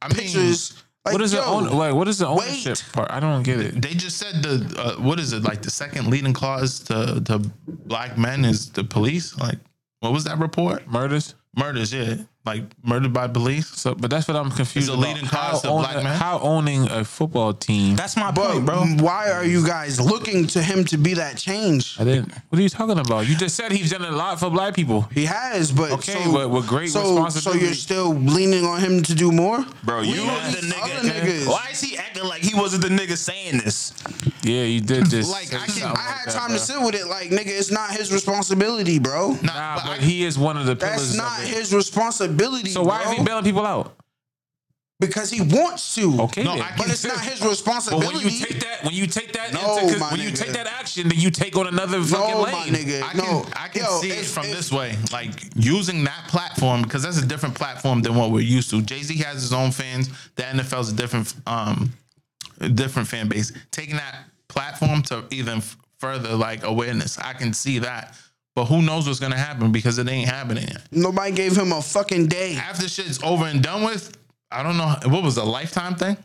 Speaker 7: I mean,
Speaker 6: pictures. Like,
Speaker 5: what is
Speaker 6: yo,
Speaker 5: the owner? Like, what is the ownership
Speaker 6: wait.
Speaker 5: part? I don't get it.
Speaker 7: they just said the uh, what is it like the second leading cause to to black men is the police. Like, what was that report?
Speaker 5: Murders.
Speaker 7: Murders, yeah, like murdered by police.
Speaker 5: So, but that's what I'm confused
Speaker 7: Is the
Speaker 5: about.
Speaker 7: leading
Speaker 5: How
Speaker 7: cause the
Speaker 5: own-
Speaker 7: black man?
Speaker 5: How owning a football team?
Speaker 4: That's my
Speaker 6: But
Speaker 4: point, bro.
Speaker 6: why are you guys looking to him to be that change?
Speaker 5: I didn't. What are you talking about? You just said he's done a lot for black people.
Speaker 6: He has, but
Speaker 5: Okay,
Speaker 6: so,
Speaker 5: but with great
Speaker 6: so, so
Speaker 5: responsibility.
Speaker 6: you're still leaning on him to do more,
Speaker 4: Bro, you
Speaker 6: Lean on
Speaker 4: was the
Speaker 6: these
Speaker 4: nigga.
Speaker 6: Other niggas.
Speaker 4: Why is he acting like he wasn't the nigga saying this?
Speaker 5: Yeah, you did this.
Speaker 7: Like, I can-
Speaker 6: I had time to sit with it. Like, nigga, it's not his responsibility, bro.
Speaker 7: Nah,
Speaker 5: Nah,
Speaker 7: but
Speaker 5: but,
Speaker 7: I-
Speaker 5: he is one of the pillars.
Speaker 6: That's
Speaker 5: of
Speaker 6: not
Speaker 5: it.
Speaker 6: his responsibility.
Speaker 5: So why
Speaker 6: bro.
Speaker 5: is he bailing people out?
Speaker 6: because he wants to.
Speaker 5: Okay,
Speaker 7: No,
Speaker 5: then.
Speaker 7: I
Speaker 6: but it's not his responsibility.
Speaker 5: But when you take that, when you take that,
Speaker 6: No,
Speaker 5: into,
Speaker 6: my
Speaker 5: when you
Speaker 6: nigga.
Speaker 5: take that action, then you take on another fucking
Speaker 6: no,
Speaker 5: lane.
Speaker 6: my nigga,
Speaker 7: I can,
Speaker 6: no.
Speaker 7: I can
Speaker 6: Yo,
Speaker 7: see it
Speaker 6: it's-
Speaker 7: from
Speaker 6: it's-
Speaker 7: this way. Like using that platform, because that's a different platform than what we're used to. Jay Z has his own fans. The NFL's a different um a different fan base. Taking that platform to even f- further like awareness. I can see that. But who knows what's gonna happen because it ain't happening yet.
Speaker 6: Nobody gave him a fucking day.
Speaker 7: After shit's over and done with, I don't know what was it, a lifetime thing?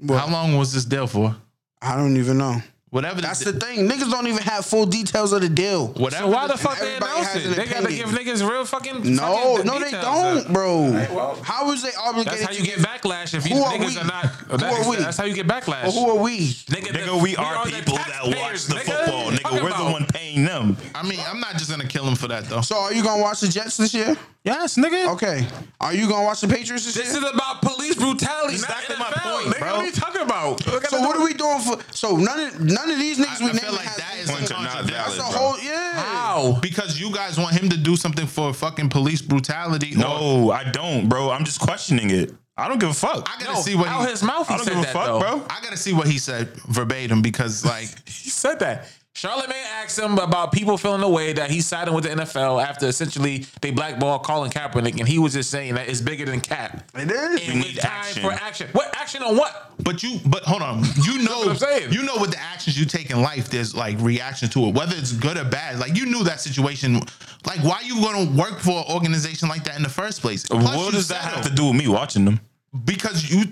Speaker 6: Well,
Speaker 7: How long was this deal for?
Speaker 6: I don't even know.
Speaker 7: Whatever
Speaker 6: That's
Speaker 7: the,
Speaker 6: the thing. Niggas don't even have full details of the deal.
Speaker 7: whatever
Speaker 5: So why the
Speaker 7: the-
Speaker 5: fuck they
Speaker 6: everybody
Speaker 5: announce
Speaker 6: has
Speaker 5: it?
Speaker 6: an
Speaker 5: They gotta give
Speaker 6: opinion.
Speaker 5: niggas real fucking
Speaker 6: No,
Speaker 5: fucking
Speaker 6: no, they
Speaker 5: details
Speaker 6: don't,
Speaker 5: up.
Speaker 6: bro.
Speaker 5: well,
Speaker 6: how is they obligated?
Speaker 5: That's how you
Speaker 6: to
Speaker 5: get backlash if you
Speaker 6: Who are
Speaker 5: niggas
Speaker 6: we?
Speaker 5: are not.
Speaker 6: Who
Speaker 5: that's,
Speaker 6: are we?
Speaker 5: that's how you get backlash.
Speaker 6: Well, who are we?
Speaker 5: Nigga, the-
Speaker 4: Nigga, we are
Speaker 5: the
Speaker 4: people that watch
Speaker 5: taxpayers,
Speaker 4: the football.
Speaker 5: What you
Speaker 4: Nigga,
Speaker 5: talking
Speaker 4: we're the
Speaker 5: about?
Speaker 4: one paying them.
Speaker 7: I mean, I'm not just gonna kill him for that though.
Speaker 6: So are you gonna watch the Jets this year?
Speaker 4: Yes, nigga.
Speaker 6: Okay. Are you gonna watch the Patriots this,
Speaker 5: This
Speaker 6: year?
Speaker 5: is about police brutality. Not
Speaker 4: exactly
Speaker 5: NFL.
Speaker 4: my point,
Speaker 5: nigga,
Speaker 4: bro.
Speaker 5: What are you talking about?
Speaker 6: so what are we doing for? So none of none of these niggas
Speaker 7: I,
Speaker 6: we
Speaker 7: I
Speaker 6: named
Speaker 7: feel like
Speaker 6: has
Speaker 7: that is
Speaker 6: anything-
Speaker 4: Points are not
Speaker 7: contradiction.
Speaker 4: valid.
Speaker 6: that's a
Speaker 4: bro.
Speaker 6: whole yeah.
Speaker 5: How?
Speaker 7: Because you guys want him to do something for fucking police brutality. or-
Speaker 4: No, I don't, bro. I'm just questioning it. I don't give a fuck.
Speaker 7: I gotta
Speaker 5: No,
Speaker 7: see what
Speaker 5: out
Speaker 7: he,
Speaker 5: his mouth. He
Speaker 4: I don't
Speaker 5: said
Speaker 4: give a
Speaker 5: that,
Speaker 4: fuck,
Speaker 5: though.
Speaker 4: bro.
Speaker 7: I gotta see what he said verbatim because like
Speaker 5: He said that. Charlemagne asked him about people feeling the way that he's siding with the NFL after essentially they blackball Colin Kaepernick, and he was just saying that it's bigger than Cap.
Speaker 6: It is.
Speaker 5: And
Speaker 4: We
Speaker 5: we
Speaker 4: need
Speaker 5: time
Speaker 4: action.
Speaker 5: for action. What action on what?
Speaker 7: but you but hold on. You know
Speaker 5: what I'm saying.
Speaker 7: You know with the actions you take in life, there's like reaction to it, whether it's good or bad. Like you knew that situation. Like why you gonna work for an organization like that in the first place? Plus,
Speaker 4: what
Speaker 7: you
Speaker 4: does that have
Speaker 7: settled
Speaker 4: to do with me watching them?
Speaker 7: Because you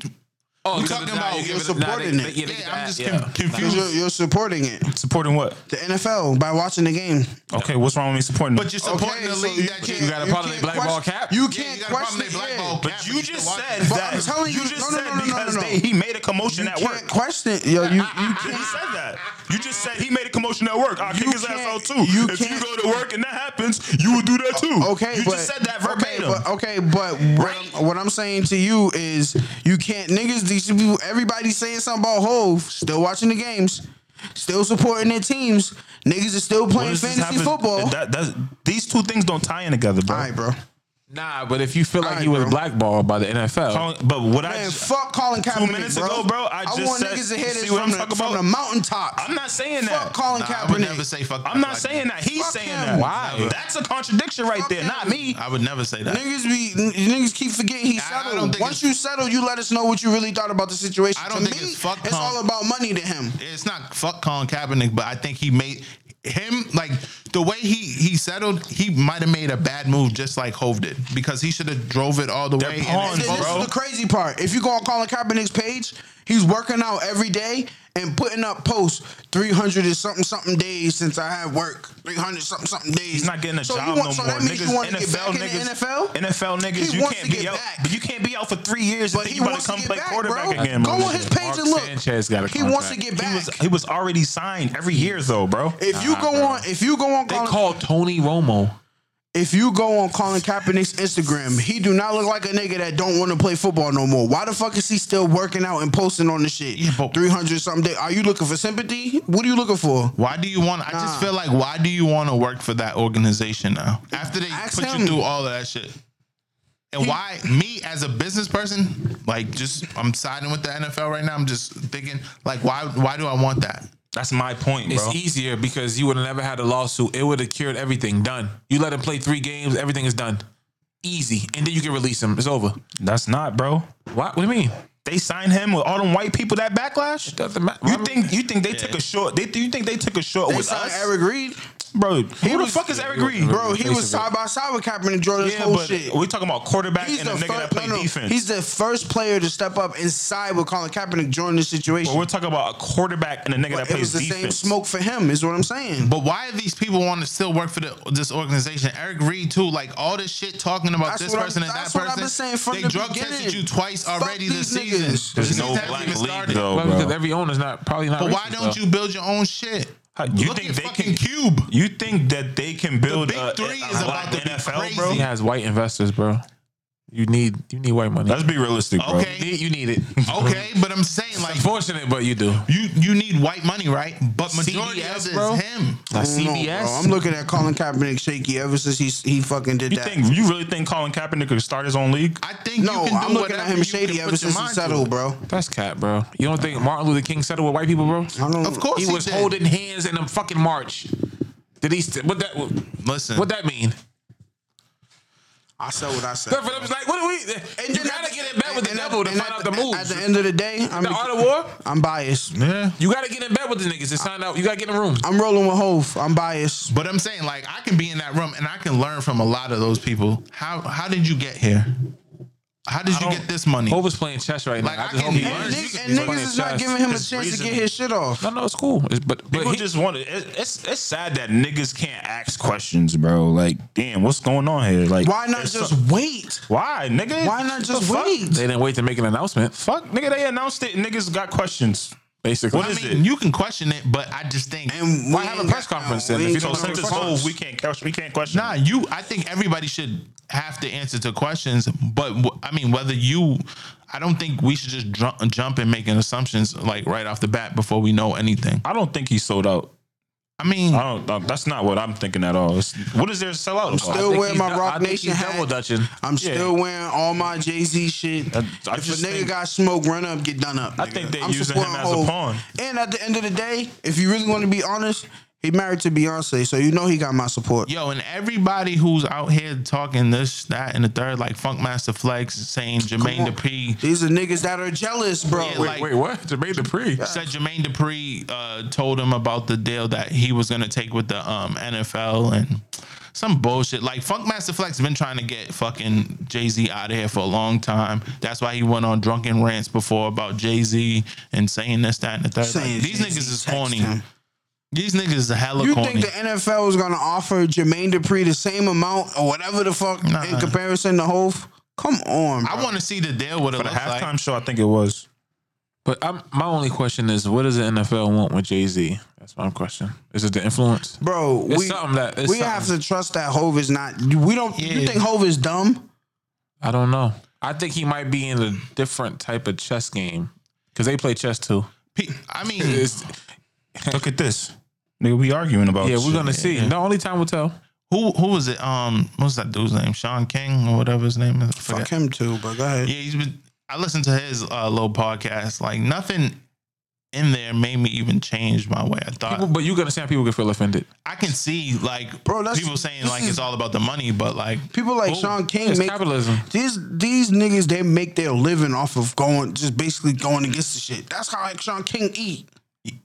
Speaker 5: Oh,
Speaker 7: You
Speaker 5: because
Speaker 7: talking
Speaker 5: of- nah,
Speaker 7: about
Speaker 5: you give
Speaker 7: you're
Speaker 5: it- nah, they-
Speaker 6: supporting
Speaker 5: they-
Speaker 6: it.
Speaker 5: yeah, they
Speaker 7: yeah,
Speaker 5: get
Speaker 7: I'm
Speaker 5: that,
Speaker 7: just
Speaker 5: yeah.
Speaker 7: con-
Speaker 6: Because
Speaker 7: confused.
Speaker 6: you're, you're supporting it,
Speaker 4: Supporting what?
Speaker 6: the NFL, by watching the game.
Speaker 4: Okay, what's wrong with me supporting them?
Speaker 7: But you're supporting the
Speaker 6: so
Speaker 7: league
Speaker 6: you
Speaker 7: that
Speaker 6: can't-
Speaker 7: you,
Speaker 5: You got a
Speaker 6: You
Speaker 5: problem with
Speaker 6: can't
Speaker 5: blackball
Speaker 6: question-
Speaker 5: cap?
Speaker 6: You
Speaker 7: yeah,
Speaker 6: can't
Speaker 7: you got a problem
Speaker 6: question
Speaker 7: they
Speaker 6: it.
Speaker 7: blackball
Speaker 6: But
Speaker 7: Cap,
Speaker 4: But you
Speaker 7: you're
Speaker 4: just
Speaker 7: watching-
Speaker 4: said
Speaker 6: But
Speaker 4: that.
Speaker 6: I'm telling you-
Speaker 4: just
Speaker 6: no, no, no,
Speaker 4: said
Speaker 6: no, no,
Speaker 4: because
Speaker 6: no.
Speaker 4: They, he made a commotion
Speaker 6: You
Speaker 4: at work.
Speaker 6: can't question it. Yo, you, you
Speaker 4: You
Speaker 6: can't.
Speaker 4: just said that. You just said he made a commotion at work. I kick his ass
Speaker 6: can't-
Speaker 4: out too.
Speaker 6: you
Speaker 4: if you
Speaker 6: can't-
Speaker 4: go to work and that happens, you will do that too.
Speaker 6: Okay,
Speaker 4: you
Speaker 6: but,
Speaker 4: just said that
Speaker 6: okay,
Speaker 4: verbatim.
Speaker 6: but- Okay, but, what, I'm, what I'm saying to you is, you can't niggas. These people, everybody saying something about Hove. Still watching the games, still supporting their teams. Niggas is still
Speaker 4: What
Speaker 6: playing
Speaker 4: does this
Speaker 6: fantasy
Speaker 4: have to-
Speaker 6: football.
Speaker 4: that- that's- these two things don't tie in together, bro.
Speaker 6: All right, bro.
Speaker 5: Nah, but if you feel like
Speaker 6: Alright,
Speaker 5: he was
Speaker 6: bro.
Speaker 5: blackballed by the NFL,
Speaker 4: Colin- But what I
Speaker 6: Man, fuck Colin Kaepernick,
Speaker 4: minutes
Speaker 6: bro.
Speaker 4: ago, bro, I just
Speaker 6: want
Speaker 4: said-
Speaker 6: niggas to hear
Speaker 4: you
Speaker 6: this
Speaker 4: see what
Speaker 6: from,
Speaker 4: I'm
Speaker 6: the,
Speaker 4: talking
Speaker 6: from
Speaker 4: about?
Speaker 6: the mountaintops.
Speaker 4: I'm not saying
Speaker 6: Fuck
Speaker 4: that.
Speaker 6: Colin
Speaker 7: Nah, I
Speaker 6: Kaepernick.
Speaker 7: would never say fuck.
Speaker 4: I'm not
Speaker 7: black
Speaker 4: saying that. He's
Speaker 6: Fuck
Speaker 4: saying
Speaker 6: him.
Speaker 4: that.
Speaker 5: Why?
Speaker 4: That's a contradiction right
Speaker 6: Fuck
Speaker 4: there.
Speaker 6: him.
Speaker 4: Not me.
Speaker 7: I would never say that.
Speaker 6: Niggas be n- niggas keep forgetting he
Speaker 7: I- I
Speaker 6: settled.
Speaker 7: don't think
Speaker 6: Once
Speaker 7: it's-
Speaker 6: you settle, you let us know what you really thought about the situation.
Speaker 7: I don't
Speaker 6: to
Speaker 7: think
Speaker 6: me,
Speaker 7: it's fuck
Speaker 6: It's
Speaker 7: Colin.
Speaker 6: all about money to him.
Speaker 7: it's not fuck Colin Kaepernick, but I think he made him like the way he he settled. He might have made a bad move, just like Hove did, because he should have drove it all the
Speaker 4: They're
Speaker 7: way. and
Speaker 4: pawns,
Speaker 6: And
Speaker 7: it's
Speaker 6: then
Speaker 7: both-
Speaker 6: this
Speaker 4: bro.
Speaker 6: is the crazy part. If you go on Colin Kaepernick's page, he's working out every day and putting up posts. Three hundred and something something days since I had work. Three hundred something something days.
Speaker 4: He's not getting a
Speaker 6: so
Speaker 4: job
Speaker 6: you want,
Speaker 4: no
Speaker 6: so
Speaker 4: more.
Speaker 6: That means
Speaker 4: niggas,
Speaker 6: you want to get back
Speaker 4: NFL
Speaker 6: in the
Speaker 4: niggas,
Speaker 6: NFL.
Speaker 4: NFL niggas,
Speaker 6: He
Speaker 4: you
Speaker 6: wants
Speaker 4: can't
Speaker 6: to get
Speaker 4: be out.
Speaker 6: back.
Speaker 4: But you can't be out for three years.
Speaker 6: But
Speaker 4: and think
Speaker 6: he
Speaker 4: you about
Speaker 6: wants to
Speaker 4: to come
Speaker 6: get
Speaker 4: play
Speaker 6: back,
Speaker 4: quarterback
Speaker 6: bro.
Speaker 4: again,
Speaker 6: Go
Speaker 4: bro.
Speaker 6: on his page
Speaker 5: Mark
Speaker 6: and look.
Speaker 5: Sanchez got a
Speaker 6: he wants to
Speaker 5: contract.
Speaker 6: get
Speaker 4: He
Speaker 6: back.
Speaker 4: was he was already signed every year though, bro.
Speaker 6: if you go on, if you go on,
Speaker 5: they
Speaker 6: Colin-
Speaker 5: called Tony Romo.
Speaker 6: If you go on Colin Kaepernick's Instagram, he do not look like a nigga that don't want to play football no more. Why the fuck is he still working out and posting on the shit?
Speaker 7: but-
Speaker 6: Three hundred something day. Are you looking for sympathy? What are you looking for?
Speaker 7: Why do you want? I
Speaker 6: Nah.
Speaker 7: just feel like why do you want to work for that organization now? After they
Speaker 6: Ask
Speaker 7: put
Speaker 6: him.
Speaker 7: you through all of that shit, and why me as a business person, like just I'm siding with the NFL right now. I'm just thinking like why why do I want that?
Speaker 4: That's my point, bro.
Speaker 5: It's easier because you would have never had a lawsuit. It would have cured everything. Done. You let him play three games. Everything is done. Easy, and then you can release him. It's over.
Speaker 4: That's not, bro.
Speaker 5: What? What do you mean?
Speaker 4: They signed him with all them white people that backlash.
Speaker 5: Doesn't matter.
Speaker 4: You think you think they took a short? They you think they took a short
Speaker 6: They
Speaker 4: with
Speaker 6: signed
Speaker 4: us,
Speaker 6: Eric Reed,
Speaker 4: bro? Who the
Speaker 6: was-
Speaker 4: fuck is Eric Reed,
Speaker 6: bro. He was
Speaker 5: Basically.
Speaker 6: side by side with Kaepernick during this
Speaker 4: Yeah,
Speaker 6: whole
Speaker 4: but
Speaker 6: shit.
Speaker 4: we talking about quarterback
Speaker 6: He's
Speaker 4: and
Speaker 6: the,
Speaker 4: a nigga
Speaker 6: first,
Speaker 4: that
Speaker 6: no,
Speaker 4: play
Speaker 6: no.
Speaker 4: defense.
Speaker 6: He's the first player to step up inside with Colin Kaepernick during this situation.
Speaker 4: But we're talking about a quarterback and a nigga that
Speaker 6: it was
Speaker 4: plays
Speaker 6: the
Speaker 4: defense.
Speaker 6: same smoke for him, is what I'm saying.
Speaker 7: But why do these people want to still work for the, this organization? Eric Reed too, like all this shit talking about
Speaker 6: That's
Speaker 7: this
Speaker 6: what I'm-
Speaker 7: person and that
Speaker 6: that's
Speaker 7: person.
Speaker 6: what I've been saying from
Speaker 7: they
Speaker 6: the
Speaker 7: drug tested
Speaker 6: beginning.
Speaker 7: you twice
Speaker 6: Fuck
Speaker 7: already this
Speaker 6: these
Speaker 7: season.
Speaker 6: niggas.
Speaker 4: There's
Speaker 7: This
Speaker 4: no
Speaker 7: hasn't
Speaker 4: black
Speaker 7: even
Speaker 4: league
Speaker 7: started.
Speaker 4: though,
Speaker 5: Well, because
Speaker 4: bro.
Speaker 5: every owner's not probably not.
Speaker 7: But why
Speaker 5: racist,
Speaker 7: don't
Speaker 5: though.
Speaker 7: you build your own shit?
Speaker 4: How- You
Speaker 7: Look
Speaker 4: think
Speaker 7: at
Speaker 4: they can-
Speaker 7: fucking Cube?
Speaker 4: You think that they can build
Speaker 7: Big
Speaker 4: a,
Speaker 7: Three
Speaker 4: a
Speaker 7: is
Speaker 4: black
Speaker 7: about to be
Speaker 4: NFL,
Speaker 7: crazy.
Speaker 4: bro?
Speaker 5: He has white investors, bro. You need you need white money.
Speaker 4: Let's be realistic, bro.
Speaker 5: You
Speaker 7: Okay.
Speaker 5: need- you need it.
Speaker 7: Okay, but I'm saying like
Speaker 5: Unfortunate, but you do.
Speaker 7: you you need white money, right? But majority
Speaker 5: CBS,
Speaker 7: of it
Speaker 5: bro?
Speaker 7: is him.
Speaker 5: Like
Speaker 6: I don't know,
Speaker 5: CBS.
Speaker 6: bro. I'm looking at Colin Kaepernick shaky ever since he he fucking did
Speaker 4: You
Speaker 6: that.
Speaker 4: think you really think Colin Kaepernick could start his own league?
Speaker 7: I think
Speaker 6: no,
Speaker 7: you can do
Speaker 6: I'm looking
Speaker 7: whatever
Speaker 6: at him
Speaker 7: you
Speaker 6: shady
Speaker 7: can
Speaker 6: ever
Speaker 7: put your
Speaker 6: since he
Speaker 7: mind to.
Speaker 6: settled, bro.
Speaker 5: That's cat, bro. You don't think Martin Luther King settled with white people, bro?
Speaker 6: I don't.
Speaker 7: Of course
Speaker 5: He was
Speaker 7: did.
Speaker 5: holding hands in a fucking march. Did he? St- what that? What
Speaker 7: Listen,
Speaker 5: that mean?
Speaker 6: I said what I said.
Speaker 5: That's what I was like. What do we?
Speaker 6: And
Speaker 5: you
Speaker 6: then at
Speaker 5: gotta
Speaker 6: the-
Speaker 5: get in bed with the
Speaker 6: and at-
Speaker 5: devil to
Speaker 6: and
Speaker 5: find
Speaker 6: at
Speaker 5: out the
Speaker 6: At
Speaker 5: moves.
Speaker 6: the end of the day, I'm
Speaker 5: the art of war.
Speaker 6: I'm biased.
Speaker 7: yeah.
Speaker 5: You gotta get in bed with the niggas to find out. You gotta get in the room.
Speaker 6: I'm rolling with Hove. I'm biased.
Speaker 7: But I'm saying like I can be in that room and I can learn from a lot of those people. How how did you get here? How did you
Speaker 5: don't-
Speaker 7: get this money?
Speaker 5: Hova's playing chess right now.
Speaker 7: Like,
Speaker 5: I
Speaker 7: I
Speaker 5: just
Speaker 7: can
Speaker 5: hope he
Speaker 7: learn.
Speaker 6: And,
Speaker 5: learns.
Speaker 7: You
Speaker 6: nigg-
Speaker 7: can
Speaker 6: and
Speaker 7: be
Speaker 6: niggas is not giving him a chance to get
Speaker 4: reasoning.
Speaker 6: his shit off.
Speaker 5: No, no, it's cool. It's, but but
Speaker 4: People
Speaker 5: he,
Speaker 4: just want to. It, it's it's sad that niggas can't ask questions, bro. Like, damn, what's going on here? Like,
Speaker 6: Why not
Speaker 4: it's
Speaker 6: just
Speaker 4: so-
Speaker 6: wait?
Speaker 4: why, nigga?
Speaker 6: Why not just
Speaker 4: The fuck?
Speaker 6: wait?
Speaker 5: they didn't wait to make an announcement.
Speaker 4: Fuck, nigga, they announced it. Niggas got questions.
Speaker 5: Basically,
Speaker 4: What
Speaker 7: I
Speaker 4: is
Speaker 7: mean,
Speaker 4: it?
Speaker 7: you can question it, but I just think
Speaker 6: And
Speaker 5: Why have a press conference then? If you
Speaker 4: So
Speaker 5: don't
Speaker 4: since it's whole, we can't catch- we can't question.
Speaker 7: Nah, you. I think everybody should have to answer to questions, but w- I mean, whether you, I don't think we should just jump, jump and make an assumptions like right off the bat before we know anything.
Speaker 4: I don't think he sold out.
Speaker 7: I mean,
Speaker 4: I don't. uh, That's not what I'm thinking at all. It's, what is there to sell out? about?
Speaker 6: still wearing my Rock Nation
Speaker 5: double
Speaker 6: hat.
Speaker 5: dutching.
Speaker 6: I'm still wearing all my Jay Z shit.
Speaker 4: I- I
Speaker 6: if a
Speaker 4: just
Speaker 6: nigga
Speaker 4: think-
Speaker 6: got smoke, run up, get done up.
Speaker 4: I
Speaker 6: nigga.
Speaker 4: think they're
Speaker 6: I'm
Speaker 4: using him
Speaker 6: supporting
Speaker 4: as a
Speaker 6: Hov.
Speaker 4: pawn.
Speaker 6: And at the end of the day, if you really want to be honest, he married to Beyonce, so you know he got my support.
Speaker 7: yo, and everybody who's out here talking this, that, and the third, like Funkmaster Flex saying Jermaine
Speaker 6: on.
Speaker 7: Dupri
Speaker 6: These are niggas that are jealous, bro.
Speaker 7: Yeah,
Speaker 6: Wait,
Speaker 7: like-
Speaker 5: Wait, what? Jermaine Dupri.
Speaker 7: said Jermaine Dupri uh, told him about the deal that he was gonna take with the um, NFL and. Some bullshit. Like Funkmaster Flex been trying to get fucking Jay Z out of here for a long time. That's why he went on drunken rants before about Jay Z and saying this, that, and the third.
Speaker 6: saying
Speaker 7: Like, these
Speaker 6: Jay-Z
Speaker 7: niggas is
Speaker 6: text
Speaker 7: corny.
Speaker 6: him.
Speaker 7: These niggas is hella
Speaker 6: You
Speaker 7: corny.
Speaker 6: think the NFL is gonna offer Jermaine Dupri the same amount or whatever the fuck
Speaker 7: Nah.
Speaker 6: in comparison to Hove? Come on, bro.
Speaker 7: I want to see the deal with it
Speaker 4: For the
Speaker 7: looks like.
Speaker 4: halftime show, I think it was.
Speaker 5: But I'm, my only question is, what does the NFL want with Jay Z? That's my question. Is it the influence?
Speaker 6: bro.
Speaker 5: It's
Speaker 6: we
Speaker 5: something that- it's
Speaker 6: we have to
Speaker 5: something.
Speaker 6: trust that Hove is not. We don't. You
Speaker 7: Yeah.
Speaker 6: think Hove is dumb?
Speaker 5: I don't know. I think he might be in a different type of chess game because they play chess too.
Speaker 7: Pe- I mean,
Speaker 5: It's-
Speaker 4: Look at this, nigga. We arguing about.
Speaker 5: yeah, we're
Speaker 4: shit.
Speaker 5: gonna see. The only time will tell.
Speaker 7: who who was it? Um, what was that dude's name? Sean King or whatever his name is. I forgot.
Speaker 6: Fuck him too. But go ahead.
Speaker 7: Yeah, he's been. I listened to his uh, little podcast. Like nothing in there made me even change my way. I thought
Speaker 5: People, but you gonna see how people can feel offended.
Speaker 7: I can see like
Speaker 6: Bro, that's-
Speaker 7: people saying
Speaker 6: this
Speaker 7: like
Speaker 6: is-
Speaker 7: it's all about the money, but like
Speaker 6: People like Sean King
Speaker 5: It's
Speaker 6: make
Speaker 5: capitalism.
Speaker 6: these these niggas. They make their living off of going, just basically going against the shit. That's how like Sean King eat.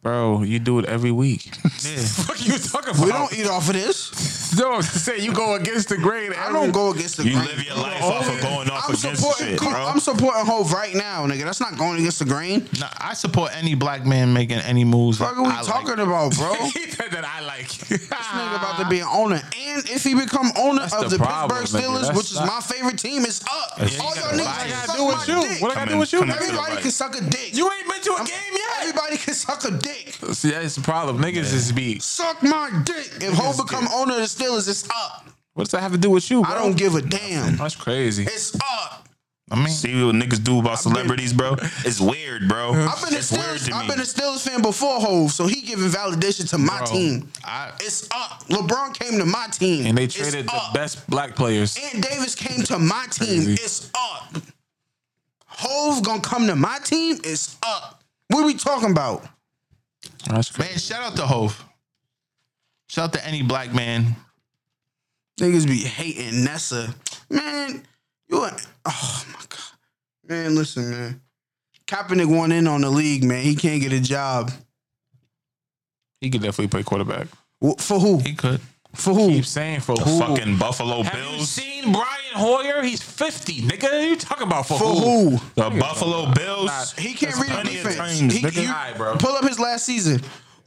Speaker 5: Bro, you do it every week. Fuck you talking about?
Speaker 6: We don't eat off of this.
Speaker 5: No, say you go against the grain.
Speaker 6: I don't go against the.
Speaker 4: You
Speaker 6: grain.
Speaker 4: live your life
Speaker 5: Oh,
Speaker 4: off of going off
Speaker 6: I'm
Speaker 4: against
Speaker 6: supporting.
Speaker 4: shit,
Speaker 6: come on,
Speaker 4: bro.
Speaker 6: I'm supporting Hove right now, nigga. That's not going against the grain.
Speaker 7: nah, I support any black man making any moves.
Speaker 6: Fuck are we
Speaker 7: I like.
Speaker 6: talking about, bro?
Speaker 5: He said that I like.
Speaker 6: nigga about to be an owner. And if he become owner
Speaker 5: That's
Speaker 6: of
Speaker 5: the
Speaker 6: the,
Speaker 5: problem,
Speaker 6: Pittsburgh
Speaker 5: nigga.
Speaker 6: Steelers,
Speaker 5: That's
Speaker 6: which is
Speaker 5: not-
Speaker 6: my favorite team, is up. All Oh, y'all
Speaker 7: gotta
Speaker 6: niggas
Speaker 7: buy it.
Speaker 6: can
Speaker 7: I
Speaker 6: suck
Speaker 5: do
Speaker 6: my
Speaker 5: with you.
Speaker 6: dick.
Speaker 5: What I gotta
Speaker 4: Come
Speaker 5: do
Speaker 4: in,
Speaker 5: with you?
Speaker 4: come in.
Speaker 6: Everybody can suck a dick.
Speaker 5: You ain't been to a game yet.
Speaker 6: Everybody can suck a dick.
Speaker 5: See, that's the problem. Niggas just be.
Speaker 6: Suck my dick. If Ho become owner of the Steelers, it's up.
Speaker 5: What does that have to do with you? Bro?
Speaker 6: I don't give a damn.
Speaker 5: That's crazy.
Speaker 6: It's up.
Speaker 7: I mean,
Speaker 4: See what niggas do about celebrities, bro. It's weird, bro.
Speaker 6: I've been a
Speaker 4: it's weird
Speaker 6: Steelers.
Speaker 4: to
Speaker 6: I've
Speaker 4: me.
Speaker 6: been a Steelers fan before Hove, so he giving validation to my
Speaker 7: bro,
Speaker 6: team.
Speaker 7: I
Speaker 6: It's up. LeBron came to my team,
Speaker 5: And they
Speaker 6: It's
Speaker 5: traded the
Speaker 6: up.
Speaker 5: best black players.
Speaker 6: And Davis came to my team.
Speaker 5: Crazy.
Speaker 6: It's up. Hove gonna come to my team. It's up. What we talking about?
Speaker 5: That's crazy.
Speaker 7: man, shout out to Hove. Shout out to any black man.
Speaker 6: Niggas be hating Nessa. Man, you a, oh my god. Man, listen, man. Kaepernick won in on the league, man. He can't get a job.
Speaker 5: He could definitely play quarterback.
Speaker 6: Wh- For who?
Speaker 7: He could.
Speaker 6: For who?
Speaker 5: Keep saying for
Speaker 4: The
Speaker 5: who?
Speaker 4: fucking Buffalo
Speaker 5: have you
Speaker 4: Bills.
Speaker 5: seen Brian Hoyer? He's fifty, nigga. What are you talking about for,
Speaker 6: For
Speaker 5: who?
Speaker 6: who?
Speaker 4: The Buffalo Bills.
Speaker 6: He can't read
Speaker 4: There's
Speaker 6: a
Speaker 4: plenty of
Speaker 6: defense.
Speaker 4: times,
Speaker 6: He-
Speaker 4: nigga.
Speaker 6: you-
Speaker 5: Alright, bro.
Speaker 6: Pull up his last season.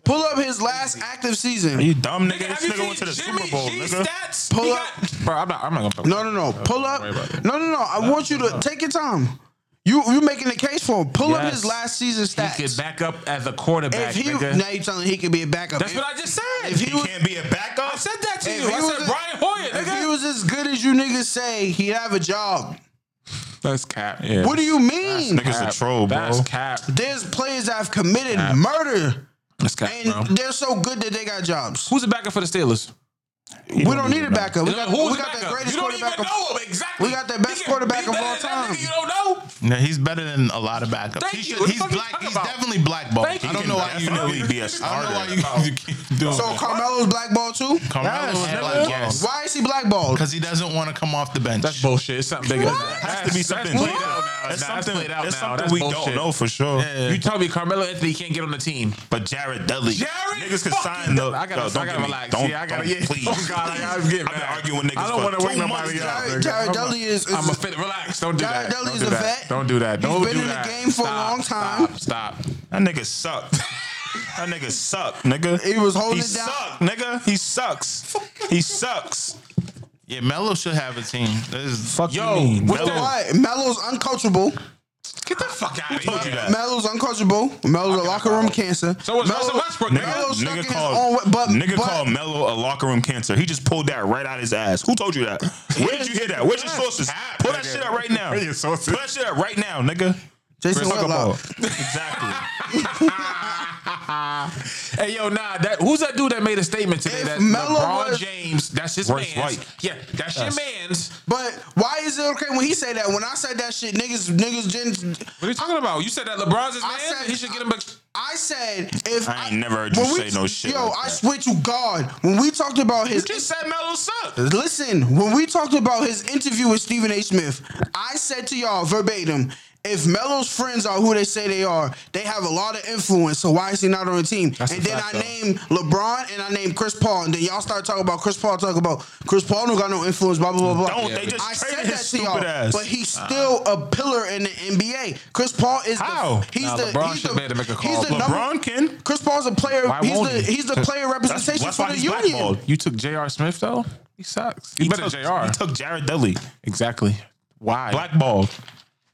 Speaker 6: Pull up his last active season.
Speaker 4: Are you dumb,
Speaker 5: Nigga,
Speaker 4: nigga? This
Speaker 5: have you
Speaker 4: nigga went to
Speaker 5: seen
Speaker 4: the
Speaker 5: Jimmy
Speaker 4: Super Bowl,
Speaker 5: G
Speaker 4: nigga.
Speaker 5: stats?
Speaker 6: Pull
Speaker 5: He
Speaker 6: up-
Speaker 5: got- bro, I'm not. I'm not gonna.
Speaker 6: No, no, no. Pull up.
Speaker 5: worry about it.
Speaker 6: No, no, no. I want you to take your time. You you making the case for him. Pull up
Speaker 5: Yes.
Speaker 6: his last season stats.
Speaker 5: He could back up as a quarterback,
Speaker 6: if he
Speaker 5: nigga.
Speaker 6: now you telling him he could be a backup.
Speaker 5: That's
Speaker 6: If-
Speaker 5: what I just said.
Speaker 6: If he
Speaker 4: He
Speaker 6: was
Speaker 4: can't be a backup.
Speaker 5: I said that to
Speaker 6: if
Speaker 5: you.
Speaker 6: he
Speaker 5: I
Speaker 6: was
Speaker 5: said
Speaker 6: a-
Speaker 5: Brian Hoyer,
Speaker 6: if he
Speaker 5: nigga.
Speaker 6: was as good as you niggas say, he'd have a job.
Speaker 5: That's cap.
Speaker 4: Yeah.
Speaker 6: What do you mean?
Speaker 4: Niggas a troll, bro.
Speaker 5: That's cap.
Speaker 6: There's players that have committed murder,
Speaker 5: That's cap,
Speaker 6: and
Speaker 5: bro.
Speaker 6: they're so good that they got jobs.
Speaker 5: Who's the backup for the Steelers?
Speaker 6: We don't need a backup. We got,
Speaker 5: Who's
Speaker 6: we
Speaker 5: the
Speaker 6: got the
Speaker 5: backup?
Speaker 6: greatest
Speaker 5: You don't even
Speaker 6: quarterback. Of,
Speaker 5: know him exactly.
Speaker 6: We got the best
Speaker 5: He can
Speaker 6: quarterback
Speaker 5: be
Speaker 6: of
Speaker 5: better
Speaker 6: all
Speaker 5: than that
Speaker 6: time.
Speaker 5: nigga You don't know.
Speaker 7: No, he's better than a lot of backups.
Speaker 5: Thank
Speaker 7: he
Speaker 5: you.
Speaker 7: should,
Speaker 5: What the
Speaker 7: he's
Speaker 5: fuck you
Speaker 7: black.
Speaker 5: talking
Speaker 7: He's
Speaker 5: about?
Speaker 7: definitely blackballed.
Speaker 5: Thank
Speaker 7: I
Speaker 5: you.
Speaker 7: don't know why you know
Speaker 4: Definitely
Speaker 7: he
Speaker 4: be a
Speaker 7: I don't know why
Speaker 4: starter.
Speaker 7: you, you keep doing
Speaker 6: so
Speaker 7: it.
Speaker 6: Carmelo's blackballed too.
Speaker 7: Carmelo was
Speaker 5: Yes.
Speaker 7: blackballed.
Speaker 5: Yes.
Speaker 6: Why is he blackballed?
Speaker 7: Because he doesn't want to come off the bench.
Speaker 5: That's bullshit. It's something bigger. than
Speaker 6: What?
Speaker 5: that.
Speaker 4: Has
Speaker 5: That's-
Speaker 4: to be something.
Speaker 5: That's played out
Speaker 4: That's,
Speaker 5: now. That's
Speaker 4: something.
Speaker 5: played out
Speaker 4: that's
Speaker 5: now.
Speaker 4: something
Speaker 5: That's
Speaker 4: we
Speaker 5: bullshit.
Speaker 4: don't know for sure.
Speaker 5: You tell me Carmelo Anthony can't get on the team.
Speaker 4: But Jared Dudley,
Speaker 5: Jared
Speaker 4: niggas could
Speaker 5: fucking
Speaker 4: sign the.
Speaker 5: Dudley. I gotta-
Speaker 4: Yo,
Speaker 5: I
Speaker 4: don't
Speaker 5: gotta
Speaker 4: get me-
Speaker 5: relax.
Speaker 4: Don't,
Speaker 5: Yeah, I gotta-
Speaker 4: don't,
Speaker 5: yeah.
Speaker 4: Please.
Speaker 5: Oh, God, I gotta get
Speaker 4: I've been
Speaker 5: mad.
Speaker 4: arguing with niggas
Speaker 5: I don't
Speaker 4: for
Speaker 5: wanna
Speaker 4: two
Speaker 5: wake nobody
Speaker 4: months
Speaker 5: up.
Speaker 4: now.
Speaker 6: Jared, Jared Dudley is, is
Speaker 5: I'm a fit. Relax. Don't do
Speaker 6: Jared
Speaker 5: that.
Speaker 6: Dudley
Speaker 5: Don't
Speaker 6: is
Speaker 5: do
Speaker 6: a
Speaker 5: that.
Speaker 6: vet.
Speaker 5: Don't do that. Don't
Speaker 6: been
Speaker 5: do
Speaker 6: in the
Speaker 5: that.
Speaker 6: game for a
Speaker 5: Stop,
Speaker 6: long time.
Speaker 5: Stop. stop.
Speaker 4: That nigga sucked. that nigga sucked, nigga.
Speaker 6: He was holding
Speaker 4: He
Speaker 6: it down.
Speaker 4: sucked, nigga. He sucks. He sucks.
Speaker 7: Yeah, Melo should have a team. This is-
Speaker 4: Fuck
Speaker 5: Yo,
Speaker 4: you mean,
Speaker 5: what
Speaker 4: Melo.
Speaker 5: the-
Speaker 6: Why? Melo's uncoachable.
Speaker 5: Get the fuck out of
Speaker 4: Told you
Speaker 5: here.
Speaker 4: that.
Speaker 6: Melo's uncoachable. Melo's a locker room cancer.
Speaker 5: So was Russell Westbrook, nigga.
Speaker 6: Melo's stuck in
Speaker 4: Nigga
Speaker 6: his
Speaker 4: called,
Speaker 6: own way, but,
Speaker 4: nigga
Speaker 6: but
Speaker 4: called Mello a locker room cancer. He just pulled that right out his ass. Who told you that? Where did you hear that? Where's your sources? Pull that shit out right now.
Speaker 5: Where your sources?
Speaker 4: Pull that shit out right now, nigga.
Speaker 6: Jason
Speaker 4: Chris
Speaker 6: Whitlock.
Speaker 4: Huckaball. Exactly.
Speaker 5: Hey yo, nah, that who's that dude that made a statement today
Speaker 6: If
Speaker 5: that
Speaker 6: Melo
Speaker 5: LeBron
Speaker 6: was-
Speaker 5: James, that's his
Speaker 4: Rice
Speaker 5: man's.
Speaker 4: White.
Speaker 5: Yeah, that's your man's.
Speaker 6: But why is it okay when he say that? When I said that shit, niggas, niggas didn't.
Speaker 5: What are you talking about? You said that LeBron's his
Speaker 6: I
Speaker 5: man.
Speaker 6: said-
Speaker 5: he should get him. A,
Speaker 6: I said if
Speaker 4: I ain't never heard you
Speaker 6: when
Speaker 4: say no shit
Speaker 6: Yo,
Speaker 4: like
Speaker 6: I
Speaker 4: that.
Speaker 6: swear to God, when we talked about his
Speaker 5: just said Melo sucks.
Speaker 6: listen, when we talked about his interview with Stephen A. Smith, I said to y'all verbatim, if Melo's friends are who they say they are, they have a lot of influence. So why is he not on the team? and
Speaker 5: the
Speaker 6: then
Speaker 5: fact,
Speaker 6: I
Speaker 5: though.
Speaker 6: named LeBron and I named Chris Paul, and then y'all start talking about Chris Paul. Talk about Chris Paul don't got no influence. Blah blah blah blah.
Speaker 4: Don't. They just
Speaker 6: I said
Speaker 4: traded
Speaker 6: that
Speaker 4: his
Speaker 6: to y'all,
Speaker 4: stupid ass.
Speaker 6: but he's still a pillar in the NBA. Chris Paul is
Speaker 4: How?
Speaker 6: the he's
Speaker 5: Nah,
Speaker 6: the
Speaker 5: LeBron
Speaker 6: he's
Speaker 5: should
Speaker 6: the,
Speaker 5: be able to make a
Speaker 6: he's
Speaker 5: call.
Speaker 6: the number-
Speaker 4: LeBron can.
Speaker 6: Chris Paul's a player.
Speaker 5: Why
Speaker 6: he's
Speaker 5: won't
Speaker 6: the
Speaker 5: he?
Speaker 6: he's the player representation
Speaker 4: that's
Speaker 6: for
Speaker 4: why
Speaker 6: the
Speaker 4: he's
Speaker 6: union.
Speaker 4: blackballed.
Speaker 5: You took J.R. Smith though. He sucks. He,
Speaker 4: He
Speaker 5: better
Speaker 4: took,
Speaker 5: J.R.
Speaker 4: He took Jared Dudley.
Speaker 5: exactly. Why?
Speaker 4: Blackball.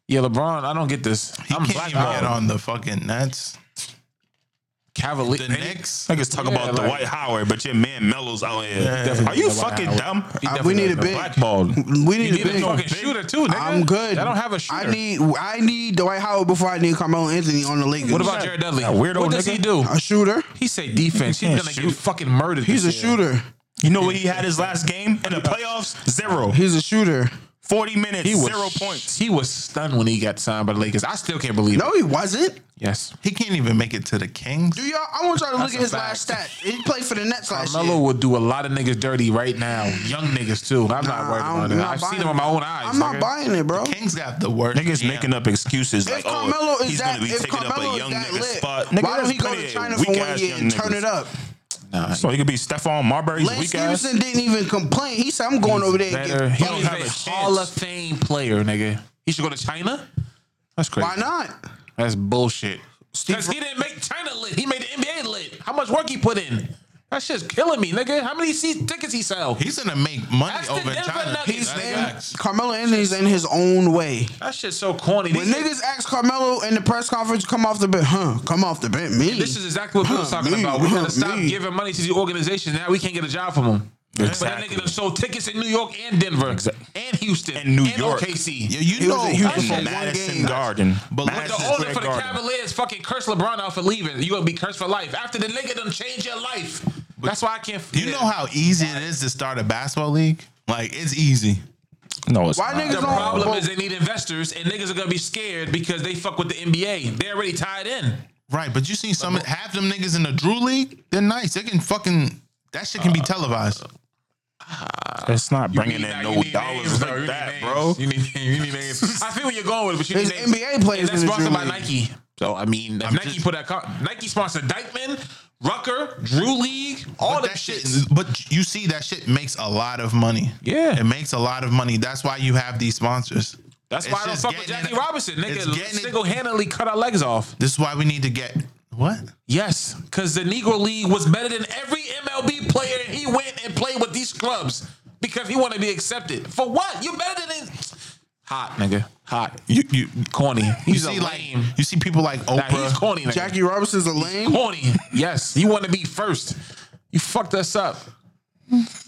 Speaker 5: Yeah, LeBron. I don't get this.
Speaker 7: He
Speaker 5: I'm
Speaker 7: can't
Speaker 5: black.
Speaker 7: even get
Speaker 5: on
Speaker 7: on the fucking Nets.
Speaker 5: Cavalier.
Speaker 7: The Knicks.
Speaker 4: Niggas talk
Speaker 5: Yeah,
Speaker 4: about
Speaker 5: like-
Speaker 4: the White Howard, but your man Mello's out here.
Speaker 5: definitely
Speaker 4: Are you
Speaker 5: the Dwight
Speaker 4: fucking
Speaker 5: Howard.
Speaker 4: dumb?
Speaker 5: He
Speaker 6: Uh,
Speaker 5: definitely
Speaker 6: we need a
Speaker 5: does.
Speaker 6: big.
Speaker 4: Blackballed.
Speaker 6: We need
Speaker 5: You
Speaker 6: a
Speaker 5: need a
Speaker 6: big.
Speaker 5: fucking shooter too, nigga.
Speaker 6: I'm good.
Speaker 5: I don't have a shooter.
Speaker 6: I need I need Dwight Howard before I need Carmelo Anthony on the Lakers.
Speaker 5: What about Jared Dudley?
Speaker 4: That weirdo
Speaker 5: what does
Speaker 4: nigga?
Speaker 5: he do?
Speaker 6: a shooter?
Speaker 5: He say defense.
Speaker 4: He
Speaker 5: He's
Speaker 4: can't
Speaker 5: gonna
Speaker 4: shoot.
Speaker 5: get fucking murdered.
Speaker 6: He's a
Speaker 5: this year.
Speaker 6: shooter.
Speaker 4: You know what he had his last game in the playoffs? Zero.
Speaker 6: He's a shooter.
Speaker 4: 40 minutes,
Speaker 5: He was
Speaker 4: zero points.
Speaker 5: He was stunned when he got signed by the Lakers. I still can't believe. it.
Speaker 6: No, he wasn't.
Speaker 5: Yes.
Speaker 7: He can't even make it to the Kings.
Speaker 6: Do y'all? I want y'all to look at
Speaker 5: a
Speaker 6: his last stat. He played for the Nets last
Speaker 5: Carmelo
Speaker 6: year.
Speaker 5: will do a lot of niggas dirty right now. Young niggas too. I'm
Speaker 6: Nah,
Speaker 5: not worried
Speaker 6: I'm
Speaker 5: about it.
Speaker 6: not
Speaker 5: I've seen
Speaker 6: buying
Speaker 5: him with my
Speaker 6: it.
Speaker 5: own eyes.
Speaker 6: I'm not
Speaker 5: nigga.
Speaker 6: buying it, bro.
Speaker 7: Niggas got the worst.
Speaker 4: Niggas
Speaker 7: GM.
Speaker 4: making up excuses like,
Speaker 6: Carmelo
Speaker 4: oh,
Speaker 6: is
Speaker 4: he's
Speaker 6: that-
Speaker 4: going to be
Speaker 6: if
Speaker 4: taking up
Speaker 6: Carmelo
Speaker 4: a
Speaker 6: is
Speaker 4: young
Speaker 6: that
Speaker 4: nigga
Speaker 6: lit,
Speaker 4: spot. Nigga,
Speaker 6: Why don't
Speaker 4: there's
Speaker 6: he go
Speaker 4: plenty
Speaker 6: to
Speaker 4: of
Speaker 6: China for one
Speaker 4: weak-ass
Speaker 6: year
Speaker 4: young
Speaker 6: and turn
Speaker 4: niggas.
Speaker 6: it up?
Speaker 4: So he could be Stephon Marbury's
Speaker 6: Lance
Speaker 4: weak ass.
Speaker 6: Stevenson didn't even complain. He said, "I'm going over there." And
Speaker 5: Better.
Speaker 6: get,
Speaker 5: He
Speaker 4: don't
Speaker 5: is
Speaker 4: have a
Speaker 5: a
Speaker 4: chance.
Speaker 5: Hall of Fame player, nigga. He should go to China. That's crazy.
Speaker 6: why not?
Speaker 5: That's bullshit. Because
Speaker 6: Steve-
Speaker 5: he didn't make China lit. He made the NBA lit. How much work he put in? That shit's killing me, nigga. How many seat tickets he sell?
Speaker 7: He's gonna make money
Speaker 5: That's the
Speaker 7: over
Speaker 5: Denver
Speaker 7: China.
Speaker 5: Nuggets,
Speaker 7: That's
Speaker 5: man.
Speaker 7: facts.
Speaker 6: Carmelo Anthony's in his own way.
Speaker 5: that shit's so corny.
Speaker 6: When
Speaker 5: These-
Speaker 6: niggas asked Carmelo in the press conference, "Come off the bench, huh? Come off the bench, me."
Speaker 5: This is exactly what we was talking
Speaker 6: Me,
Speaker 5: about. We gotta stop
Speaker 6: me.
Speaker 5: giving money to these organizations. Now we can't get a job from them. But that
Speaker 4: Exactly.
Speaker 5: nigga done sold tickets in New York and Denver and Houston
Speaker 4: And New York.
Speaker 5: OKC.
Speaker 7: Yo, you
Speaker 6: He was
Speaker 7: know,
Speaker 6: in Houston for one
Speaker 4: In Madison
Speaker 6: game.
Speaker 4: Garden.
Speaker 7: But look at
Speaker 5: the
Speaker 4: Madison
Speaker 5: order
Speaker 4: Square
Speaker 5: for the
Speaker 4: Garden.
Speaker 5: Cavaliers fucking curse LeBron out for leaving. You gonna be cursed for life after the nigga done change your life. That's why I can't.
Speaker 7: you know how easy it is to start a basketball league. Like it's easy.
Speaker 4: No, it's
Speaker 6: Why
Speaker 4: not.
Speaker 6: niggas
Speaker 5: The
Speaker 6: don't-
Speaker 5: problem
Speaker 6: Well-
Speaker 5: is they need investors and niggas are gonna be scared because they fuck with the NBA. They're already tied in.
Speaker 7: Right, but you seen some half them niggas in the Drew League, they're nice. They can fucking that shit can be televised.
Speaker 4: It's not bringing
Speaker 5: You need-
Speaker 4: in
Speaker 5: you
Speaker 4: no
Speaker 5: need names,
Speaker 4: dollars
Speaker 5: though. You
Speaker 4: like
Speaker 5: need
Speaker 4: that,
Speaker 5: names.
Speaker 4: bro.
Speaker 5: You need, you need names. I feel where you're going with it, but you
Speaker 6: There's
Speaker 5: need names.
Speaker 6: NBA
Speaker 5: And
Speaker 6: players
Speaker 5: that's
Speaker 6: in the
Speaker 5: sponsored
Speaker 6: Drew
Speaker 5: by
Speaker 6: League.
Speaker 5: Nike. So I mean, if Nike
Speaker 7: just-
Speaker 5: put that. Co- Nike sponsored Dykeman, Rucker, Drew League, all
Speaker 7: But
Speaker 5: that
Speaker 7: that
Speaker 5: shit.
Speaker 7: shit, but you see that shit makes a lot of money.
Speaker 5: Yeah.
Speaker 7: it makes a lot of money. That's why you have these sponsors.
Speaker 5: That's
Speaker 7: It's
Speaker 5: why I don't
Speaker 7: just
Speaker 5: fuck with
Speaker 7: getting
Speaker 5: Jackie
Speaker 7: it-
Speaker 5: Robinson,
Speaker 7: it's
Speaker 5: nigga.
Speaker 7: getting it-
Speaker 5: Single handedly cut our legs off.
Speaker 7: This is why we need to get what
Speaker 5: Yes, because the Negro League was better than every MLB player, and he went and played with these clubs because he wanted to be accepted. For what? You're better than hot, nigga. Hot.
Speaker 7: you you
Speaker 5: Corny. He's
Speaker 7: you see
Speaker 5: a
Speaker 7: like
Speaker 5: lame.
Speaker 7: you see people like
Speaker 5: Nah,
Speaker 7: Oprah.
Speaker 5: he's corny. Nigga.
Speaker 6: Jackie Robinson's a lame.
Speaker 5: corny. Yes, you want to be first. You fucked us up.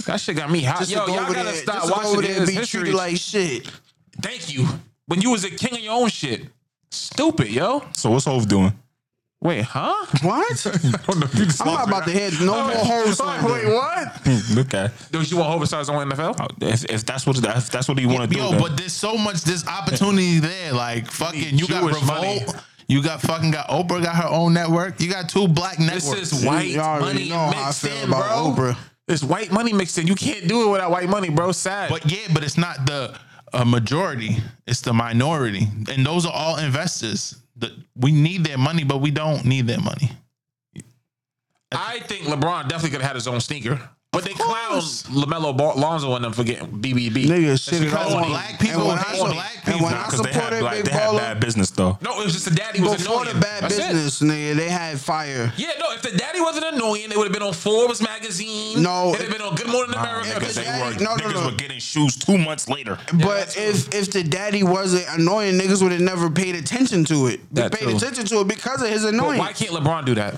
Speaker 5: That shit got me hot.
Speaker 6: Just
Speaker 5: Yo,
Speaker 6: to go
Speaker 5: y'all
Speaker 6: over
Speaker 5: gotta
Speaker 6: there,
Speaker 5: stop
Speaker 6: just to go
Speaker 5: watching
Speaker 6: over there and
Speaker 5: this
Speaker 6: be
Speaker 5: history.
Speaker 6: treated like shit.
Speaker 5: Thank you. when you was a king of your own shit. Stupid, yo.
Speaker 4: So what's Hove doing?
Speaker 5: Wait, huh?
Speaker 6: What? I'm not about to hear no more hoes. Wait, what?
Speaker 4: okay.
Speaker 5: Don't you want oversized on
Speaker 6: Oh,
Speaker 5: NFL?
Speaker 4: uh, If, if that's what if that's what he want to do,
Speaker 7: Yo,
Speaker 4: then-
Speaker 7: but there's so much this opportunity there. Like fucking, you got
Speaker 5: Jewish
Speaker 7: revolt.
Speaker 5: money.
Speaker 7: You got fucking got Oprah got her own network. You got two black networks.
Speaker 5: This is white
Speaker 6: Y'all
Speaker 5: money
Speaker 6: already know how I
Speaker 5: mixed
Speaker 6: feel
Speaker 5: in, bro.
Speaker 6: about Oprah.
Speaker 5: It's white money mixed in. You can't do it without white money, bro. Sad.
Speaker 7: But yeah, but it's not the uh, majority. It's the minority, and those are all investors. The, we need their money, but we don't need their money.
Speaker 5: I think LeBron definitely could have had his own sneaker. But they clown
Speaker 7: course.
Speaker 5: LaMelo Ball- Lonzo and them for getting BBB.
Speaker 6: Nigga, shit it
Speaker 7: Because
Speaker 6: all on.
Speaker 7: black people
Speaker 6: And when
Speaker 7: hate
Speaker 6: I, and
Speaker 7: black
Speaker 6: when
Speaker 7: people.
Speaker 6: I
Speaker 4: because they had
Speaker 6: supported
Speaker 4: like,
Speaker 6: Big
Speaker 4: they had
Speaker 6: Baller,
Speaker 4: bad business though.
Speaker 5: No, it was just the daddy was
Speaker 6: before
Speaker 5: annoying.
Speaker 6: the bad
Speaker 5: That's it.
Speaker 6: business, nigga, they had fire.
Speaker 5: Yeah, no, if the daddy wasn't annoying, it would have been on Forbes magazine.
Speaker 6: No,
Speaker 5: It'd have been on Good Morning America.
Speaker 6: if
Speaker 4: Because
Speaker 6: the
Speaker 4: they
Speaker 6: daddy-
Speaker 4: were
Speaker 6: no, no,
Speaker 4: niggas
Speaker 6: no.
Speaker 4: were getting shoes two months later.
Speaker 6: But if if the daddy wasn't annoying, niggas would have never paid attention to it. They
Speaker 5: That
Speaker 6: paid
Speaker 5: too.
Speaker 6: attention to it because of his
Speaker 5: But
Speaker 6: annoyance.
Speaker 5: why can't LeBron do that?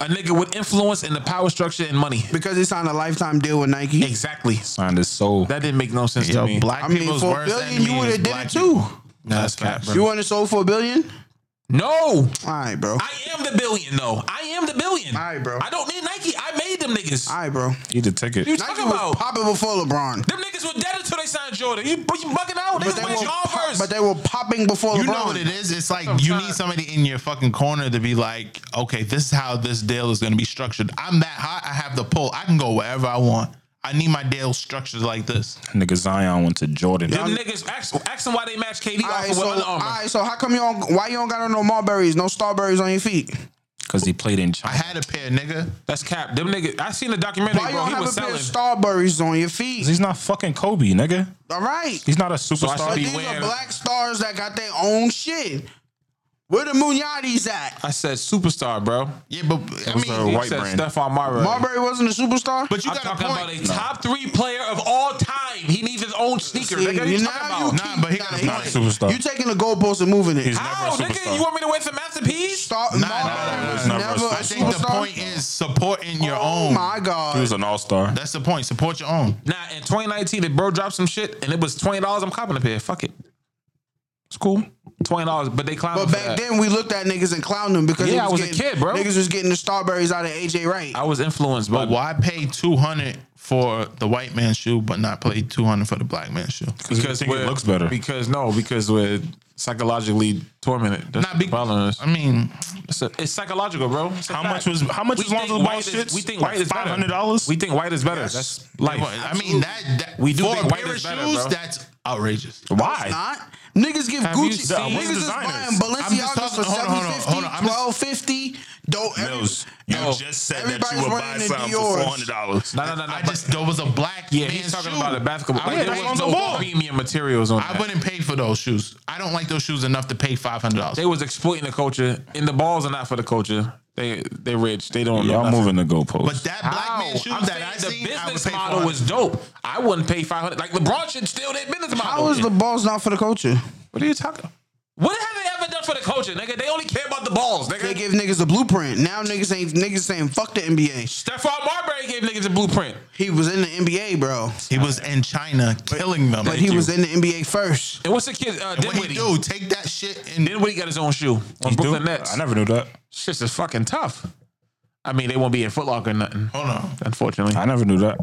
Speaker 5: A nigga with influence and the power structure and money.
Speaker 6: Because he signed a lifetime deal with Nike.
Speaker 5: Exactly.
Speaker 4: Signed his soul.
Speaker 5: That didn't make no sense to me.
Speaker 7: black
Speaker 6: I mean,
Speaker 7: people's
Speaker 6: for a
Speaker 7: worst
Speaker 6: billion,
Speaker 7: enemy
Speaker 6: you
Speaker 7: is
Speaker 6: would have did
Speaker 7: black
Speaker 6: it
Speaker 7: people.
Speaker 6: too.
Speaker 7: No, that's cap,
Speaker 6: You
Speaker 7: bro.
Speaker 6: want to sold for a billion?
Speaker 5: No,
Speaker 6: All right, bro. All
Speaker 5: I am the billion though. I am the billion.
Speaker 6: right, bro.
Speaker 5: I don't need Nike. I made them niggas.
Speaker 6: All right, bro.
Speaker 4: He the ticket.
Speaker 5: you
Speaker 6: Nike
Speaker 5: talking
Speaker 6: was
Speaker 5: about?
Speaker 6: popping before LeBron.
Speaker 5: them niggas were dead until they signed Jordan. You, but you bugging out.
Speaker 6: But
Speaker 5: Niggas
Speaker 6: they,
Speaker 5: went
Speaker 6: were
Speaker 5: John
Speaker 6: pop-
Speaker 5: first.
Speaker 6: but they were popping before
Speaker 7: You
Speaker 6: LeBron.
Speaker 7: know what it is? It's like you need
Speaker 5: Sometimes.
Speaker 7: somebody in your fucking corner to be like, okay, this is how this deal is going to be structured. I'm that hot. I have the pull. I can go wherever I want. I need my deal structured like this.
Speaker 4: Nigga Zion went to Jordan.
Speaker 5: them niggas ask, ask them why they match KD
Speaker 6: All
Speaker 5: off
Speaker 6: right,
Speaker 5: of
Speaker 6: so,
Speaker 5: with Under
Speaker 6: all
Speaker 5: Armour.
Speaker 6: right, so how come you don't, why you don't got no mulberries, no strawberries on your feet?
Speaker 4: Because he played in
Speaker 7: I
Speaker 4: China.
Speaker 7: had a pair, nigga.
Speaker 5: That's cap. Them niggas. I seen the documentary.
Speaker 6: Why you
Speaker 5: bro.
Speaker 6: don't
Speaker 5: He
Speaker 6: have a
Speaker 5: was
Speaker 6: pair
Speaker 5: selling.
Speaker 6: of strawberries on your feet?
Speaker 4: He's not fucking Kobe, nigga.
Speaker 6: All right.
Speaker 4: He's not a
Speaker 5: I should
Speaker 4: superstar.
Speaker 6: But
Speaker 5: be
Speaker 6: these are
Speaker 5: wearing-
Speaker 6: black stars that got their own shit. Where the Munyatis at?
Speaker 5: I said superstar, bro.
Speaker 7: Yeah, but I
Speaker 4: was
Speaker 7: mean,
Speaker 4: a
Speaker 5: He
Speaker 4: white
Speaker 5: said
Speaker 4: brand.
Speaker 5: Stephon Marbury.
Speaker 6: Marbury wasn't a superstar?
Speaker 7: but you
Speaker 5: I'm
Speaker 7: got a
Speaker 5: talking about a
Speaker 7: point.
Speaker 5: top three player of all time. He needs his own sneaker.
Speaker 6: See,
Speaker 5: nigga, What you
Speaker 6: now
Speaker 5: talking
Speaker 6: you
Speaker 5: about?
Speaker 7: Nah, but he got a
Speaker 6: Nah,
Speaker 7: point.
Speaker 4: He's not a superstar.
Speaker 6: You taking the goalpost and moving it.
Speaker 4: He's
Speaker 5: How,
Speaker 4: never a
Speaker 5: nigga?
Speaker 4: superstar.
Speaker 5: You want me to wait for masterpiece?
Speaker 6: Star-
Speaker 7: Nah,
Speaker 6: Marbury
Speaker 7: nah, nah,
Speaker 6: was
Speaker 4: nah, nah.
Speaker 6: never
Speaker 4: I
Speaker 7: I
Speaker 6: a
Speaker 7: think the
Speaker 6: superstar.
Speaker 7: point is supporting your
Speaker 6: oh
Speaker 7: own.
Speaker 6: my
Speaker 4: he
Speaker 6: god.
Speaker 4: was an all star.
Speaker 7: That's the point. Support your own.
Speaker 5: Nah, in 2019, if bro dropped some shit and it was twenty dollars, I'm copping a pair. Fuck it. It's cool. Twenty dollars, but they climbed.
Speaker 6: But back then we looked at niggas and clowned them because
Speaker 5: Yeah, I
Speaker 6: it
Speaker 5: was a
Speaker 6: getting-
Speaker 5: kid, bro.
Speaker 6: Niggas was getting the strawberries out of AJ Wright.
Speaker 5: I was influenced,
Speaker 7: But
Speaker 5: but
Speaker 7: why pay two hundred for the white man's shoe, but not pay two hundred for the black man's shoe?
Speaker 5: because
Speaker 4: think it
Speaker 5: we're-
Speaker 4: looks better.
Speaker 5: Because no, because we're psychologically tormented. That's
Speaker 7: Not be-
Speaker 5: the problem. Is.
Speaker 7: I mean,
Speaker 5: It's, a- it's psychological, bro. It's a
Speaker 4: How
Speaker 5: fact.
Speaker 4: much was- how much
Speaker 5: We
Speaker 4: was Lonzo
Speaker 5: think
Speaker 4: Ball
Speaker 5: white is-
Speaker 4: shits?
Speaker 5: We think
Speaker 4: Like
Speaker 5: white is better.
Speaker 4: $500?
Speaker 5: We think white is better. That's life.
Speaker 7: I mean that, that
Speaker 5: We do
Speaker 7: for
Speaker 5: think
Speaker 7: a
Speaker 5: white
Speaker 7: pair of
Speaker 5: is better,
Speaker 7: shoes.
Speaker 5: bro.
Speaker 7: That's outrageous.
Speaker 4: Why?
Speaker 6: Not. Niggas give
Speaker 5: you
Speaker 6: Gucci.
Speaker 5: seen-
Speaker 6: niggas
Speaker 4: what's
Speaker 6: is buying
Speaker 4: designers?
Speaker 7: I'm just
Speaker 6: Balenciaga for
Speaker 7: talking- hold on, hold on, hold on.
Speaker 6: 750
Speaker 7: I'm just-
Speaker 6: 1250 Don't every-
Speaker 4: Mills, you
Speaker 5: No.
Speaker 4: just said that
Speaker 6: Everybody's
Speaker 4: you would buy
Speaker 6: wearing the
Speaker 4: something for
Speaker 6: Dior's.
Speaker 4: four hundred dollars.
Speaker 5: No, no, no, no.
Speaker 7: I
Speaker 5: but-
Speaker 7: just there was a black
Speaker 5: yeah,
Speaker 7: man's
Speaker 5: he's talking
Speaker 7: shoe.
Speaker 5: about a basketball.
Speaker 7: I
Speaker 5: Like,
Speaker 7: wouldn't
Speaker 5: there
Speaker 7: pay
Speaker 5: was
Speaker 7: for
Speaker 5: no
Speaker 7: ball.
Speaker 5: premium materials on
Speaker 7: I
Speaker 5: that.
Speaker 7: wouldn't pay for those shoes. I don't like those shoes enough to pay five hundred dollars.
Speaker 5: They was exploiting the culture, and the balls are not for the culture. They they rich. They don't. know
Speaker 4: Y'all
Speaker 5: nothing.
Speaker 4: moving the goalpost.
Speaker 7: But that black man's shoe
Speaker 5: I'm
Speaker 7: that
Speaker 5: saying
Speaker 7: I
Speaker 5: the
Speaker 7: seen, I would
Speaker 5: business
Speaker 7: pay
Speaker 5: model
Speaker 7: for.
Speaker 5: was dope. I wouldn't pay five hundred. Like LeBron should steal their business model.
Speaker 6: How is the balls not for the culture?
Speaker 5: what are you talking? What have they ever done for the culture, nigga? They only care about the balls, nigga.
Speaker 6: They give niggas a blueprint. Now niggas ain't niggas saying fuck the NBA.
Speaker 5: Stephon Marbury gave niggas a blueprint.
Speaker 6: He was in the NBA, bro.
Speaker 7: He was in China killing them.
Speaker 6: But he was in the NBA first.
Speaker 5: And what's the kid? Uh,
Speaker 7: What he
Speaker 5: Dinwiddie.
Speaker 7: do? Take that shit and
Speaker 5: Dinwiddie got his own shoe on
Speaker 4: You do?
Speaker 5: Brooklyn Nets.
Speaker 4: I never knew that.
Speaker 5: Shit's is fucking tough. I mean, they won't be in Foot Locker or nothing,
Speaker 7: hold on.
Speaker 5: unfortunately.
Speaker 4: I never knew that.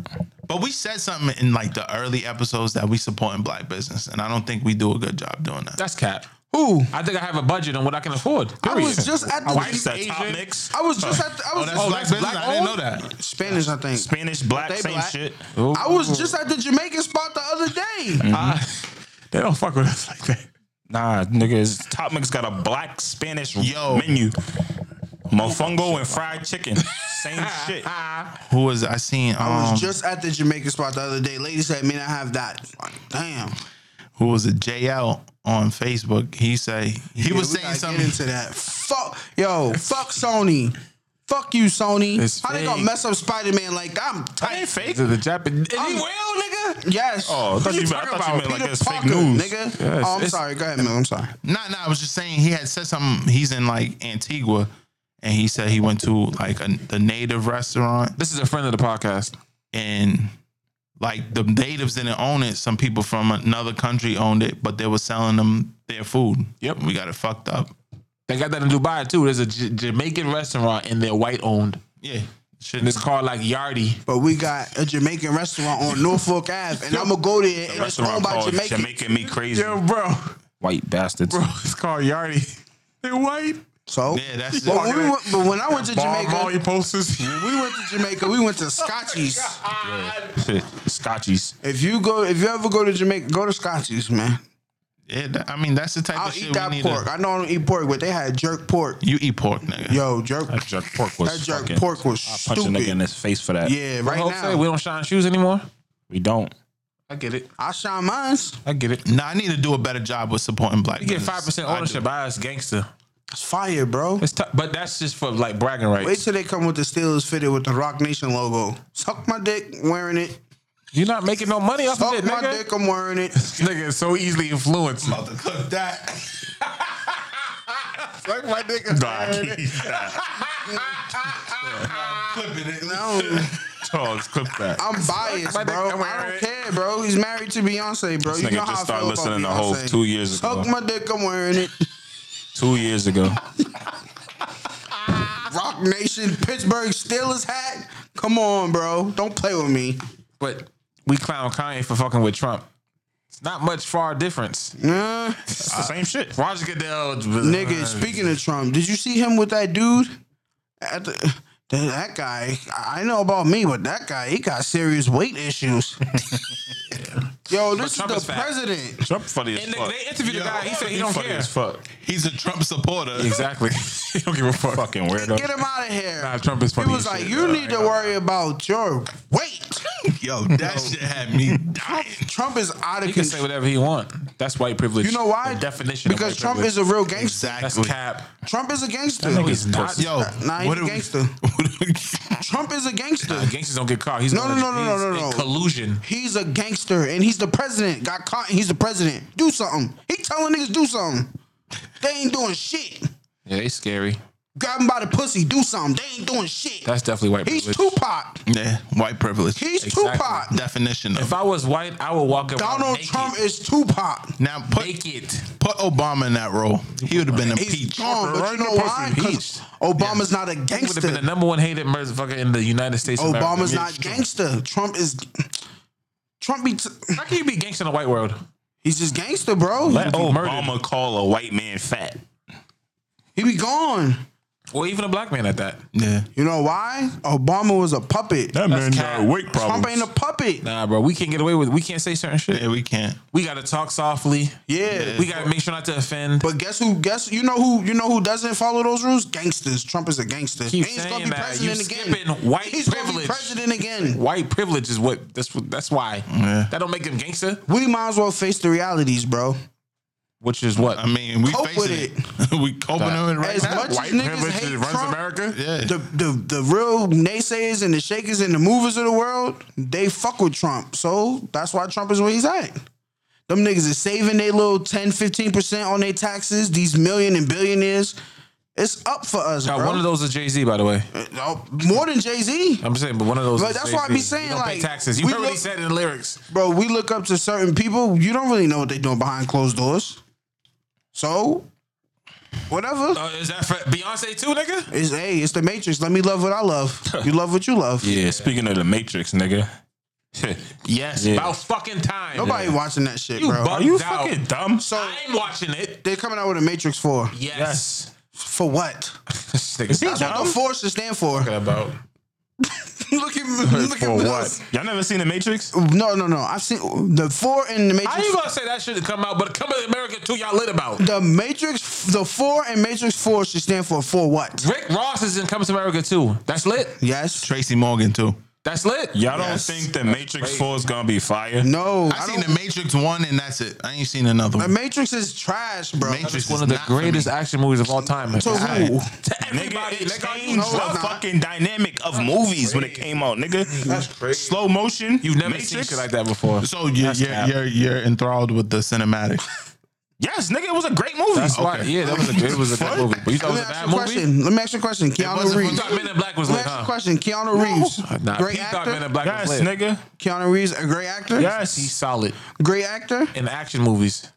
Speaker 7: But we said something in like the early episodes that we supporting black business, and I don't think we do a good job doing that.
Speaker 5: That's cap.
Speaker 6: Who?
Speaker 5: I think I have a budget on what I can afford.
Speaker 6: I was just at the.
Speaker 4: Is that
Speaker 5: Asian-
Speaker 4: top mix?
Speaker 6: I was just at. The, I was
Speaker 5: Oh, that's black
Speaker 7: I didn't know
Speaker 5: owned?
Speaker 7: that.
Speaker 6: Spanish, I think.
Speaker 4: Spanish, black,
Speaker 6: They
Speaker 4: same
Speaker 6: black.
Speaker 4: shit.
Speaker 6: I was just at the Jamaican spot the other day.
Speaker 5: I- they don't fuck with us like that.
Speaker 4: Nah, niggas. Top mix got a black Spanish
Speaker 7: Yo.
Speaker 4: menu. Mofongo and fried chicken. Same shit.
Speaker 7: Who was I seen? Um,
Speaker 6: I was just at the Jamaican spot the other day. Lady said, "Man, I have that." Like, damn.
Speaker 7: who was a JL on Facebook. He say he
Speaker 6: Yeah,
Speaker 7: was
Speaker 6: we
Speaker 7: saying
Speaker 6: gotta
Speaker 7: something.
Speaker 6: Get into that. Fuck, yo, fuck Sony. Fuck you, Sony.
Speaker 5: It's
Speaker 6: How they gonna
Speaker 5: fake.
Speaker 6: mess up Spider Man like that? I'm tight.
Speaker 4: I ain't fake.
Speaker 5: Is it the Japanese? Is
Speaker 6: I'm-
Speaker 5: he real, nigga?
Speaker 6: Yes.
Speaker 4: Oh, I thought
Speaker 5: What
Speaker 4: you,
Speaker 5: you
Speaker 4: meant- I
Speaker 5: talking
Speaker 4: thought you
Speaker 5: about?
Speaker 4: meant like
Speaker 6: Peter
Speaker 4: it's fake
Speaker 6: Parker,
Speaker 4: news.
Speaker 6: nigga.
Speaker 5: Yes,
Speaker 6: oh, I'm
Speaker 5: it's-
Speaker 6: sorry. Go ahead, Mel. I'm sorry.
Speaker 7: Nah, nah. I was just saying he had said something. He's in like Antigua, and he said he went to like a, the native restaurant
Speaker 5: This is a friend of the podcast.
Speaker 7: and Like the natives didn't own it. Some people from another country owned it, but they were selling them their food.
Speaker 5: Yep.
Speaker 7: We got it fucked up.
Speaker 5: They got that in Dubai too. There's a J- Jamaican restaurant and they're white owned.
Speaker 7: Yeah. Shit
Speaker 5: And it's called like Yardi.
Speaker 6: But we got a Jamaican restaurant on Norfolk Ave, and I'm gonna go there. and it's
Speaker 4: Restaurant
Speaker 6: owned by
Speaker 4: called
Speaker 6: Jamaican.
Speaker 4: Jamaican Me Crazy.
Speaker 5: bro.
Speaker 4: White bastards.
Speaker 5: Bro, it's called Yardi. They're white.
Speaker 6: So,
Speaker 7: Yeah, that's
Speaker 6: but, when
Speaker 7: it.
Speaker 6: we went, but when I went to
Speaker 5: All
Speaker 6: Jamaica,
Speaker 5: your posters.
Speaker 6: when we went to Jamaica, we went to Scotchies.
Speaker 4: Scotchies.
Speaker 6: If you go, if you ever go to Jamaica, go to Scotchies, man.
Speaker 7: Yeah, that- I mean that's the type
Speaker 6: I'll
Speaker 7: of shit
Speaker 6: eat that
Speaker 7: we need.
Speaker 6: pork.
Speaker 7: To,
Speaker 6: I know I don't eat pork, but they had jerk pork.
Speaker 7: you eat pork, nigga.
Speaker 6: Yo, jerk.
Speaker 4: That jerk pork was
Speaker 6: That jerk
Speaker 4: fucking-
Speaker 6: pork was
Speaker 4: I punched a nigga in
Speaker 6: stupid.
Speaker 4: his face for that.
Speaker 6: Yeah, right
Speaker 5: Hope
Speaker 6: now
Speaker 5: say we don't shine shoes anymore.
Speaker 4: We don't.
Speaker 5: I get it.
Speaker 6: I shine mines.
Speaker 5: I get it.
Speaker 7: Nah, I need to do a better job with supporting black.
Speaker 5: You get
Speaker 7: business.
Speaker 5: five percent
Speaker 7: I do.
Speaker 5: ownership. I as gangster.
Speaker 6: It's fire, bro.
Speaker 5: It's tough, but that's just for like bragging
Speaker 6: Wait
Speaker 5: rights.
Speaker 6: till they come with the Steelers fitted with the Rock Nation logo. Suck my dick, wearing it.
Speaker 5: You're not making no money off of
Speaker 6: Suck
Speaker 5: it,
Speaker 6: my
Speaker 5: nigga.
Speaker 6: dick, I'm wearing it.
Speaker 5: Nigga is so easily influenced.
Speaker 7: About to cook that.
Speaker 5: Suck my dick.
Speaker 7: Clipping it.
Speaker 6: No,
Speaker 4: Charles, clip that.
Speaker 6: I'm biased,
Speaker 5: my dick,
Speaker 6: bro.
Speaker 5: I'm
Speaker 6: I
Speaker 5: wearing
Speaker 6: don't
Speaker 5: it.
Speaker 6: care, bro. He's married to Beyonce, bro.
Speaker 4: This
Speaker 6: you
Speaker 4: nigga
Speaker 6: know how
Speaker 4: just
Speaker 6: I
Speaker 4: started
Speaker 6: feel about
Speaker 4: listening to
Speaker 6: Beyonce.
Speaker 4: Hov two years ago.
Speaker 6: Suck my dick, I'm wearing it.
Speaker 4: Two years ago.
Speaker 6: Rock Nation, Pittsburgh Steelers hat. Come on, bro. Don't play with me.
Speaker 5: But we clown Kanye for fucking with Trump. It's not much far difference.
Speaker 6: Nah.
Speaker 4: It's the same shit.
Speaker 5: Roger Goodell, uh,
Speaker 6: Nigga, speaking of Trump, did you see him with that dude? At the, that, that guy, I know about me, but that guy, he got serious weight issues. Yo, this
Speaker 5: Trump
Speaker 6: is
Speaker 5: is
Speaker 6: the
Speaker 5: fat.
Speaker 6: president.
Speaker 4: Trump funny as
Speaker 5: And
Speaker 4: fuck.
Speaker 5: they, they interviewed the guy. He said he
Speaker 4: He
Speaker 5: don't
Speaker 4: funny
Speaker 5: care.
Speaker 4: as fuck.
Speaker 7: He's a Trump supporter.
Speaker 5: Exactly. he don't give a fuck.
Speaker 4: Fucking weirdo.
Speaker 6: Get him out of here.
Speaker 5: Nah, Trump is funny.
Speaker 6: he was
Speaker 5: as
Speaker 6: like,
Speaker 5: shit,
Speaker 6: you
Speaker 5: though.
Speaker 6: need to worry about your weight.
Speaker 7: Yo, that shit had me dying.
Speaker 6: Trump is out
Speaker 5: He
Speaker 6: of
Speaker 5: can say
Speaker 6: control.
Speaker 5: whatever he want. That's white privilege.
Speaker 6: You know why?
Speaker 5: The definition.
Speaker 6: Because Trump is a real gangster.
Speaker 5: that's
Speaker 7: Exactly.
Speaker 5: cap.
Speaker 6: Trump is a gangster.
Speaker 4: He's not.
Speaker 7: Yo,
Speaker 6: Nah, he's
Speaker 7: what
Speaker 6: a
Speaker 7: do we-
Speaker 6: gangster. Trump is a gangster.
Speaker 5: Gangsters don't get caught. He's
Speaker 6: No,
Speaker 5: not-
Speaker 6: no, no, no,
Speaker 5: he's
Speaker 6: no, no,
Speaker 5: in
Speaker 6: no.
Speaker 5: Collusion.
Speaker 6: He's a gangster and he's the president. Got caught and he's the president. Do something. He telling niggas do something. They ain't doing shit.
Speaker 5: Yeah, they scary.
Speaker 6: Grab him by the pussy. Do something. They ain't doing shit.
Speaker 5: That's definitely white
Speaker 6: he's
Speaker 5: privilege.
Speaker 6: Tupac.
Speaker 7: yeah, white privilege.
Speaker 6: He's
Speaker 5: Exactly.
Speaker 6: Tupac.
Speaker 7: definition of
Speaker 5: if I was white, I would walk around
Speaker 6: Donald
Speaker 5: naked.
Speaker 6: Trump is Tupac.
Speaker 7: now put
Speaker 5: naked.
Speaker 7: put Obama in that role. He would have been
Speaker 6: He's
Speaker 7: impeached.
Speaker 6: gone, but you know why? 'Cause Obama's not a
Speaker 5: He would have been the
Speaker 6: gangster.
Speaker 5: number one hated motherfucker in the United States. of America.
Speaker 6: Obama's not gangster. Trump is. Trump be. T-
Speaker 5: How can you be gangster in the white world?
Speaker 6: he's just gangster, bro.
Speaker 4: Let
Speaker 5: be murdered.
Speaker 4: Obama call a white man fat.
Speaker 6: He be gone.
Speaker 5: Or even a black man at that.
Speaker 7: Yeah.
Speaker 6: You know why? Obama was a puppet.
Speaker 5: That's
Speaker 4: That
Speaker 5: man got cap. weight
Speaker 6: Trump ain't a puppet.
Speaker 5: Nah, bro. We can't get away with. We can't say certain shit.
Speaker 7: Yeah, we can't.
Speaker 5: We gotta talk softly.
Speaker 6: Yeah.
Speaker 5: We gotta make sure not to offend.
Speaker 6: But guess who? Guess you know who? You know who doesn't follow those rules? Gangsters. Trump is a gangster.
Speaker 5: Keep saying that. You skipping white
Speaker 6: he's gonna
Speaker 5: privilege.
Speaker 6: be president again.
Speaker 5: White privilege is what. That's what- that's why.
Speaker 7: Yeah.
Speaker 5: That don't make him gangster.
Speaker 6: We might as well face the realities, bro.
Speaker 5: Which is what.
Speaker 7: I mean, we
Speaker 6: Cope
Speaker 7: facing
Speaker 6: with
Speaker 7: it. we coping with it right
Speaker 6: As
Speaker 7: now.
Speaker 6: much
Speaker 5: white
Speaker 6: as niggas
Speaker 5: privilege
Speaker 6: hate
Speaker 5: runs
Speaker 6: Trump,
Speaker 5: America.
Speaker 7: yeah.
Speaker 6: the, the the real naysayers and the shakers and the movers of the world, they fuck with Trump. So that's why Trump is where he's at. Them niggas is saving their little 10, 15% on their taxes, these million and billionaires. It's up for us,
Speaker 5: Now,
Speaker 6: bro.
Speaker 5: one of those is Jay Z, by the way.
Speaker 6: Oh, more than Jay-Z.
Speaker 5: I'm saying, but one of those.
Speaker 6: But
Speaker 5: is
Speaker 6: that's
Speaker 5: Jay-Z.
Speaker 6: why I be saying,
Speaker 5: You don't pay
Speaker 6: like,
Speaker 5: taxes. You
Speaker 6: we
Speaker 5: heard what he
Speaker 6: look-
Speaker 5: said in the lyrics.
Speaker 6: bro, we look up to certain people. You don't really know what they're doing behind closed doors. So, whatever.
Speaker 5: Uh, is that for Beyonce too, nigga?
Speaker 6: It's hey, it's the Matrix. Let me love what I love. You love what you love.
Speaker 4: Yeah, speaking of the Matrix, nigga.
Speaker 5: Yes.
Speaker 4: Yeah.
Speaker 5: About fucking time.
Speaker 6: Nobody watching that shit,
Speaker 5: You
Speaker 6: bro.
Speaker 5: bugged
Speaker 4: Are you
Speaker 5: Doubt.
Speaker 4: fucking dumb?
Speaker 6: so
Speaker 5: I'm watching it.
Speaker 6: they're coming out with a Matrix four.
Speaker 5: Yes.
Speaker 6: For what?
Speaker 5: This nigga's
Speaker 4: he
Speaker 5: not
Speaker 4: dumb?
Speaker 6: What the four should stand for?
Speaker 5: talking about.
Speaker 6: look at look at what?
Speaker 4: Y'all never seen the Matrix?
Speaker 6: No, no, no. I've seen the four in the Matrix.
Speaker 5: How you gonna say that shit to come out, but come to America too? Y'all lit about.
Speaker 6: the Matrix, the four and Matrix four should stand for for what?
Speaker 5: Rick Ross is in Coming to America too. That's lit.
Speaker 6: Yes.
Speaker 7: Tracy Morgan too.
Speaker 5: That's lit.
Speaker 4: Y'all
Speaker 7: Yes.
Speaker 4: don't think the Matrix 4 is gonna be fire?
Speaker 6: No.
Speaker 7: I,
Speaker 6: I
Speaker 7: seen
Speaker 6: don't-
Speaker 7: the Matrix one and that's it. I ain't seen another
Speaker 6: the
Speaker 7: one.
Speaker 6: Matrix is trash, bro.
Speaker 7: Matrix
Speaker 5: It's one
Speaker 7: is
Speaker 5: of the
Speaker 7: not for me.
Speaker 5: greatest action movies of all time.
Speaker 6: To who?
Speaker 5: To everybody.
Speaker 4: Nigga, it
Speaker 5: nigga,
Speaker 4: changed
Speaker 5: you know
Speaker 6: it's
Speaker 4: the
Speaker 6: not.
Speaker 4: fucking dynamic of movies when it came out, nigga. That's crazy. Slow motion.
Speaker 5: You've never
Speaker 4: Matrix.
Speaker 5: seen shit like that before.
Speaker 7: So you're
Speaker 4: That's
Speaker 7: you're,
Speaker 4: cap.
Speaker 7: you're you're enthralled with the cinematic.
Speaker 4: Yes, nigga, it was a great movie. Oh.
Speaker 5: That's why. Yeah, that was a good. It was a good movie. But you
Speaker 6: Let
Speaker 5: thought
Speaker 6: me
Speaker 5: it was a
Speaker 6: ask
Speaker 5: bad
Speaker 6: you a
Speaker 5: movie.
Speaker 6: question. Let me ask you a question.
Speaker 7: wasn't
Speaker 6: Keanu
Speaker 7: for
Speaker 5: He
Speaker 6: Reeves.
Speaker 5: thought Men in Black was
Speaker 6: Let me
Speaker 5: lit,
Speaker 6: ask you a
Speaker 5: huh?
Speaker 6: question. Keanu Reeves.
Speaker 5: Nah,
Speaker 6: great
Speaker 5: he thought Men
Speaker 6: actor.
Speaker 5: in Black
Speaker 4: yes,
Speaker 5: was lit.
Speaker 4: nigga.
Speaker 6: Keanu Reeves, a great actor.
Speaker 4: Yes.
Speaker 5: He's solid
Speaker 6: Great actor.
Speaker 5: in action movies.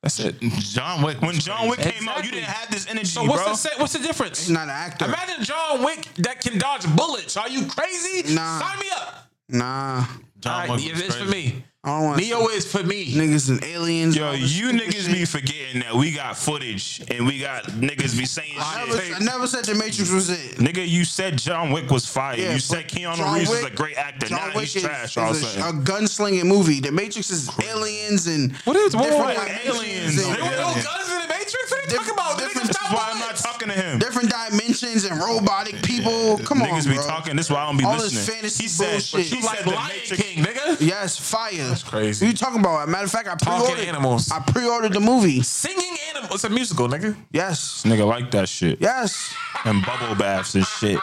Speaker 5: That's it.
Speaker 7: John Wick.
Speaker 4: When John Wick came out,
Speaker 5: Exactly.
Speaker 4: you didn't have this energy,
Speaker 5: So what's
Speaker 4: bro.
Speaker 5: the set? What's the difference?
Speaker 6: He's not an actor.
Speaker 5: Imagine John Wick that can dodge bullets. Are you crazy?
Speaker 6: Nah.
Speaker 5: Sign me up.
Speaker 6: Nah.
Speaker 7: John
Speaker 5: All right,
Speaker 7: Wick
Speaker 5: yeah,
Speaker 7: was
Speaker 5: this for
Speaker 7: crazy.
Speaker 5: me.
Speaker 6: I don't want
Speaker 5: Neo is for me.
Speaker 6: niggas and aliens.
Speaker 4: Yo,
Speaker 6: all this
Speaker 4: you
Speaker 6: stupid
Speaker 4: niggas
Speaker 6: shit.
Speaker 4: be forgetting that we got footage and we got niggas be saying
Speaker 6: I
Speaker 4: shit.
Speaker 6: never, I never said the Matrix was it.
Speaker 4: Nigga, you said John Wick was fire.
Speaker 6: Yeah,
Speaker 4: you said
Speaker 6: but
Speaker 4: Keanu
Speaker 6: John
Speaker 4: Reeves is
Speaker 6: Wick-
Speaker 4: a great actor.
Speaker 6: John
Speaker 4: now
Speaker 6: Wick
Speaker 4: he's
Speaker 6: is,
Speaker 4: trash. All of a
Speaker 6: is a, a
Speaker 4: sudden.
Speaker 6: gunslinging movie. The Matrix is aliens and
Speaker 5: What is- what-
Speaker 6: different
Speaker 5: what-
Speaker 6: dimensions
Speaker 4: aliens?
Speaker 6: and-
Speaker 5: There were no guns in the Matrix. What are you talking about? The
Speaker 6: different-
Speaker 5: niggas
Speaker 4: That's
Speaker 5: stop
Speaker 4: why I'm not
Speaker 5: bullets.
Speaker 4: talking to him.
Speaker 6: different dimensions and robotic people. Come on,
Speaker 4: niggas be
Speaker 6: bro.
Speaker 4: talking. This why I don't be
Speaker 6: All this
Speaker 4: listening.
Speaker 6: fantasy
Speaker 4: he said,
Speaker 6: bullshit.
Speaker 4: He
Speaker 6: You
Speaker 4: said
Speaker 5: Like
Speaker 4: the
Speaker 5: Lion
Speaker 4: Matrix.
Speaker 5: King, nigga.
Speaker 6: Yes, fire. That's
Speaker 5: crazy.
Speaker 6: What you talking about? Matter of fact, I
Speaker 5: Talking
Speaker 6: pre-ordered.
Speaker 5: animals.
Speaker 6: I pre-ordered the movie.
Speaker 5: Singing animal. It's a musical, nigga.
Speaker 6: Yes,
Speaker 4: Nigga like that shit
Speaker 6: yes.
Speaker 4: and bubble baths and shit.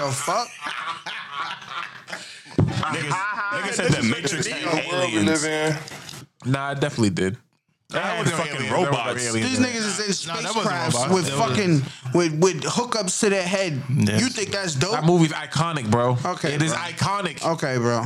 Speaker 6: The fuck?
Speaker 4: Niggas, niggas said that Matrix had aliens.
Speaker 5: Nah, I definitely did.
Speaker 4: They had
Speaker 5: wasn't
Speaker 4: fucking
Speaker 5: aliens. That wasn't
Speaker 4: robots.
Speaker 5: aliens.
Speaker 6: These niggas is in
Speaker 7: Nah, that wasn't
Speaker 6: spacecrafts
Speaker 7: robots.
Speaker 6: with
Speaker 7: That
Speaker 6: fucking with with hookups to their head.
Speaker 7: Yes.
Speaker 6: You think that's dope?
Speaker 5: That movie's iconic, bro.
Speaker 6: Okay,
Speaker 5: It is
Speaker 6: bro.
Speaker 5: iconic.
Speaker 6: okay, bro.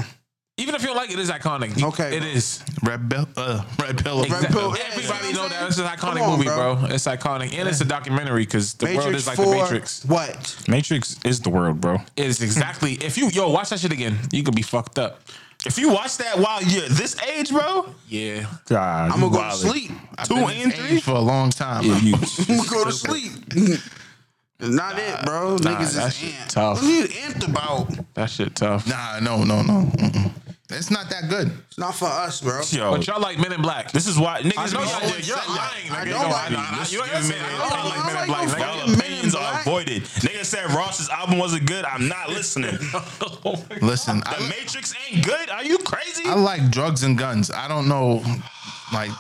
Speaker 5: Even if you don't like it, it is iconic.
Speaker 6: Okay,
Speaker 5: It
Speaker 6: bro.
Speaker 5: is.
Speaker 7: Red Bill. Uh, Red Pill.
Speaker 5: Exactly.
Speaker 6: Pill, yeah,
Speaker 5: Everybody
Speaker 6: you know
Speaker 5: know
Speaker 6: what I'm
Speaker 5: that. It's an
Speaker 6: saying?
Speaker 5: iconic
Speaker 6: Come on,
Speaker 5: movie,
Speaker 6: bro.
Speaker 5: bro. It's iconic. And it's a documentary because the world is
Speaker 6: Matrix
Speaker 5: like
Speaker 6: Four.
Speaker 5: the Matrix.
Speaker 6: What?
Speaker 4: Matrix is the world, bro.
Speaker 5: It's exactly. If you, yo, watch that shit again, you could be fucked up.
Speaker 4: If you watch that while you're this age, bro,
Speaker 5: Yeah.
Speaker 4: God,
Speaker 6: I'm gonna go to sleep.
Speaker 7: Two and three for a long time.
Speaker 6: I'm gonna go to sleep. Not it, bro. Niggas
Speaker 5: that
Speaker 6: is
Speaker 5: shit
Speaker 6: ant.
Speaker 5: tough.
Speaker 6: What you amped about?
Speaker 5: That shit tough.
Speaker 7: Nah, no, no, no. Mm-mm. It's not that good.
Speaker 6: It's not for us, bro.
Speaker 4: Yo,
Speaker 5: But y'all like Men in Black.
Speaker 4: this is why
Speaker 5: I
Speaker 4: niggas
Speaker 5: know
Speaker 4: be
Speaker 5: y'all
Speaker 4: always
Speaker 5: did. You're
Speaker 4: saying-
Speaker 5: lying.
Speaker 6: I
Speaker 5: nigga.
Speaker 6: don't like-
Speaker 5: You
Speaker 6: I-
Speaker 5: You
Speaker 4: Excuse me,
Speaker 5: ain't I
Speaker 4: nigga.
Speaker 5: don't like Men in
Speaker 6: I
Speaker 5: Black.
Speaker 6: don't like
Speaker 5: nigga.
Speaker 6: no
Speaker 4: Y'all
Speaker 6: Men in
Speaker 4: opinions are
Speaker 6: Black.
Speaker 4: avoided. Nigga said Ross's album wasn't good. I'm not listening. the
Speaker 7: Listen, I,
Speaker 4: Matrix ain't good. Are you crazy?
Speaker 7: I like drugs and guns. I don't know, like,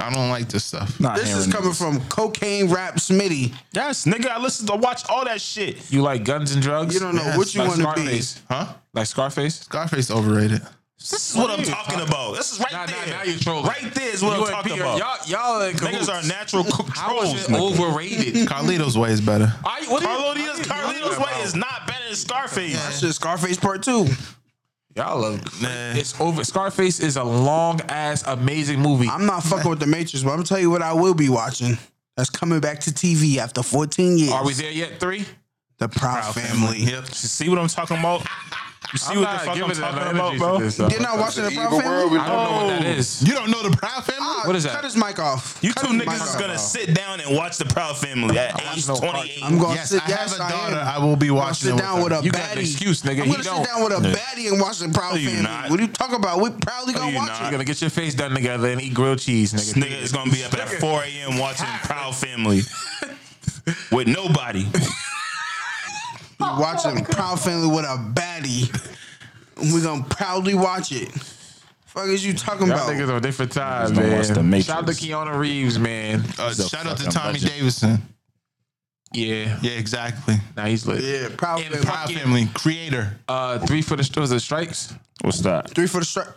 Speaker 7: I don't like this stuff.
Speaker 4: Not
Speaker 6: This is
Speaker 4: hearing
Speaker 6: coming
Speaker 4: it.
Speaker 6: from Cocaine Rap Smitty.
Speaker 4: Yes, nigga, I listen to watch all that shit.
Speaker 5: You like guns and drugs?
Speaker 6: You don't know what you
Speaker 5: Like
Speaker 6: want to be.
Speaker 5: Scarface.
Speaker 7: Huh?
Speaker 5: Like Scarface?
Speaker 7: Scarface overrated.
Speaker 4: This is what I'm talking about. This is right
Speaker 5: Nah, nah,
Speaker 4: there.
Speaker 5: now you're trolling.
Speaker 4: Right there is what
Speaker 5: You
Speaker 4: I'm
Speaker 5: and
Speaker 4: talking
Speaker 5: Peter, Y'all,
Speaker 4: about.
Speaker 5: y'all in
Speaker 4: Niggas
Speaker 5: cahoots.
Speaker 4: are natural co-
Speaker 5: How
Speaker 4: trolls.
Speaker 5: is it
Speaker 4: nigga.
Speaker 5: overrated?
Speaker 7: Carlito's way is better.
Speaker 5: Are you- what are you-
Speaker 4: Carlito's,
Speaker 5: what are you
Speaker 4: Carlito's
Speaker 5: talking
Speaker 4: way is
Speaker 5: about?
Speaker 4: not better than Scarface.
Speaker 6: That's just Scarface Part Two.
Speaker 5: Y'all love. It's over. Scarface is a long ass amazing movie.
Speaker 6: I'm not fucking with the Matrix, but I'm gonna tell you what I will be watching. That's coming back to TV after 14 years.
Speaker 5: Are we there yet? Three.
Speaker 6: The Proud, Family.
Speaker 7: Yep.
Speaker 4: You see what I'm talking about? You see
Speaker 5: I'm
Speaker 4: what
Speaker 5: not
Speaker 4: the fuck I'm
Speaker 5: giving enough
Speaker 4: talking
Speaker 5: energy
Speaker 4: about,
Speaker 5: to
Speaker 4: bro? Oh.
Speaker 5: this, though.
Speaker 6: You're not watching the Proud Family?
Speaker 5: I don't know what that is.
Speaker 7: You don't know the Proud Family?
Speaker 6: Ah,
Speaker 5: What is that?
Speaker 6: Cut his mic off.
Speaker 4: You
Speaker 6: Cut
Speaker 4: two
Speaker 6: his mic
Speaker 4: niggas is
Speaker 6: off.
Speaker 4: gonna sit down and watch The Proud Family at age
Speaker 5: no
Speaker 4: 28.
Speaker 6: I'm gonna
Speaker 7: Yes,
Speaker 6: sit.
Speaker 7: I
Speaker 6: yes,
Speaker 7: have a
Speaker 6: I am.
Speaker 7: daughter. I, will be
Speaker 6: I'm gonna
Speaker 7: watching
Speaker 6: sit
Speaker 7: it
Speaker 6: down
Speaker 7: with
Speaker 6: with
Speaker 7: her.
Speaker 6: a
Speaker 5: You got
Speaker 6: baddie.
Speaker 5: an excuse, nigga.
Speaker 6: I'm
Speaker 5: He
Speaker 6: gonna sit
Speaker 5: don't.
Speaker 6: down with a baddie and watch the Proud
Speaker 4: you
Speaker 6: Family.
Speaker 4: not.
Speaker 6: What are you talking about? We proudly gonna
Speaker 4: you
Speaker 6: watch
Speaker 4: not.
Speaker 5: You're gonna get your face done together and eat grilled cheese,
Speaker 4: This
Speaker 5: nigga.
Speaker 4: nigga is gonna be up at 4 a.m. watching Proud Family with nobody.
Speaker 6: it. We watching Proud Family with a baddie. We gonna proudly watch it. Fuck is you talking
Speaker 5: Y'all
Speaker 6: about?
Speaker 5: niggas on different time,
Speaker 4: don't watch The
Speaker 5: man.
Speaker 4: Matrix.
Speaker 5: Shout out to Keanu Reeves, man.
Speaker 7: Uh,
Speaker 4: It's a
Speaker 7: shout out to
Speaker 4: fucking
Speaker 7: Tommy
Speaker 4: budget.
Speaker 7: Davidson.
Speaker 5: Yeah,
Speaker 7: Yeah, exactly.
Speaker 5: now he's lit.
Speaker 6: yeah, Proud
Speaker 5: And
Speaker 6: Family.
Speaker 5: Proud-
Speaker 7: Proud
Speaker 5: Fucking-
Speaker 7: Family, creator.
Speaker 5: Uh, three for the was it strikes
Speaker 4: What's that?
Speaker 6: Three for the strike.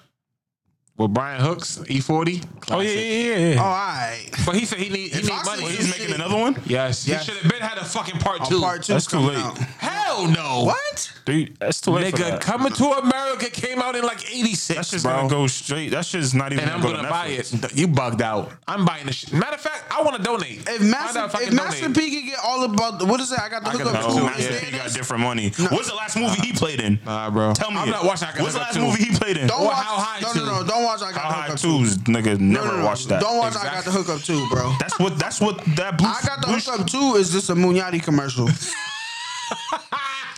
Speaker 5: with Brian Hooks, E40.
Speaker 4: Oh yeah, yeah, yeah.
Speaker 6: Oh, all right.
Speaker 5: But he said he need he
Speaker 6: I
Speaker 5: need
Speaker 6: see
Speaker 5: money.
Speaker 6: what
Speaker 4: He's
Speaker 5: He's-
Speaker 4: making another one.
Speaker 5: Yes, he
Speaker 6: Yes.
Speaker 5: should have been had a fucking part
Speaker 6: Oh,
Speaker 5: two.
Speaker 6: part two.
Speaker 4: That's too
Speaker 6: coming
Speaker 4: late.
Speaker 6: out.
Speaker 5: Hell no.
Speaker 6: What?
Speaker 4: Dude, that's too late. for
Speaker 5: Nigga,
Speaker 4: that.
Speaker 5: Coming to America came out in like
Speaker 4: That's
Speaker 5: '86,
Speaker 4: just
Speaker 5: bro.
Speaker 4: gonna go straight. That shit's not even
Speaker 5: and I'm
Speaker 4: gonna,
Speaker 5: gonna
Speaker 4: go to
Speaker 5: buy
Speaker 4: Netflix.
Speaker 5: it. You bugged out. I'm buying this shit. Matter of fact, I want to donate.
Speaker 6: If
Speaker 5: Find out
Speaker 6: Master,
Speaker 5: I
Speaker 6: if
Speaker 5: can
Speaker 6: Master
Speaker 5: donate.
Speaker 6: P can get all about what is that? I got the
Speaker 5: I got
Speaker 6: hookup
Speaker 5: the
Speaker 4: Oh,
Speaker 5: too.
Speaker 6: to
Speaker 4: Master
Speaker 5: Yeah.
Speaker 4: P got different money. What's the last movie he played in?
Speaker 5: Nah, bro.
Speaker 4: Tell me.
Speaker 5: I'm
Speaker 4: it.
Speaker 5: not watching. I Got
Speaker 4: What's the
Speaker 5: Hookup
Speaker 4: last
Speaker 5: Two.
Speaker 4: movie he played in?
Speaker 6: Don't
Speaker 5: Or
Speaker 6: watch.
Speaker 5: How High
Speaker 6: no,
Speaker 5: Two.
Speaker 6: no, no. Don't watch. I got
Speaker 4: How
Speaker 6: the
Speaker 4: High
Speaker 6: hookup
Speaker 4: Twos, nigga.
Speaker 6: No,
Speaker 4: Never
Speaker 6: no, no.
Speaker 4: watched that.
Speaker 6: Don't watch. I got the
Speaker 5: Exactly.
Speaker 6: hookup too, bro.
Speaker 4: That's what. That's what that blue.
Speaker 6: I got the
Speaker 4: blue
Speaker 6: hookup too. Is this a Munyati commercial? the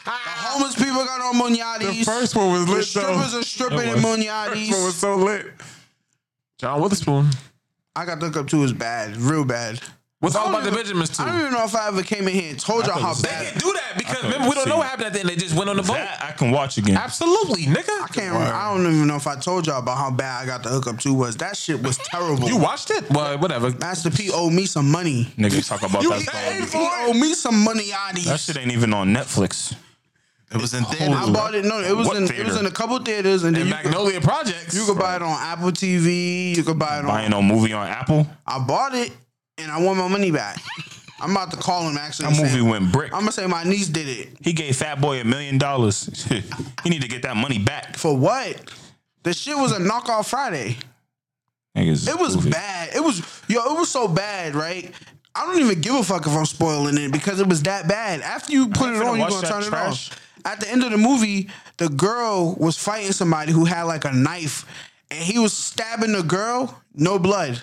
Speaker 6: homeless people got on Munyatis.
Speaker 5: The first one was
Speaker 6: The
Speaker 5: lit,
Speaker 6: strippers
Speaker 5: though.
Speaker 6: are stripping in
Speaker 5: It was. First one was
Speaker 6: Munyatis.
Speaker 5: so lit. John Witherspoon.
Speaker 6: I got the hookup too. Is bad, real bad.
Speaker 5: What's all
Speaker 6: I don't
Speaker 5: about the
Speaker 6: even-
Speaker 5: Benjamins too?
Speaker 6: I don't even know if I ever came in here and told y'all how
Speaker 5: They
Speaker 6: bad.
Speaker 5: can do that because
Speaker 4: could've
Speaker 5: remember we don't know
Speaker 4: seen
Speaker 5: what happened at the end. They just went on the boat.
Speaker 4: That I can watch again.
Speaker 5: Absolutely, nigga.
Speaker 6: I can't. Remember. I don't even know if I told y'all about how bad I got the hookup too. Was that shit was terrible.
Speaker 5: You watched it? Well, whatever.
Speaker 6: Master P owed me some money.
Speaker 4: Nigga, talk about
Speaker 5: You
Speaker 4: that.
Speaker 5: paid
Speaker 4: song.
Speaker 5: for
Speaker 6: He
Speaker 5: it?
Speaker 6: owe me some money,
Speaker 4: That
Speaker 6: Yadi.
Speaker 4: shit ain't even on Netflix.
Speaker 7: It was in theaters.
Speaker 6: I bought it. No, it was
Speaker 4: What
Speaker 6: in it
Speaker 4: theater?
Speaker 6: was in a couple theaters, and then
Speaker 5: And
Speaker 6: you could,
Speaker 5: Magnolia Projects.
Speaker 6: you could buy it on Apple TV. You could buy it on.
Speaker 4: Buying no movie on Apple.
Speaker 6: I bought it, and I want my money back. I'm about to call him. Actually,
Speaker 4: That
Speaker 6: and say-
Speaker 4: movie went brick.
Speaker 6: I'm gonna say my niece did it
Speaker 4: He gave Fat Boy a million dollars. He need to get that money back.
Speaker 6: for what? The shit was a knockoff Friday.
Speaker 4: Niggas
Speaker 6: It was
Speaker 4: goofy.
Speaker 6: bad. It was yo. It was so bad, right? I don't even give a fuck if I'm spoiling it because it was that bad. After you put it
Speaker 4: finna
Speaker 6: on, you're
Speaker 4: watch
Speaker 6: gonna
Speaker 4: that
Speaker 6: turn
Speaker 4: trash.
Speaker 6: it off. At the end of the movie, the girl was fighting somebody who had like a knife, and he was stabbing the girl. No blood,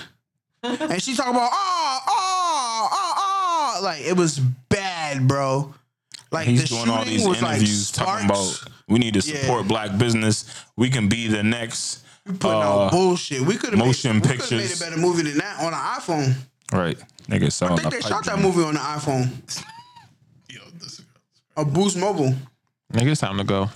Speaker 6: and she talking about ah ah ah ah. Like it was bad, bro. Like
Speaker 4: He's
Speaker 6: the
Speaker 4: doing
Speaker 6: shooting
Speaker 4: all these
Speaker 6: was like
Speaker 4: interviews talking
Speaker 6: sparks.
Speaker 4: about we need to support
Speaker 6: Yeah.
Speaker 4: black business. We can be the next.
Speaker 6: Putting
Speaker 4: uh,
Speaker 6: out bullshit. We could have
Speaker 4: motion
Speaker 6: made, we could've made a
Speaker 4: pictures.
Speaker 6: better movie than that on an iPhone.
Speaker 4: Right, niggas
Speaker 6: I
Speaker 4: selling.
Speaker 6: think
Speaker 4: a
Speaker 6: they
Speaker 4: pipe
Speaker 6: shot that
Speaker 4: dream.
Speaker 6: movie on the iPhone.
Speaker 7: Yo, this is-
Speaker 6: A Boost Mobile.
Speaker 5: Nigga, it's time to go.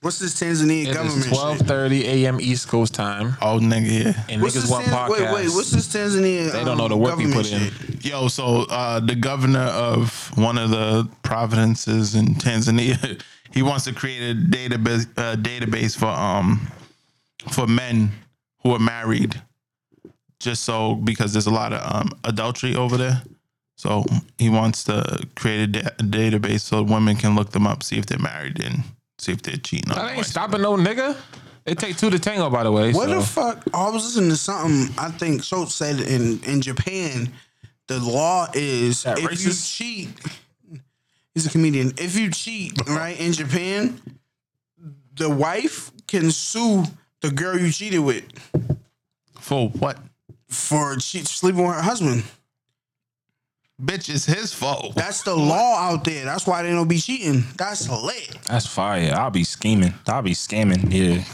Speaker 6: What's this Tanzanian
Speaker 5: It is
Speaker 6: government
Speaker 5: twelve
Speaker 6: shit?
Speaker 5: thirty a.m. East Coast time,
Speaker 7: Oh nigga, yeah.
Speaker 5: and
Speaker 6: What's
Speaker 5: niggas
Speaker 6: this
Speaker 5: want
Speaker 6: Tanz-
Speaker 5: podcast.
Speaker 6: wait, wait, what's this Tanzanian?
Speaker 5: They don't
Speaker 6: um,
Speaker 5: know the work he
Speaker 6: government
Speaker 5: put in.
Speaker 6: shit?
Speaker 7: Yo, so uh, the governor of one of the provinces in Tanzania, he wants to create a database uh, database for um for men who are married, just so because there's a lot of um adultery over there. So he wants to create a, da- a database so women can look them up, see if they're married, and see if they're cheating. on
Speaker 5: That
Speaker 7: their
Speaker 5: ain't
Speaker 7: wife.
Speaker 5: stopping no nigga. It take two to tango, by the way.
Speaker 6: What
Speaker 5: so.
Speaker 6: the fuck? I was listening to something I think Schultz said in, in Japan, the law is
Speaker 4: That
Speaker 6: if
Speaker 4: racist?
Speaker 6: you cheat, he's a comedian. If you cheat, right, in Japan, the wife can sue the girl you cheated with
Speaker 7: For what?
Speaker 6: for cheat, sleeping with her husband.
Speaker 7: Bitch, it's his fault.
Speaker 6: That's the law out there. That's why they don't be cheating. That's lit.
Speaker 4: That's fire. I'll be scheming. I'll be scamming. Yeah,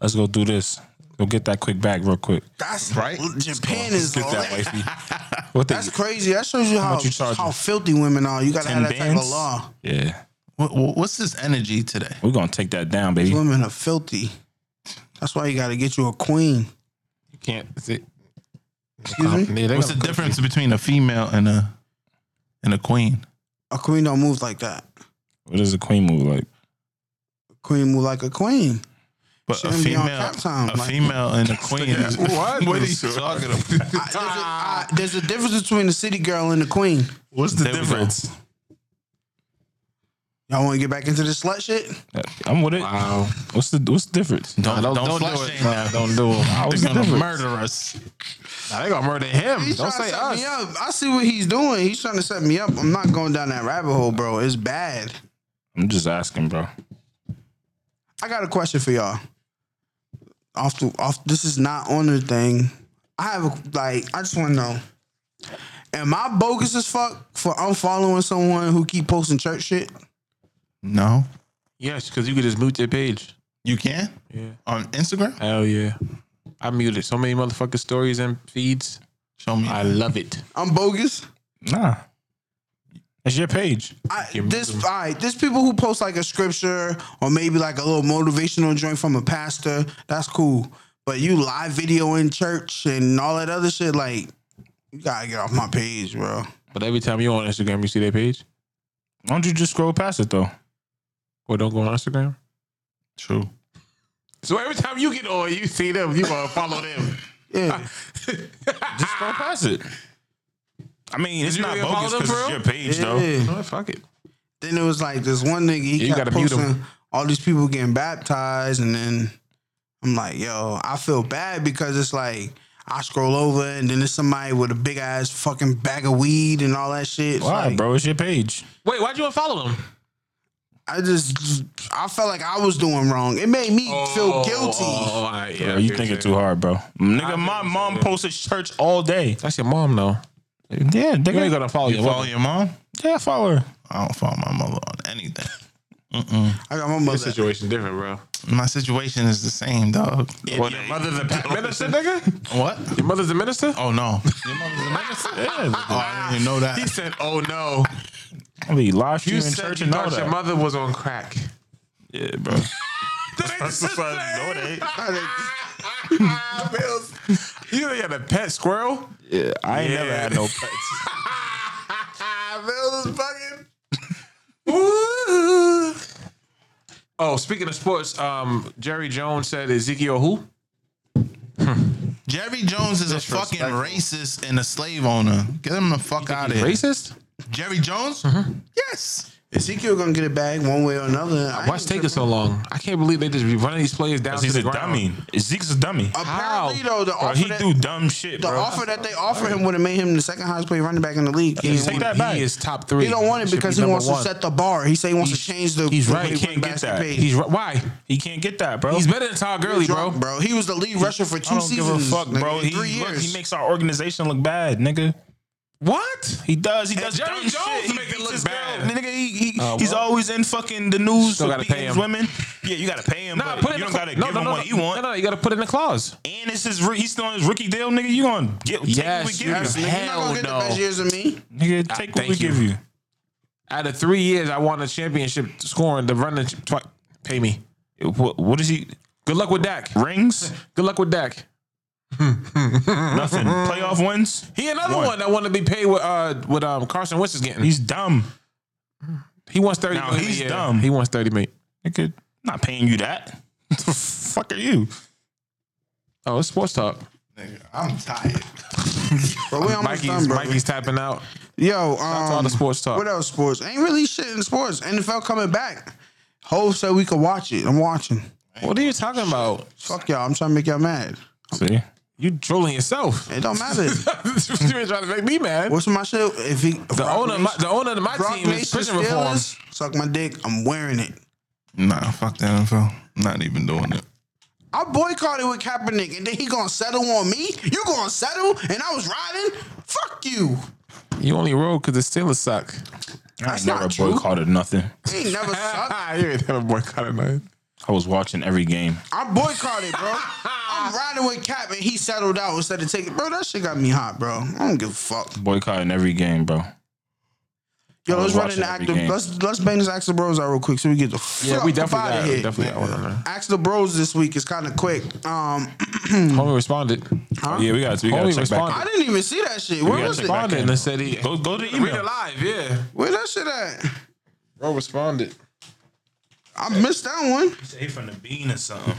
Speaker 4: let's go do this. Go get that quick back real quick.
Speaker 6: That's
Speaker 7: Right?
Speaker 6: Japan is
Speaker 4: Get that
Speaker 6: lit.
Speaker 4: wifey. What they?
Speaker 6: That's crazy. That shows you how
Speaker 4: much you charging?
Speaker 6: how filthy women are. You gotta have
Speaker 4: 10
Speaker 6: that type of
Speaker 4: bands?
Speaker 6: law.
Speaker 4: Yeah,
Speaker 7: What, what's this energy today?
Speaker 4: we're gonna take that down, baby.
Speaker 6: Women are filthy. That's why you gotta get you a queen.
Speaker 5: You can't. see-
Speaker 6: Excuse me?
Speaker 5: Yeah, they
Speaker 7: What's the
Speaker 5: gonna-
Speaker 7: difference between a female and a and a queen?
Speaker 6: A queen don't move like that.
Speaker 4: What does a queen move like?
Speaker 6: A queen move like a queen.
Speaker 7: But a
Speaker 6: Shouldn't be on
Speaker 7: female,
Speaker 6: Cap Time,
Speaker 7: a
Speaker 6: like-
Speaker 7: female and a queen. is-
Speaker 5: What?
Speaker 7: What are you talking about?
Speaker 6: I- there's, a, I- there's a difference between a city girl and a queen.
Speaker 4: What's the
Speaker 7: difference?
Speaker 6: Y'all wanna get back into the slut shit?
Speaker 4: I'm with it.
Speaker 5: Wow.
Speaker 4: What's the What's the difference?
Speaker 7: Don't
Speaker 5: Don't,
Speaker 7: don't,
Speaker 5: don't,
Speaker 7: slut
Speaker 5: do it.
Speaker 7: shame
Speaker 5: bro.
Speaker 7: now.
Speaker 5: Don't do it.
Speaker 4: What's the
Speaker 7: They're gonna
Speaker 4: difference?
Speaker 7: murder us.
Speaker 5: Nah, they gonna murder him.
Speaker 6: He's
Speaker 5: don't say
Speaker 6: trying to set
Speaker 5: us.
Speaker 6: me up. I see what he's doing. He's trying to set me up. I'm not going down that rabbit hole, bro. It's bad.
Speaker 4: I'm just asking, bro.
Speaker 6: I got a question for y'all. Off the off, this is not on the thing. I have a, like, I just want to know: Am I bogus as fuck for unfollowing someone who keep posting church shit?
Speaker 7: No,
Speaker 5: Yes, because you could just mute their page.
Speaker 7: you can.
Speaker 5: Yeah.
Speaker 7: On Instagram,
Speaker 5: Hell yeah. I muted so many motherfucking stories and feeds.
Speaker 7: show me.
Speaker 5: I love it.
Speaker 6: I'm bogus.
Speaker 4: Nah, it's your page.
Speaker 6: I,
Speaker 5: Give me
Speaker 6: this all
Speaker 5: some-
Speaker 6: right. There's people who post like a scripture or maybe like a little motivational joint from a pastor. That's cool. But you live video in church and all that other shit, like you gotta get off my page, bro.
Speaker 5: But every time you're on Instagram, you see their page?
Speaker 4: Why don't you just scroll past it though?
Speaker 5: Or don't go on Instagram?
Speaker 7: True.
Speaker 5: So every time you get on, you see them, you gonna follow them.
Speaker 6: Yeah,
Speaker 4: Just scroll past it. I mean, it's
Speaker 5: you
Speaker 4: not
Speaker 5: really follow
Speaker 4: bogus
Speaker 5: them,
Speaker 4: because
Speaker 5: bro?
Speaker 4: it's your page though.
Speaker 6: yeah.
Speaker 5: Oh, fuck it.
Speaker 6: Then it was like this one nigga. He
Speaker 5: Yeah, you
Speaker 6: kept
Speaker 5: gotta mute
Speaker 6: posting
Speaker 5: 'em.
Speaker 6: all these people getting baptized, and then I'm like, yo, I feel bad because it's like I scroll over, and then there's somebody with a big ass fucking bag of weed and all that shit. It's
Speaker 4: Why,
Speaker 6: like,
Speaker 4: bro? It's your page.
Speaker 5: Wait, why'd you unfollow them?
Speaker 6: I just I felt like I was doing wrong. It made me feel
Speaker 5: Oh.
Speaker 6: guilty.
Speaker 5: all right, oh, yeah,
Speaker 4: Bro, you think it too hard, bro. Nigga, my
Speaker 5: think so,
Speaker 4: mom
Speaker 5: yeah.
Speaker 4: posted church all day.
Speaker 5: That's your mom, though.
Speaker 4: Yeah,
Speaker 5: You
Speaker 4: nigga.
Speaker 5: ain't gonna follow
Speaker 7: You
Speaker 5: your
Speaker 7: follow
Speaker 5: mom.
Speaker 7: your mom?
Speaker 4: Yeah, follow her.
Speaker 7: I don't follow my mother on anything.
Speaker 6: I got my
Speaker 5: Your
Speaker 6: mother.
Speaker 5: situation different, bro.
Speaker 7: My situation is the same, dog.
Speaker 5: What, your mother's a minister, nigga?
Speaker 7: What?
Speaker 5: Your mother's a minister?
Speaker 7: Oh no. Your mother's a minister?
Speaker 4: Yeah,
Speaker 7: Oh, I didn't even know
Speaker 5: He
Speaker 7: that.
Speaker 5: said, "Oh no,
Speaker 4: I'll be live
Speaker 5: you
Speaker 4: streaming
Speaker 5: said
Speaker 4: church
Speaker 5: you
Speaker 4: and all
Speaker 5: thought your
Speaker 4: that.
Speaker 5: mother was on crack."
Speaker 4: Yeah, bro. That's the fuck, no, it ain't.
Speaker 5: Bills. You know you had a pet squirrel.
Speaker 4: I ain't never had no pets.
Speaker 5: Ah, Bills is fucking. Oh, speaking of sports, um, Jerry Jones said Ezekiel who?
Speaker 7: Jerry Jones is a fucking racist and a slave owner. Get him the fuck out of here.
Speaker 5: Racist?
Speaker 7: Jerry Jones?
Speaker 5: Mm-hmm.
Speaker 7: Yes.
Speaker 6: Ezekiel gonna get a bag one way or another. I
Speaker 5: Why's
Speaker 6: ain't
Speaker 5: taking so long? I can't believe they just be running these players down to
Speaker 4: He's
Speaker 5: the
Speaker 4: a
Speaker 5: ground.
Speaker 4: dummy. Zeke's a dummy.
Speaker 6: Apparently though, the
Speaker 4: Bro,
Speaker 6: offer
Speaker 4: he
Speaker 6: that,
Speaker 4: do dumb shit,
Speaker 6: the
Speaker 4: bro.
Speaker 6: offer that they offered him would have made him the second highest paid running back in the league. He,
Speaker 4: Take
Speaker 6: want-
Speaker 4: that
Speaker 5: he
Speaker 4: back.
Speaker 5: is top three.
Speaker 6: he don't want it
Speaker 5: Should
Speaker 6: because
Speaker 5: be
Speaker 6: he
Speaker 5: number
Speaker 6: wants
Speaker 5: one.
Speaker 6: to set the bar. He say he wants to change the.
Speaker 5: he's
Speaker 6: the
Speaker 5: right.
Speaker 6: way
Speaker 5: He
Speaker 4: can't
Speaker 6: running
Speaker 4: get
Speaker 6: backs
Speaker 4: that.
Speaker 6: paid.
Speaker 5: He's ri- why?
Speaker 4: he can't get that, bro.
Speaker 5: He's better than Todd Gurley, bro.
Speaker 6: drunk, bro. He was the lead rusher for two
Speaker 4: I don't give a
Speaker 6: seasons.
Speaker 4: fuck,
Speaker 6: nigga,
Speaker 4: bro.
Speaker 6: in
Speaker 4: He,
Speaker 6: three
Speaker 4: look,
Speaker 6: years.
Speaker 4: he makes our organization look bad, nigga.
Speaker 5: What?
Speaker 4: He does. He
Speaker 5: And
Speaker 4: does.
Speaker 5: Jerry
Speaker 4: dumb
Speaker 5: Jones
Speaker 4: shit. He
Speaker 5: make it
Speaker 4: beats
Speaker 5: look
Speaker 4: his
Speaker 5: bad.
Speaker 4: girl. Nigga, he, he,
Speaker 5: Oh,
Speaker 4: he's
Speaker 5: well.
Speaker 4: always in fucking the news
Speaker 5: Still
Speaker 4: for
Speaker 5: gotta
Speaker 4: beating
Speaker 5: pay
Speaker 4: his
Speaker 5: him.
Speaker 4: women. Yeah, you gotta pay him,
Speaker 5: Nah,
Speaker 4: but
Speaker 5: put it
Speaker 4: you
Speaker 5: in
Speaker 4: don't
Speaker 5: the
Speaker 4: gotta
Speaker 5: no,
Speaker 4: give
Speaker 5: no,
Speaker 4: him
Speaker 5: no,
Speaker 4: what
Speaker 5: no.
Speaker 4: he want.
Speaker 5: No, no, you gotta put it in the clause.
Speaker 4: And it's his. He's still on his rookie deal, nigga. You gonna get take
Speaker 5: Yes,
Speaker 4: what we give
Speaker 5: yes.
Speaker 4: you,
Speaker 6: Nigga, you're not
Speaker 5: Hell
Speaker 6: gonna get
Speaker 5: no.
Speaker 6: the best years of me.
Speaker 4: nigga. Take what
Speaker 5: thank
Speaker 4: we
Speaker 5: you.
Speaker 4: give you.
Speaker 5: Out of three years, I won a championship scoring the running ch- twi- Pay me.
Speaker 4: What, what is he?
Speaker 5: Good luck with Dak.
Speaker 4: Rings?
Speaker 5: Good luck with Dak.
Speaker 4: Nothing. Playoff wins?
Speaker 5: He another
Speaker 4: One.
Speaker 5: one, that wanted to be paid with uh with um Carson Wentz is getting.
Speaker 4: He's dumb.
Speaker 5: he wants thirty.
Speaker 4: Now,
Speaker 5: million a
Speaker 4: he's
Speaker 5: year.
Speaker 4: dumb.
Speaker 5: He wants thirty million.
Speaker 4: Nigga, not paying you that. the fuck are you?
Speaker 5: Oh, it's sports talk.
Speaker 7: Nigga, I'm tired.
Speaker 6: But we almost
Speaker 5: Mikey's
Speaker 6: done, bro.
Speaker 5: Mikey's tapping out.
Speaker 6: Yo, um,
Speaker 5: all the sports talk.
Speaker 6: What else? Sports ain't really shit in sports. NFL coming back. Ho said we could watch it. I'm watching.
Speaker 5: What are you talking about?
Speaker 6: Fuck y'all. I'm trying to make y'all mad.
Speaker 4: See?
Speaker 5: You trolling yourself.
Speaker 6: It don't matter.
Speaker 5: you trying to make me mad.
Speaker 6: What's my shit? If he, if
Speaker 5: The
Speaker 6: Rock
Speaker 5: owner, of my,
Speaker 6: Nation-
Speaker 5: the owner of my
Speaker 6: Rock
Speaker 5: team is
Speaker 6: Nation
Speaker 5: prison reform.
Speaker 6: Steelers, Suck my dick. I'm wearing it.
Speaker 7: Nah, fuck the NFL. Not even doing it.
Speaker 6: I boycotted with Kaepernick, and then he gonna settle on me. You gonna settle? And I was riding. Fuck you.
Speaker 5: You only roll because the Steelers suck.
Speaker 4: I
Speaker 6: That's
Speaker 4: ain't never
Speaker 6: not true.
Speaker 4: boycotted nothing.
Speaker 6: He ain't never sucked.
Speaker 5: you ain't never boycotted nothing.
Speaker 4: I was watching every game.
Speaker 6: I boycotted, bro. I'm riding with Cap and he settled out instead of taking. Bro, that shit got me hot, bro. I don't give a fuck.
Speaker 4: Boycotting every game, bro.
Speaker 6: Yo,
Speaker 4: I
Speaker 6: let's
Speaker 4: was
Speaker 6: run into
Speaker 4: watching every
Speaker 6: active.
Speaker 4: game.
Speaker 6: Let's let's bang this Axe the Bros out real quick so we get the fuck
Speaker 5: Yeah, we definitely
Speaker 6: out
Speaker 5: got,
Speaker 6: of
Speaker 5: we
Speaker 6: here.
Speaker 5: definitely got one on there.
Speaker 6: Axe the Bros this week is kind of quick. Um,
Speaker 5: Homie responded.
Speaker 4: Yeah, we got to we got to
Speaker 5: Homie
Speaker 4: check
Speaker 5: responded.
Speaker 4: back.
Speaker 6: I didn't even see that shit. Where
Speaker 4: gotta
Speaker 6: was
Speaker 4: check
Speaker 6: it?
Speaker 4: back
Speaker 5: Responded
Speaker 4: in.
Speaker 5: and said he.
Speaker 4: Go go to
Speaker 5: Read it
Speaker 4: email.
Speaker 5: live, yeah.
Speaker 6: Where that shit at?
Speaker 5: Bro responded.
Speaker 6: I missed that one.
Speaker 4: Say from the bean or something.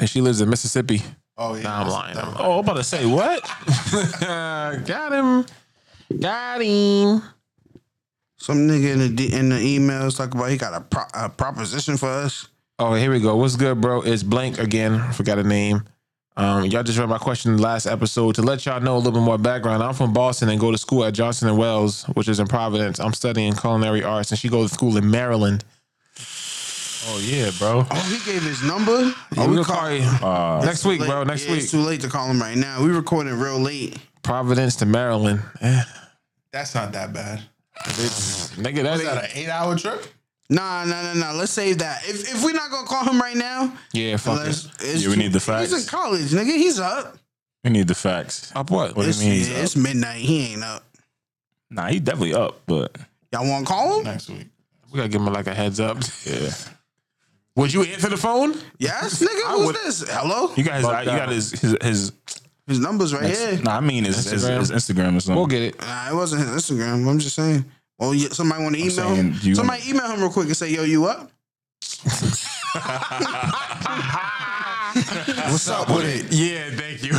Speaker 5: And she lives in Mississippi.
Speaker 7: Oh yeah.
Speaker 5: Nah, I'm lying. I'm
Speaker 4: Oh, I'm about to say what?
Speaker 5: lying. got him. Got him.
Speaker 6: Some nigga in the D- in the emails talk about he got a, pro- a proposition for us.
Speaker 5: Oh, here we go. What's good, bro? It's blank again. Forgot a name. Um, y'all just read my question last episode. To let y'all know a little bit more background, I'm from Boston and go to school at Johnson and Wells, which is in Providence. I'm studying culinary arts, and she goes to school in Maryland.
Speaker 4: Oh yeah, bro.
Speaker 6: Oh, he gave his number.
Speaker 5: Oh,
Speaker 6: Oh,
Speaker 5: we gonna call you
Speaker 4: Uh,
Speaker 5: next week, bro. Next
Speaker 6: Yeah,
Speaker 5: week,
Speaker 6: It's too late to call him right now. We recording real late.
Speaker 5: Providence to Maryland. Eh,
Speaker 7: That's not that bad.
Speaker 5: nigga,
Speaker 7: Is that an
Speaker 5: that's
Speaker 7: eight hour trip?
Speaker 6: Nah, nah, nah, nah. Let's save that. If if we're not gonna call him right now,
Speaker 5: yeah, fuck it.
Speaker 6: let's, it's
Speaker 4: Yeah, we need the facts.
Speaker 6: He's in college, nigga. He's up.
Speaker 4: we need the facts.
Speaker 5: Up what?
Speaker 4: What do you
Speaker 6: It's,
Speaker 4: mean? he's
Speaker 6: yeah,
Speaker 4: up?
Speaker 6: it's midnight. He ain't up.
Speaker 4: Nah, he definitely up, but
Speaker 6: Y'all want to call him?
Speaker 7: Next week.
Speaker 5: We gotta give him like a heads up.
Speaker 4: yeah.
Speaker 5: Would you answer the phone?
Speaker 6: Yes, nigga. Who's
Speaker 5: would-
Speaker 6: this? Hello.
Speaker 4: You got his,
Speaker 5: Fuck
Speaker 4: you
Speaker 5: that.
Speaker 4: got his his, his
Speaker 6: His number's right here.
Speaker 4: Nah, I mean his his,
Speaker 5: Instagram?
Speaker 4: his Instagram or something.
Speaker 5: We'll get it.
Speaker 6: Nah, Uh, it wasn't his Instagram. I'm just saying. Oh, yeah, somebody want to email
Speaker 4: saying,
Speaker 6: him?
Speaker 4: do you-
Speaker 6: Somebody email him real quick and say, "Yo, you up? What's up with it?"
Speaker 5: Yeah, thank you,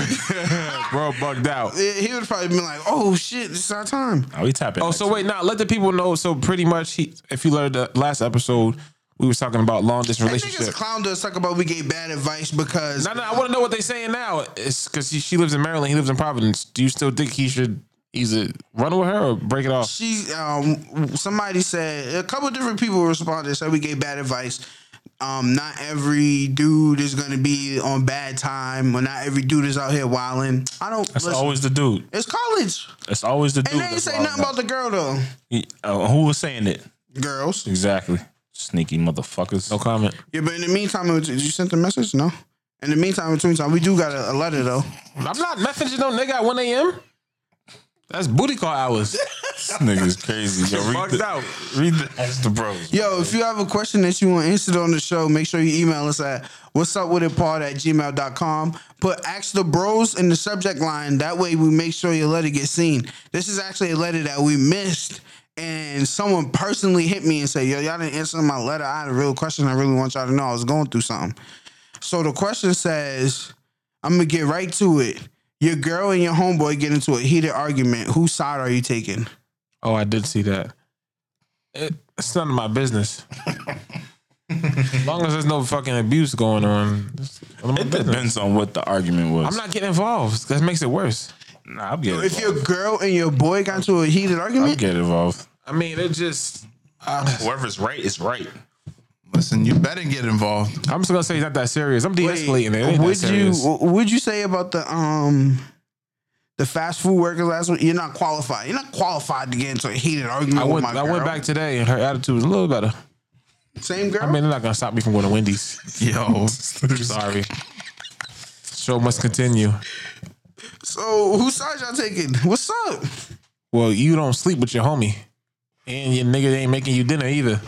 Speaker 5: bro. Bugged out.
Speaker 6: Yeah, he would probably be like, "Oh shit, this is our time."
Speaker 4: Nah, we tap it.
Speaker 5: Oh, so wait, now let the people know. So pretty much, he, if you learned the last episode, we was talking about long distance
Speaker 6: That niggas
Speaker 5: relationship.
Speaker 6: clowned us talk about we gave bad advice because
Speaker 5: No, no, I want to know what they saying now. It's because she lives in Maryland, he lives in Providence. Do you still think he should either run with her or break it off?
Speaker 6: she um somebody said a couple different people responded said we gave bad advice. Um, not every dude is gonna be on bad time, or not every dude is out here wilding. I don't.
Speaker 4: That's
Speaker 6: listen,
Speaker 4: always the dude.
Speaker 6: it's college,
Speaker 4: That's always the dude.
Speaker 6: and they ain't
Speaker 4: That's
Speaker 6: say
Speaker 4: why
Speaker 6: nothing about the girl though.
Speaker 4: I'm- Uh, who was saying it?
Speaker 6: Girls.
Speaker 4: Exactly. Sneaky motherfuckers.
Speaker 5: No comment.
Speaker 6: Yeah, but in the meantime, did you send the message? No. In the meantime, between time, we do got a, a letter though.
Speaker 5: I'm not messaging no nigga at 1 a.m. That's booty call hours.
Speaker 4: This nigga's crazy. Yo, read
Speaker 5: Bugged
Speaker 4: the,
Speaker 5: out.
Speaker 4: read the, that's the bros.
Speaker 6: Yo, if you have a question that you want answered on the show, make sure you email us at what's up with it pod at gmail.com. Put ask the bros in the subject line. That way we make sure your letter gets seen. This is actually a letter that we missed and someone personally hit me and said, "Yo, y'all didn't answer my letter. I had a real question. I really want y'all to know. I was going through something." So the question says, "I'm gonna get right to it. Your girl and your homeboy get into a heated argument. Whose side are you taking?"
Speaker 5: Oh, I did see that. It, it's none of my business. as long as there's no fucking abuse going on, it's none of my
Speaker 4: It
Speaker 5: business.
Speaker 4: depends on what the argument was.
Speaker 5: I'm not getting involved. That makes it worse.
Speaker 4: Nah, I'll get
Speaker 6: If
Speaker 4: involved.
Speaker 6: your girl and your boy got into a heated
Speaker 4: I'll
Speaker 6: argument,
Speaker 4: get involved.
Speaker 5: I mean, it just.
Speaker 4: Whoever's right is right.
Speaker 7: Listen, you better get involved.
Speaker 5: I'm just gonna say it's not that serious. I'm
Speaker 6: Wait,
Speaker 5: de-escalating it. it. ain't that
Speaker 6: Would you
Speaker 5: serious.
Speaker 6: w- would you say about the um the fast food workers last week? You're not qualified. You're not qualified to get into a heated argument
Speaker 5: I
Speaker 6: with
Speaker 5: went.
Speaker 6: Oh my
Speaker 5: I
Speaker 6: girl.
Speaker 5: went back today, and her attitude was a little better.
Speaker 6: Same girl.
Speaker 5: I mean, they're not gonna stop me from going to Wendy's.
Speaker 7: Yo,
Speaker 5: Sorry. Show must continue.
Speaker 6: so whose side y'all taking? What's up?
Speaker 5: Well, you don't sleep with your homie, and your nigga ain't making you dinner either.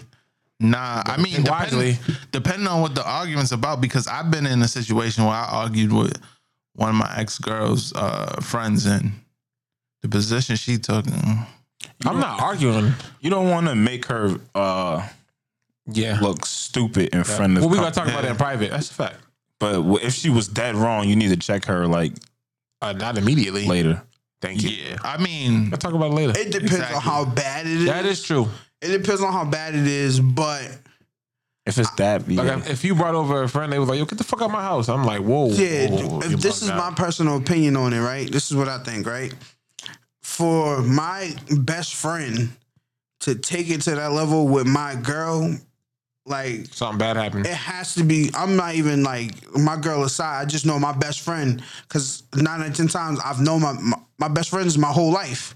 Speaker 7: nah. I mean,
Speaker 5: Think
Speaker 7: depending,
Speaker 5: wisely.
Speaker 7: depending on what the argument's about, because I've been in a situation where I argued with one of my ex girl's uh, friends, and the position she took. mm,
Speaker 5: I'm not arguing.
Speaker 4: You don't want to make her uh,
Speaker 5: Yeah.
Speaker 4: look stupid in front of.
Speaker 5: well, we
Speaker 4: com-
Speaker 5: gotta talk about that in private. That's a fact.
Speaker 4: But w- if she was dead wrong, you need to check her like
Speaker 5: Uh, not immediately.
Speaker 4: later.
Speaker 5: Thank you.
Speaker 7: Yeah, I mean,
Speaker 5: I'll talk about it later.
Speaker 6: It depends
Speaker 7: Exactly.
Speaker 6: on how bad it is.
Speaker 5: that is true.
Speaker 6: It depends on how bad it is, but
Speaker 4: If it's that, yeah.
Speaker 5: Like if- if you brought over a friend, they was like, "Yo, get the fuck out of my house." I'm like, "Whoa."
Speaker 6: Yeah,
Speaker 5: whoa, whoa, you
Speaker 6: if this
Speaker 5: bugged
Speaker 6: is
Speaker 5: out.
Speaker 6: my personal opinion on it, right? This is what I think, right? For my best friend to take it to that level with my girl, like
Speaker 5: something bad happened.
Speaker 6: it has to be. I'm not even like my girl aside. I just know my best friend because nine out of ten times I've known my, my my best friends my whole life.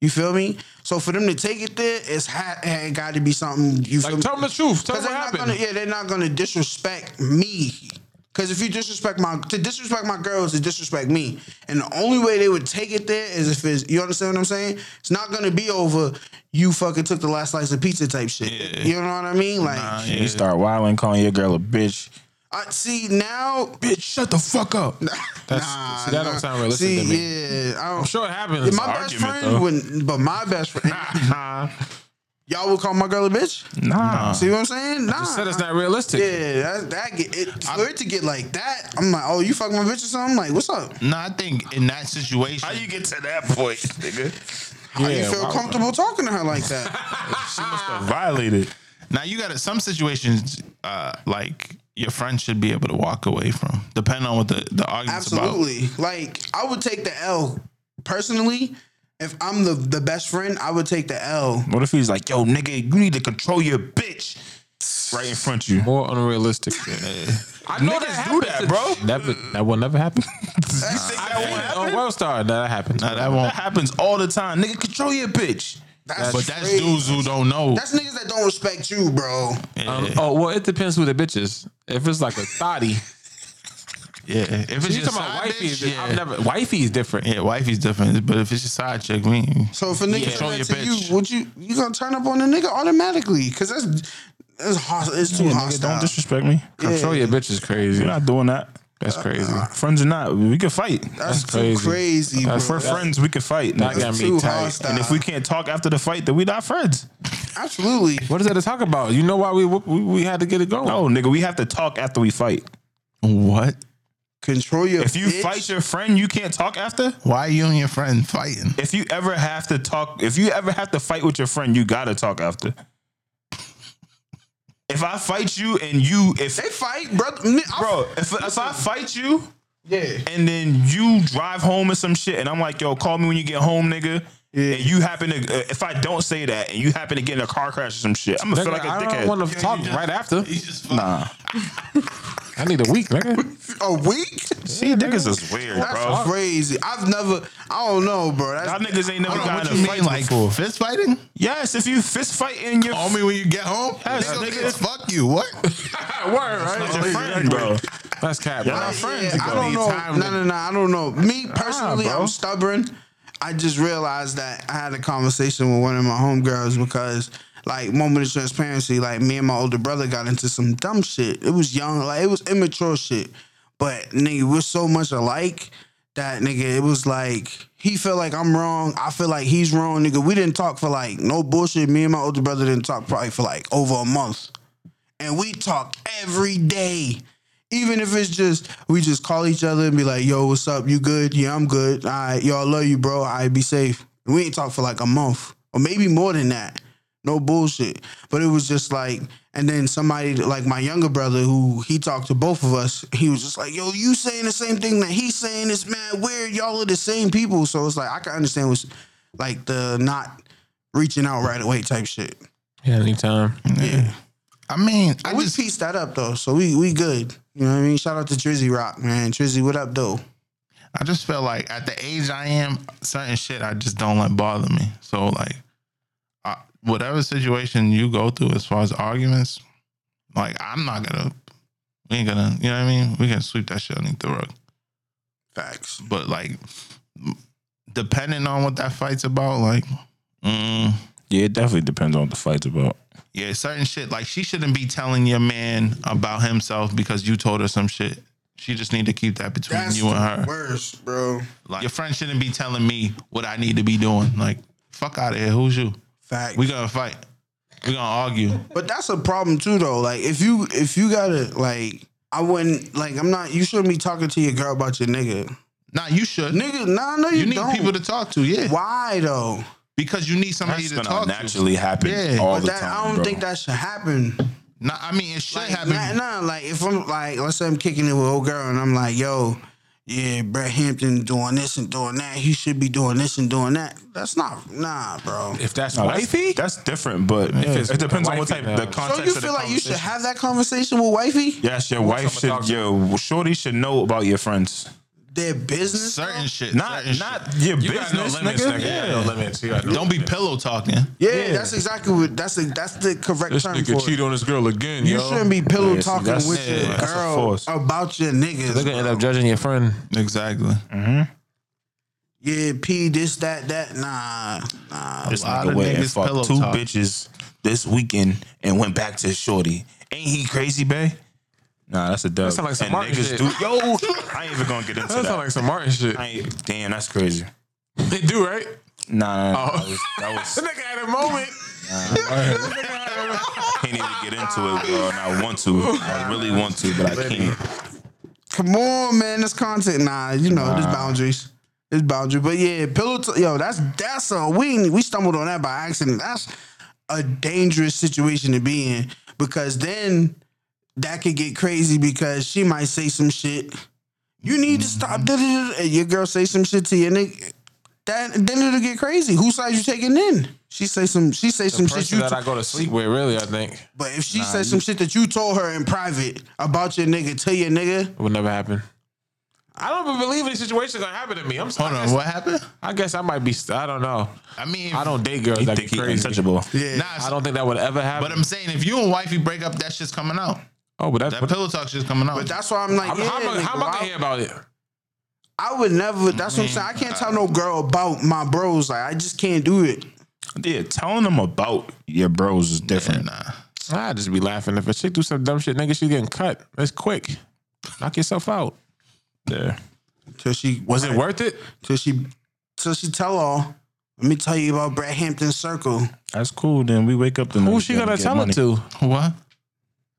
Speaker 6: You feel me? So for them to take it there, it's ha- it got to be something. You feel
Speaker 5: Like,
Speaker 6: me?
Speaker 5: tell them the truth. Tell them what
Speaker 6: Because they're not
Speaker 5: happened.
Speaker 6: gonna, yeah, they're not gonna disrespect me. Because if you disrespect my, to disrespect my girl is to disrespect me. And the only way they would take it there is if it's, you understand what I'm saying? It's not gonna be over. You fucking took the last slice of pizza type shit. You know what I mean? Like,
Speaker 4: you start wilding, calling your girl a bitch.
Speaker 6: I see now.
Speaker 5: Bitch, shut the fuck up. That's,
Speaker 6: Nah,
Speaker 5: see, that
Speaker 6: nah.
Speaker 5: don't sound realistic
Speaker 6: See,
Speaker 5: to me.
Speaker 6: yeah, I don't.
Speaker 5: I'm sure it happens.
Speaker 6: my best friend wouldn't, but my best friend, y'all would call my girl a bitch.
Speaker 4: Nah,
Speaker 6: See what I'm saying? Nah,
Speaker 5: Just said it's not realistic.
Speaker 6: Yeah, that, that get it for it to get like that. I'm like, oh, you fucking my bitch or something? Like, what's up?
Speaker 7: no, I think in that situation,
Speaker 4: get to that point, nigga?
Speaker 6: How you
Speaker 5: Yeah,
Speaker 6: feel
Speaker 5: wow.
Speaker 6: comfortable talking to her like that?
Speaker 4: She must have violated.
Speaker 7: Now you got to some situations uh, like your friend should be able to walk away from, depending on what the the argument's about.
Speaker 6: Absolutely. Like, I would take the L personally. If I'm the the best friend, I would take the L.
Speaker 4: What if he's like, yo, nigga, you need to control your bitch right in front of you?
Speaker 5: More unrealistic. I know that
Speaker 4: do
Speaker 5: happens.
Speaker 4: that, bro.
Speaker 5: Never, that will never happen.
Speaker 4: that, won't happen?
Speaker 5: On World Star, that happened.
Speaker 7: Now, that won't.
Speaker 4: That happens all the time. Nigga, control your bitch.
Speaker 6: That's
Speaker 7: But that's
Speaker 6: crazy.
Speaker 7: dudes who don't know.
Speaker 6: That's niggas that don't respect you, bro.
Speaker 5: Um, oh well, it depends who the bitch is. If it's like a thotty,
Speaker 7: Yeah, if it's
Speaker 5: you
Speaker 7: your
Speaker 5: talking about
Speaker 7: side
Speaker 5: wifey?
Speaker 7: bitch,
Speaker 5: is
Speaker 7: yeah.
Speaker 5: I've never wifey is different.
Speaker 7: yeah, wifey's different. But if it's your side chick, we ain't-
Speaker 6: So if a nigga
Speaker 7: Yeah.
Speaker 6: said
Speaker 7: Control
Speaker 6: that
Speaker 7: your
Speaker 6: to
Speaker 7: bitch.
Speaker 6: you, would you you gonna turn up on the nigga automatically? Cause that's that's hostile. It's too
Speaker 4: Yeah, nigga,
Speaker 6: hostile.
Speaker 4: don't disrespect me.
Speaker 5: Control your bitch is crazy.
Speaker 4: We're not doing that.
Speaker 5: That's
Speaker 6: Uh,
Speaker 5: crazy.
Speaker 4: Friends or not, we can fight.
Speaker 6: that's,
Speaker 5: crazy.
Speaker 6: too crazy, bro.
Speaker 4: If we're friends, we can fight.
Speaker 5: That
Speaker 4: nigga.
Speaker 5: got me
Speaker 6: too
Speaker 5: tight.
Speaker 6: hostile.
Speaker 4: And if we can't talk after the fight, then we not friends.
Speaker 6: absolutely.
Speaker 5: What is that to talk about? You know why we we, we had to get it going?
Speaker 4: No, nigga, we have to talk after we fight.
Speaker 7: what?
Speaker 6: Control your
Speaker 4: If you
Speaker 6: bitch.
Speaker 4: fight your friend, you can't talk after.
Speaker 7: Why are you and your friend fighting?
Speaker 4: If you ever have to talk, if you ever have to fight with your friend, you gotta talk after. If I fight you and you, if
Speaker 6: They fight, bro. Ni- I-
Speaker 4: bro, if, if I fight you
Speaker 6: Yeah.
Speaker 4: and then you drive home or some shit, and I'm like, yo, call me when you get home, nigga. And you happen to, uh, if I don't say that, and you happen to get in a car crash or some shit, I'm gonna
Speaker 5: Nigga,
Speaker 4: feel like a
Speaker 5: I
Speaker 4: dickhead.
Speaker 5: don't want to talk right after.
Speaker 4: nah,
Speaker 5: I need a week, nigga.
Speaker 6: A week?
Speaker 4: see, niggas is weird,
Speaker 6: That's
Speaker 4: bro.
Speaker 6: crazy. I've never. I don't know, bro.
Speaker 4: Y'all
Speaker 6: That's,
Speaker 4: niggas ain't never
Speaker 7: Hold on,
Speaker 4: gotten
Speaker 7: what
Speaker 4: in a
Speaker 7: you mean,
Speaker 4: fight
Speaker 7: like
Speaker 4: before.
Speaker 7: fist fighting?
Speaker 4: Yes, if you fist fight in your
Speaker 7: Call me when you get home.
Speaker 4: Yes,
Speaker 7: nigga,
Speaker 4: nigga.
Speaker 7: bitch, fuck you. What?
Speaker 5: Word, right?
Speaker 4: That's your friend, bro.
Speaker 5: That's cap.
Speaker 4: Y'all
Speaker 5: Bro.
Speaker 4: not friends.
Speaker 6: yeah, I don't know. No, no, no. I don't know. Me personally,
Speaker 4: bro.
Speaker 6: I'm stubborn. I just realized that I had a conversation with one of my homegirls because, like, moment of transparency, like me and my older brother got into some dumb shit. It was young, like it was immature shit. But nigga, we're so much alike that nigga, it was like he felt like I'm wrong. I feel like he's wrong, nigga. We didn't talk for like no bullshit. Me and my older brother didn't talk probably for like over a month, and we talked every day. Even if it's just we just call each other and be like, "Yo, what's up? You good? Yeah, I'm good. All right, yo, I love you, bro. I be safe." And we ain't talked for like a month or maybe more than that. No bullshit. But it was just like, and then somebody like my younger brother who he talked to both of us, he was just like, yo, you saying the same thing that he's saying. It's mad weird. Y'all are the same people. So it's like, I can understand what's like the not reaching out right away type shit.
Speaker 5: Yeah, anytime.
Speaker 6: Yeah.
Speaker 7: I mean,
Speaker 6: I
Speaker 7: I
Speaker 6: we
Speaker 7: just
Speaker 6: pieced that up though. So we we good. You know what I mean? Shout out to Drizzy Rock, man. Drizzy, what up, though?
Speaker 7: I just felt like at the age I am, certain shit I just don't let bother me. So like, I, whatever situation you go through as far as arguments, like I'm not gonna, we ain't gonna, you know what I mean? We can sweep that shit underneath the rug.
Speaker 6: Facts.
Speaker 7: But like, depending on what that fight's about, like, mm,
Speaker 4: Yeah, it definitely depends on what the fight's about.
Speaker 7: yeah, certain shit. Like she shouldn't be telling your man about himself because you told her some shit. She just need to keep that between
Speaker 6: That's
Speaker 7: you and her.
Speaker 6: worst, bro.
Speaker 7: Like your friend shouldn't be telling me what I need to be doing. Like, fuck out of here. Who's you?
Speaker 6: Facts.
Speaker 7: We gonna fight. We gonna argue.
Speaker 6: But that's a problem too, though. Like if you if you gotta like, I wouldn't like. I'm not. You shouldn't be talking to your girl about your nigga.
Speaker 7: Nah, you should.
Speaker 6: Nigga, nah, no, you,
Speaker 7: you need
Speaker 6: don't.
Speaker 7: people to talk to, yeah.
Speaker 6: Why though?
Speaker 7: Because you need somebody
Speaker 4: That's gonna
Speaker 7: to talk
Speaker 4: naturally happen
Speaker 7: Yeah.
Speaker 4: all
Speaker 6: But
Speaker 4: the
Speaker 6: that
Speaker 4: time.
Speaker 6: I don't
Speaker 4: bro.
Speaker 6: think that should happen.
Speaker 7: to. Nah, I mean it should
Speaker 6: Like,
Speaker 7: happen.
Speaker 6: nah, nah, like if I'm like, let's say I'm kicking it with old girl, and I'm like, yo, yeah, Brett Hampton doing this and doing that. He should be doing this and doing that. That's not nah, bro.
Speaker 5: If that's
Speaker 4: No, that's,
Speaker 5: wifey,
Speaker 4: that's different, but
Speaker 5: it's
Speaker 4: it depends on what
Speaker 5: wifey,
Speaker 4: type,
Speaker 5: no.
Speaker 4: the
Speaker 6: So
Speaker 4: context
Speaker 6: you
Speaker 4: of the
Speaker 6: feel like you should
Speaker 4: conversation.
Speaker 6: have that conversation with wifey?
Speaker 4: Yes, your wife
Speaker 5: someone
Speaker 4: should. Your shorty should know about your friends.
Speaker 6: Their business.
Speaker 7: certain shit.
Speaker 4: Not
Speaker 7: certain
Speaker 4: not
Speaker 7: shit.
Speaker 4: your
Speaker 5: you got no
Speaker 4: business,
Speaker 5: limits,
Speaker 4: nigga.
Speaker 5: nigga. You got no limits. You got no
Speaker 7: Don't be pillow talking.
Speaker 6: Yeah, that's exactly what. That's the that's the correct
Speaker 5: This
Speaker 6: term
Speaker 5: nigga
Speaker 6: for it.
Speaker 5: cheat on this girl again,
Speaker 6: You
Speaker 5: yo.
Speaker 6: shouldn't be pillow
Speaker 4: Yeah, see,
Speaker 6: talking
Speaker 4: that's-
Speaker 6: with
Speaker 4: yeah,
Speaker 6: your
Speaker 4: that's a
Speaker 6: girl
Speaker 4: force.
Speaker 6: about your niggas.
Speaker 5: They're gonna end up judging your friend.
Speaker 7: Exactly.
Speaker 6: Yeah, P, this, that, that. Nah, nah.
Speaker 4: This
Speaker 7: lot
Speaker 4: nigga
Speaker 7: of
Speaker 4: went and
Speaker 7: niggas
Speaker 4: fucked
Speaker 7: pillow
Speaker 4: two
Speaker 7: talk.
Speaker 4: bitches this weekend and went back to shorty. Ain't he crazy, bae? Nah, that's a dub.
Speaker 5: sound like some
Speaker 4: and
Speaker 5: Martin
Speaker 4: niggas
Speaker 5: shit.
Speaker 4: do. Yo, I ain't even gonna get
Speaker 5: That
Speaker 4: into that.
Speaker 5: sounds like some Martin shit.
Speaker 4: I ain't, damn, that's crazy.
Speaker 5: They do, right?
Speaker 4: Nah, nah, nah,
Speaker 5: Oh.
Speaker 4: that
Speaker 5: This
Speaker 4: was. That was
Speaker 5: nigga had a moment.
Speaker 4: can't even get into it, bro. And I want to. I really want to, but I can't.
Speaker 6: Come on, man. This content, nah. You know, there's boundaries. There's boundary. But yeah, pillow. T- yo, that's that's a we we stumbled on that by accident. That's a dangerous situation to be in because then that could get crazy because she might say some shit. You need to
Speaker 5: Mm-hmm.
Speaker 6: stop. da-da-da-da," And your girl say some shit to your nigga. That then it'll get crazy. Whose side you taking in? She say some. She say some shit.
Speaker 5: Person
Speaker 6: You
Speaker 5: that I go to sleep with, really, I think.
Speaker 6: But if she says some shit that you told her in private about your nigga, tell your nigga,
Speaker 5: It would never happen. I don't even believe these situations gonna happen to me. I'm
Speaker 7: Hold
Speaker 5: I
Speaker 7: on,
Speaker 5: guess,
Speaker 7: what happened?
Speaker 5: I guess I might be. st- I don't know.
Speaker 7: I mean,
Speaker 5: I don't date girls
Speaker 4: You
Speaker 5: that
Speaker 4: think
Speaker 5: get
Speaker 4: he
Speaker 5: crazy.
Speaker 4: untouchable?
Speaker 6: yeah,
Speaker 7: Nah,
Speaker 5: I don't think that would ever happen.
Speaker 7: but I'm saying if you and wifey break up, that shit's coming out.
Speaker 5: oh, but that's.
Speaker 7: That pillow talk shit's coming out.
Speaker 6: But that's why I'm like,
Speaker 5: I'm,
Speaker 6: yeah,
Speaker 5: how, am I,
Speaker 6: nigga,
Speaker 5: how am I gonna
Speaker 6: why-
Speaker 5: hear about it?
Speaker 6: I would never. That's what I'm saying. I can't tell no girl about my bros. Like, I just can't do it.
Speaker 4: Yeah, telling them about your bros is different.
Speaker 7: nah.
Speaker 5: I'd just be laughing if a chick do some dumb shit, nigga. She getting cut. That's quick. Knock yourself out.
Speaker 4: Yeah.
Speaker 6: Till she
Speaker 5: Was it worth it?
Speaker 6: Till she, till she tell all. Let me tell you about Brad Hampton Circle.
Speaker 4: That's cool. Then we wake up the
Speaker 5: Who's she gonna tell it to?
Speaker 7: What?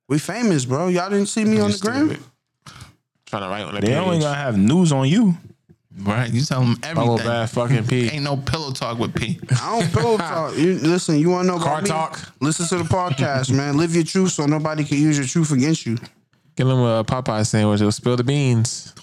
Speaker 6: We famous, bro. Y'all didn't see me on the gram.
Speaker 5: Trying to write on the
Speaker 4: They
Speaker 5: page.
Speaker 4: only gonna have news on you.
Speaker 7: Right? You tell them
Speaker 5: Oh,
Speaker 7: everything.
Speaker 5: bad fucking P.
Speaker 7: Ain't no pillow talk with P.
Speaker 6: I don't pillow talk. You, listen, you want to know about
Speaker 5: Car
Speaker 6: me?
Speaker 5: talk.
Speaker 6: Listen to the podcast, man. Live your truth so nobody can use your truth against you.
Speaker 5: Give him a Popeye sandwich. It'll spill the beans.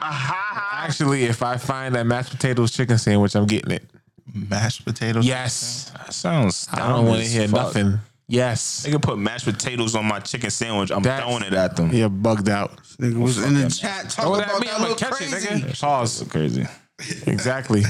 Speaker 5: Actually, if I find that mashed potatoes chicken sandwich, I'm getting it.
Speaker 7: Mashed potatoes.
Speaker 5: Yes.
Speaker 4: That sounds.
Speaker 5: I don't want to hear
Speaker 4: fuck.
Speaker 5: nothing. Yes.
Speaker 4: They can put mashed potatoes on my chicken sandwich. I'm
Speaker 5: That's-
Speaker 4: throwing it at them.
Speaker 5: You're bugged out.
Speaker 6: Nigga was in the chat
Speaker 5: Oh,
Speaker 6: talking
Speaker 5: that
Speaker 6: about
Speaker 5: mean
Speaker 6: that
Speaker 5: I'm gonna
Speaker 6: look
Speaker 5: catch it,
Speaker 6: crazy.
Speaker 5: nigga. Pause.
Speaker 4: Crazy.
Speaker 5: Exactly.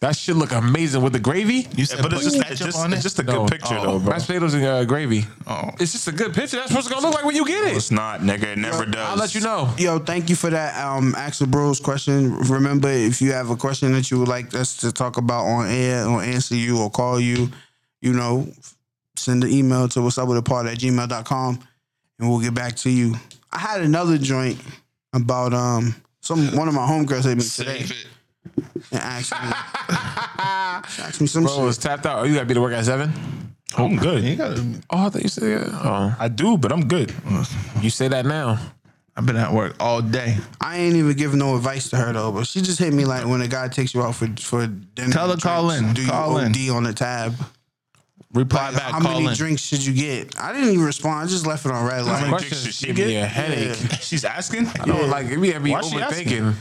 Speaker 5: that should look amazing with the gravy.
Speaker 7: You said
Speaker 4: But
Speaker 7: put
Speaker 4: it's just,
Speaker 7: ketchup
Speaker 4: it's just,
Speaker 7: on
Speaker 4: it's
Speaker 7: it?
Speaker 4: just a
Speaker 5: No.
Speaker 4: good picture
Speaker 7: Oh.
Speaker 4: though, bro.
Speaker 5: Mashed potatoes and uh, gravy.
Speaker 7: Oh.
Speaker 5: It's just a good picture. That's what it's gonna look like when you get it.
Speaker 4: It's not, nigga. It never does.
Speaker 5: I'll let you know.
Speaker 6: Yo, thank you for that um Axel Bros question. Remember, if you have a question that you would like us to talk about on air or answer you or call you, you know, send an email to what's up with the pod at gmail.com and we'll get back to you. I had another joint about um Some one of my homegirls hit me today
Speaker 7: Save it.
Speaker 6: and asked me, asked me some
Speaker 5: Bro,
Speaker 6: shit.
Speaker 5: it's tapped out. Oh, you gotta be to work at seven.
Speaker 4: I'm
Speaker 7: You
Speaker 4: good.
Speaker 7: gotta-
Speaker 5: Oh, I thought you said yeah. Oh,
Speaker 4: I do, but I'm good.
Speaker 5: you say that now.
Speaker 7: I've been at work all day.
Speaker 6: I ain't even giving no advice to her though, but she just hit me like when a guy takes you out for for dinner.
Speaker 7: Tell her
Speaker 6: and
Speaker 7: call
Speaker 6: drinks,
Speaker 7: in.
Speaker 6: Do
Speaker 7: Call
Speaker 6: you
Speaker 7: in.
Speaker 6: OD on the tab?
Speaker 7: Reply
Speaker 6: Like,
Speaker 7: back.
Speaker 6: how
Speaker 7: call
Speaker 6: many
Speaker 7: in.
Speaker 6: drinks should you get? I didn't even respond. I just left it on red. Like,
Speaker 4: Question
Speaker 5: Questions
Speaker 4: she
Speaker 5: give
Speaker 4: get?
Speaker 5: me a headache.
Speaker 4: She's asking. I
Speaker 5: No, like if we have me
Speaker 4: Why she
Speaker 5: overthinking,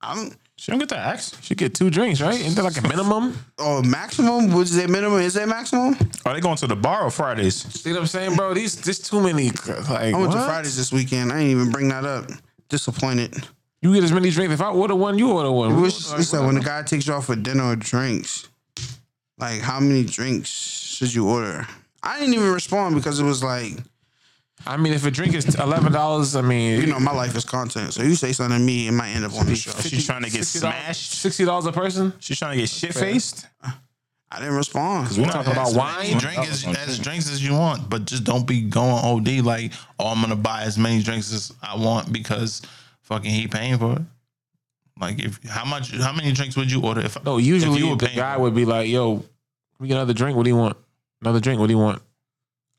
Speaker 6: I'm,
Speaker 4: She don't get that asked.
Speaker 5: she get two drinks, right? Isn't that like a minimum?
Speaker 6: oh, maximum? What's that minimum? Is that maximum?
Speaker 4: Are Oh, they going to the bar on Fridays?
Speaker 5: See what I'm saying, bro? These, there's too many. Like,
Speaker 6: I went
Speaker 5: what?
Speaker 6: to Fridays this weekend. I ain't even bring that up. Disappointed.
Speaker 5: You get as many drinks. If I order one, you order one.
Speaker 6: It was just, it's like when a guy takes you out for dinner or drinks, like how many drinks should you order? I didn't even respond because it was like,
Speaker 5: I mean, if a drink is eleven dollars, I mean,
Speaker 6: you know, my life is content. So you say something to me, it might end up on the show.
Speaker 4: Oh, She's trying to get smashed.
Speaker 5: sixty dollars a person.
Speaker 4: She's trying to get shit faced.
Speaker 6: I didn't respond.
Speaker 4: We're not
Speaker 5: talking about
Speaker 7: As
Speaker 5: wine?
Speaker 7: many Drink as,
Speaker 4: Oh,
Speaker 7: as drinks as you want, but just don't be going OD like, oh, I'm gonna buy as many drinks as I want because fucking he paying for it. Like, if how much, how many drinks would you order if?
Speaker 5: No, usually
Speaker 7: if you were
Speaker 5: the
Speaker 7: paying
Speaker 5: guy
Speaker 7: for it?
Speaker 5: would be like, "Yo, can we get another drink. What do you want? Another drink. What do you want?"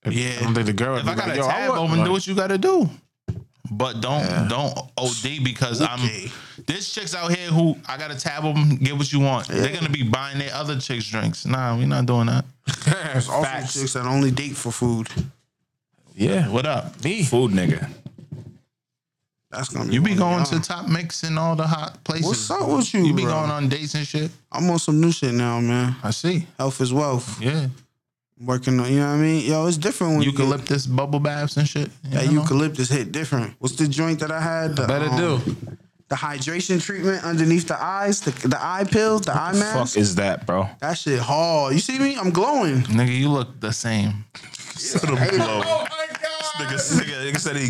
Speaker 5: If-
Speaker 6: Yeah.
Speaker 5: I don't think the girl.
Speaker 7: If
Speaker 5: would
Speaker 7: I
Speaker 5: be
Speaker 7: got
Speaker 5: like,
Speaker 7: a
Speaker 5: "Yo, I
Speaker 7: tab
Speaker 5: want-"
Speaker 7: open,
Speaker 5: Like,
Speaker 7: do what you gotta do. But don't don't OD because
Speaker 6: Okay.
Speaker 7: I'm there's chicks out here who I gotta tab open, get what you want. They're gonna be buying their other chicks drinks. Nah, we're not doing that.
Speaker 6: There's also chicks that only date for food.
Speaker 5: Yeah,
Speaker 7: What up?
Speaker 5: me.
Speaker 4: Food nigga.
Speaker 6: That's gonna be
Speaker 7: You be
Speaker 6: one
Speaker 7: going
Speaker 6: of
Speaker 7: to
Speaker 6: y'all.
Speaker 7: top mix and all the hot places.
Speaker 6: What's up with you,
Speaker 7: You be
Speaker 6: bro?
Speaker 7: going on dates and shit.
Speaker 6: I'm on some new shit now, man.
Speaker 7: I see.
Speaker 6: Health is wealth.
Speaker 7: Yeah.
Speaker 6: Working on, you know what I mean? Yo, it's different when you get-
Speaker 7: Eucalyptus bubble baths and shit. You
Speaker 6: That
Speaker 7: know?
Speaker 6: eucalyptus hit different. What's the joint that I had? The,
Speaker 5: Better
Speaker 6: um,
Speaker 5: do.
Speaker 6: The hydration treatment underneath the eyes, the, the eye pill, the eye mask.
Speaker 4: Fuck is that, bro?
Speaker 6: that shit hard. You see me? I'm glowing.
Speaker 7: Nigga, you look the same.
Speaker 4: Oh my god. Nigga, nigga, nigga said he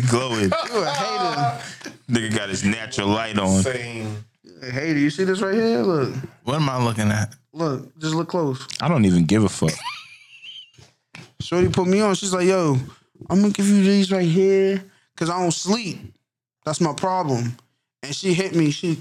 Speaker 6: You
Speaker 4: glowing.
Speaker 6: a hater.
Speaker 4: nigga got his natural light on.
Speaker 6: A hater. You see this right here? Look.
Speaker 7: What am I looking at?
Speaker 6: Look. Just look close.
Speaker 4: I don't even give a fuck.
Speaker 6: Shorty put me on. She's like, yo, I'm gonna give you these right here. Cause I don't sleep. That's my problem. And she hit me. She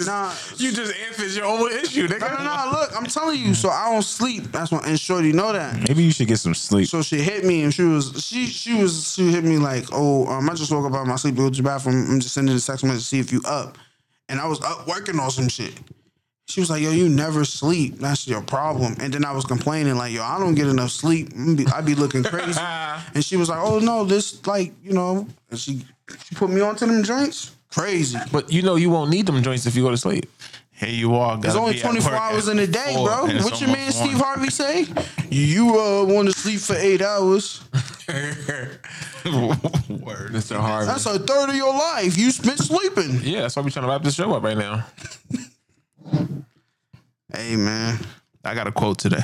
Speaker 6: nah.
Speaker 5: You just answered your own issue,
Speaker 6: No,
Speaker 5: nigga.
Speaker 6: no, no, look, I'm telling you. So I don't sleep. That's why and Shorty know that.
Speaker 4: Maybe you should get some sleep.
Speaker 6: So she hit me, and she was she she was she hit me like, oh, um, I just woke up out of my sleep, go to the bathroom. I'm just sending a text message to see if you up, and I was up working on some shit. She was like, yo, you never sleep. That's your problem. And then I was complaining like, yo, I don't get enough sleep. I'm be, I be looking crazy. and she was like, oh no, this like you know, and she she put me onto them joints. Crazy.
Speaker 5: But you know you won't need them joints if you go to sleep.
Speaker 7: Here you are.
Speaker 6: There's only 24 hours in a day, bro. What your man Steve Harvey say? You uh, want to sleep for eight hours.
Speaker 7: Harvey? Word.
Speaker 5: Mr. Harvey.
Speaker 6: That's a third of your life you spent sleeping.
Speaker 5: yeah, that's why we're trying to wrap this show up right now.
Speaker 6: Hey man.
Speaker 7: I got a quote today.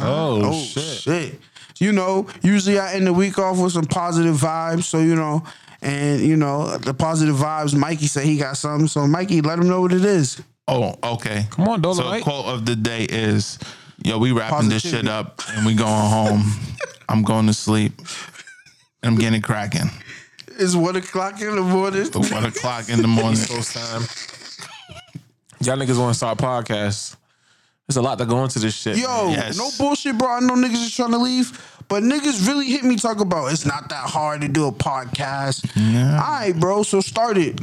Speaker 5: Oh,
Speaker 6: Oh shit. You know, usually I end the week off with some positive vibes. So you know, and you know the positive vibes. Mikey said he got something. So Mikey, let him know what it is.
Speaker 7: Oh, okay.
Speaker 5: Come on,
Speaker 7: So
Speaker 5: Dolomite.
Speaker 7: quote of the day is, yo, we wrapping this
Speaker 6: Positivity.
Speaker 7: shit up and we going home. I'm going to sleep. I'm getting cracking.
Speaker 6: It's one o'clock in the morning.
Speaker 7: But one o'clock in the morning.
Speaker 5: time. Y'all niggas want to start podcasts. There's a lot that go into this shit.
Speaker 6: Yo,
Speaker 7: Yes.
Speaker 6: no bullshit, bro. I know niggas is trying to leave, but niggas really hit me talk about it's not that hard to do a podcast. All right, bro. So start it.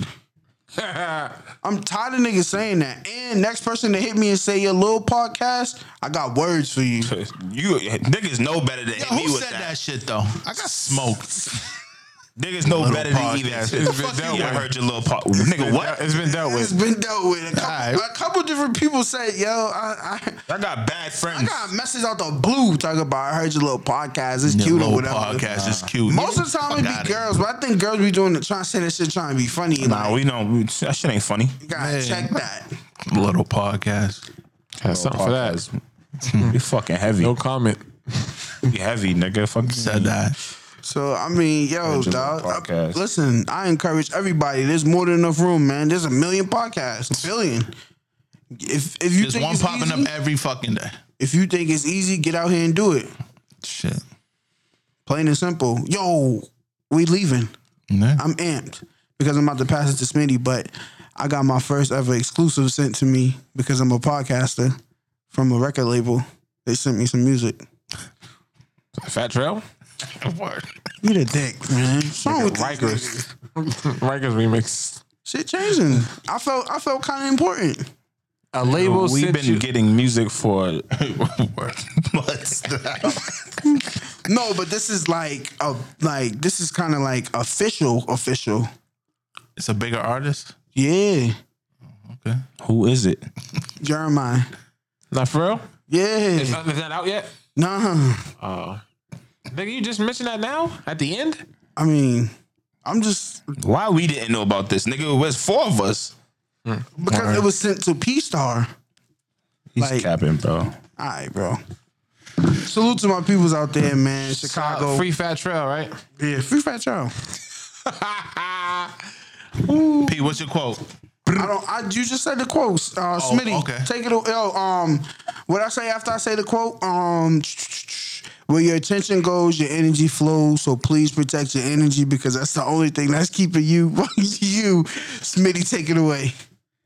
Speaker 6: I'm tired of niggas saying that. And next person to hit me and say your little podcast, I got words for you.
Speaker 4: You niggas know better than
Speaker 7: Yo,
Speaker 4: me
Speaker 7: who
Speaker 4: with
Speaker 7: said that.
Speaker 4: that.
Speaker 7: shit though? I got smoked.
Speaker 4: Niggas know better than even.
Speaker 5: It's been
Speaker 4: Fuck
Speaker 5: dealt
Speaker 4: you, I
Speaker 5: with.
Speaker 4: heard your little part. Nigga, what?
Speaker 5: It's been dealt
Speaker 6: It's
Speaker 5: with.
Speaker 6: been dealt with. A couple,
Speaker 7: Alright.
Speaker 6: a couple different people said, yo, I, I
Speaker 4: I got bad
Speaker 6: I
Speaker 4: friends.
Speaker 6: got a message out the blue talking about I heard your little podcast. It's cute or
Speaker 7: Little
Speaker 6: whatever.
Speaker 7: podcast is cute.
Speaker 6: Most of the time it
Speaker 7: Fuck outta
Speaker 6: be girls, but I think girls be doing the trying to say that shit trying to be funny.
Speaker 4: Nah,
Speaker 6: like,
Speaker 4: we don't. we- That shit ain't funny.
Speaker 6: you gotta check that.
Speaker 7: here. Little podcast.
Speaker 5: Got something for that.
Speaker 4: We fucking heavy.
Speaker 5: No comment.
Speaker 4: We heavy, nigga. Fuck
Speaker 7: Said that.
Speaker 6: So I mean, yo, dog. uh,
Speaker 4: podcast.
Speaker 6: Listen, I encourage everybody. There's more than enough room, man. There's a million podcasts, a billion. If if you
Speaker 7: There's
Speaker 6: think
Speaker 7: one
Speaker 6: it's
Speaker 7: popping
Speaker 6: easy,
Speaker 7: up every fucking day.
Speaker 6: if you think it's easy, get out here and do it.
Speaker 7: Shit.
Speaker 6: Plain and simple. Yo, we leaving.
Speaker 7: Yeah.
Speaker 6: I'm amped because I'm about to pass it to Smitty, but I got my first ever exclusive sent to me because I'm a podcaster from a record label. They sent me some music.
Speaker 5: Fat Trail?
Speaker 6: You the dick, man. What's wrong with these niggas?
Speaker 5: Rikers. Rikers remix.
Speaker 6: Shit changing. I felt I felt kind of important.
Speaker 5: A label
Speaker 4: We've
Speaker 5: sent
Speaker 4: been
Speaker 5: you.
Speaker 4: getting music for
Speaker 7: Months now.
Speaker 6: No, but this is like a like this is kind of like official official.
Speaker 7: it's a bigger artist.
Speaker 6: Yeah,
Speaker 7: Okay.
Speaker 4: who is it?
Speaker 6: Jeremiah.
Speaker 5: Not for real?
Speaker 6: Yeah,
Speaker 5: Is that, is that out yet?
Speaker 6: nah.
Speaker 5: Nigga, you just mentioned that now? At the end?
Speaker 6: I mean, I'm just
Speaker 4: Why we didn't know about this, nigga? It was four of us.
Speaker 6: because it was sent to P Star.
Speaker 4: He's
Speaker 6: Like-
Speaker 4: capping, bro.
Speaker 6: All right, bro. Salute to my peoples out there, man. Chicago.
Speaker 5: Uh, free Fat Trail, right?
Speaker 6: yeah, free fat child.
Speaker 7: P, what's your quote?
Speaker 6: I don't. I, you just said the quotes, uh,
Speaker 4: Oh,
Speaker 6: Smitty.
Speaker 7: okay.
Speaker 6: Take it. Yo, um, what I say after I say the quote, um, where your attention goes, your energy flows. So please protect your energy because that's the only thing that's keeping you. you, Smitty, take it away.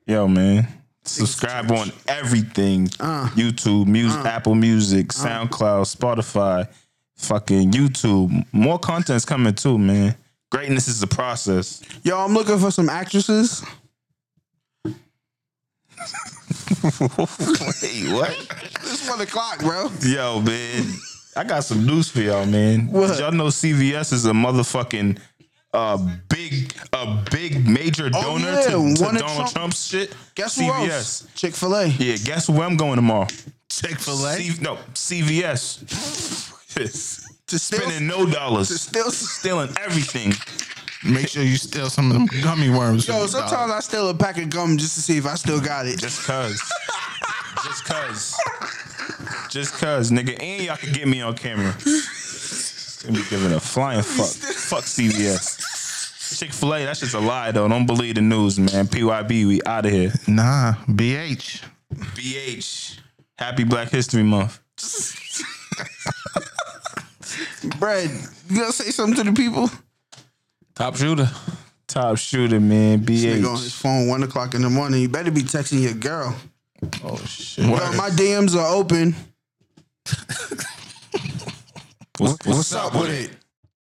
Speaker 4: Yo, man. Subscribe on everything YouTube, music, Apple Music, SoundCloud, Spotify, fucking YouTube. More content's coming too, man. Greatness is a process.
Speaker 6: Yo, I'm looking for some actresses.
Speaker 4: Wait, what?
Speaker 6: It's one o'clock, bro.
Speaker 4: Yo, man, I got some news for y'all, man.
Speaker 6: What?
Speaker 4: Did y'all know CVS is a motherfucking uh big a big major
Speaker 6: Oh,
Speaker 4: donor
Speaker 6: yeah,
Speaker 4: to, to
Speaker 6: one of
Speaker 4: Donald
Speaker 6: Trump-
Speaker 4: Trump's shit?
Speaker 6: Guess who
Speaker 4: CVS.
Speaker 6: else? Chick Fil A.
Speaker 4: Yeah, guess where I'm going tomorrow?
Speaker 7: Chick Fil A.
Speaker 4: C- no, CVS.
Speaker 6: To steal,
Speaker 4: Spending no
Speaker 6: to
Speaker 4: dollars.
Speaker 6: steal.
Speaker 4: Stealing everything.
Speaker 7: Make sure you steal some of them gummy worms.
Speaker 6: Yo, sometimes I steal a pack of gum just to see if I still got it.
Speaker 4: Just cuz. Just cuz. Just cuz, nigga. And y'all can get me on camera. They be giving a flying fuck. Fuck CVS. Chick fil A, that shit's a lie, though. Don't believe the news, man. PYB, we out of here.
Speaker 7: Nah, BH.
Speaker 4: BH. Happy Black History Month.
Speaker 6: Bread. You gonna say something to the people?
Speaker 5: Top shooter.
Speaker 4: Top shooter, man.
Speaker 6: Nigga on his
Speaker 4: BH.
Speaker 6: phone one o'clock in the morning. You better be texting your girl.
Speaker 4: Oh,
Speaker 6: Yo,
Speaker 7: Word.
Speaker 6: my DMs are open.
Speaker 4: What's, what's up with it?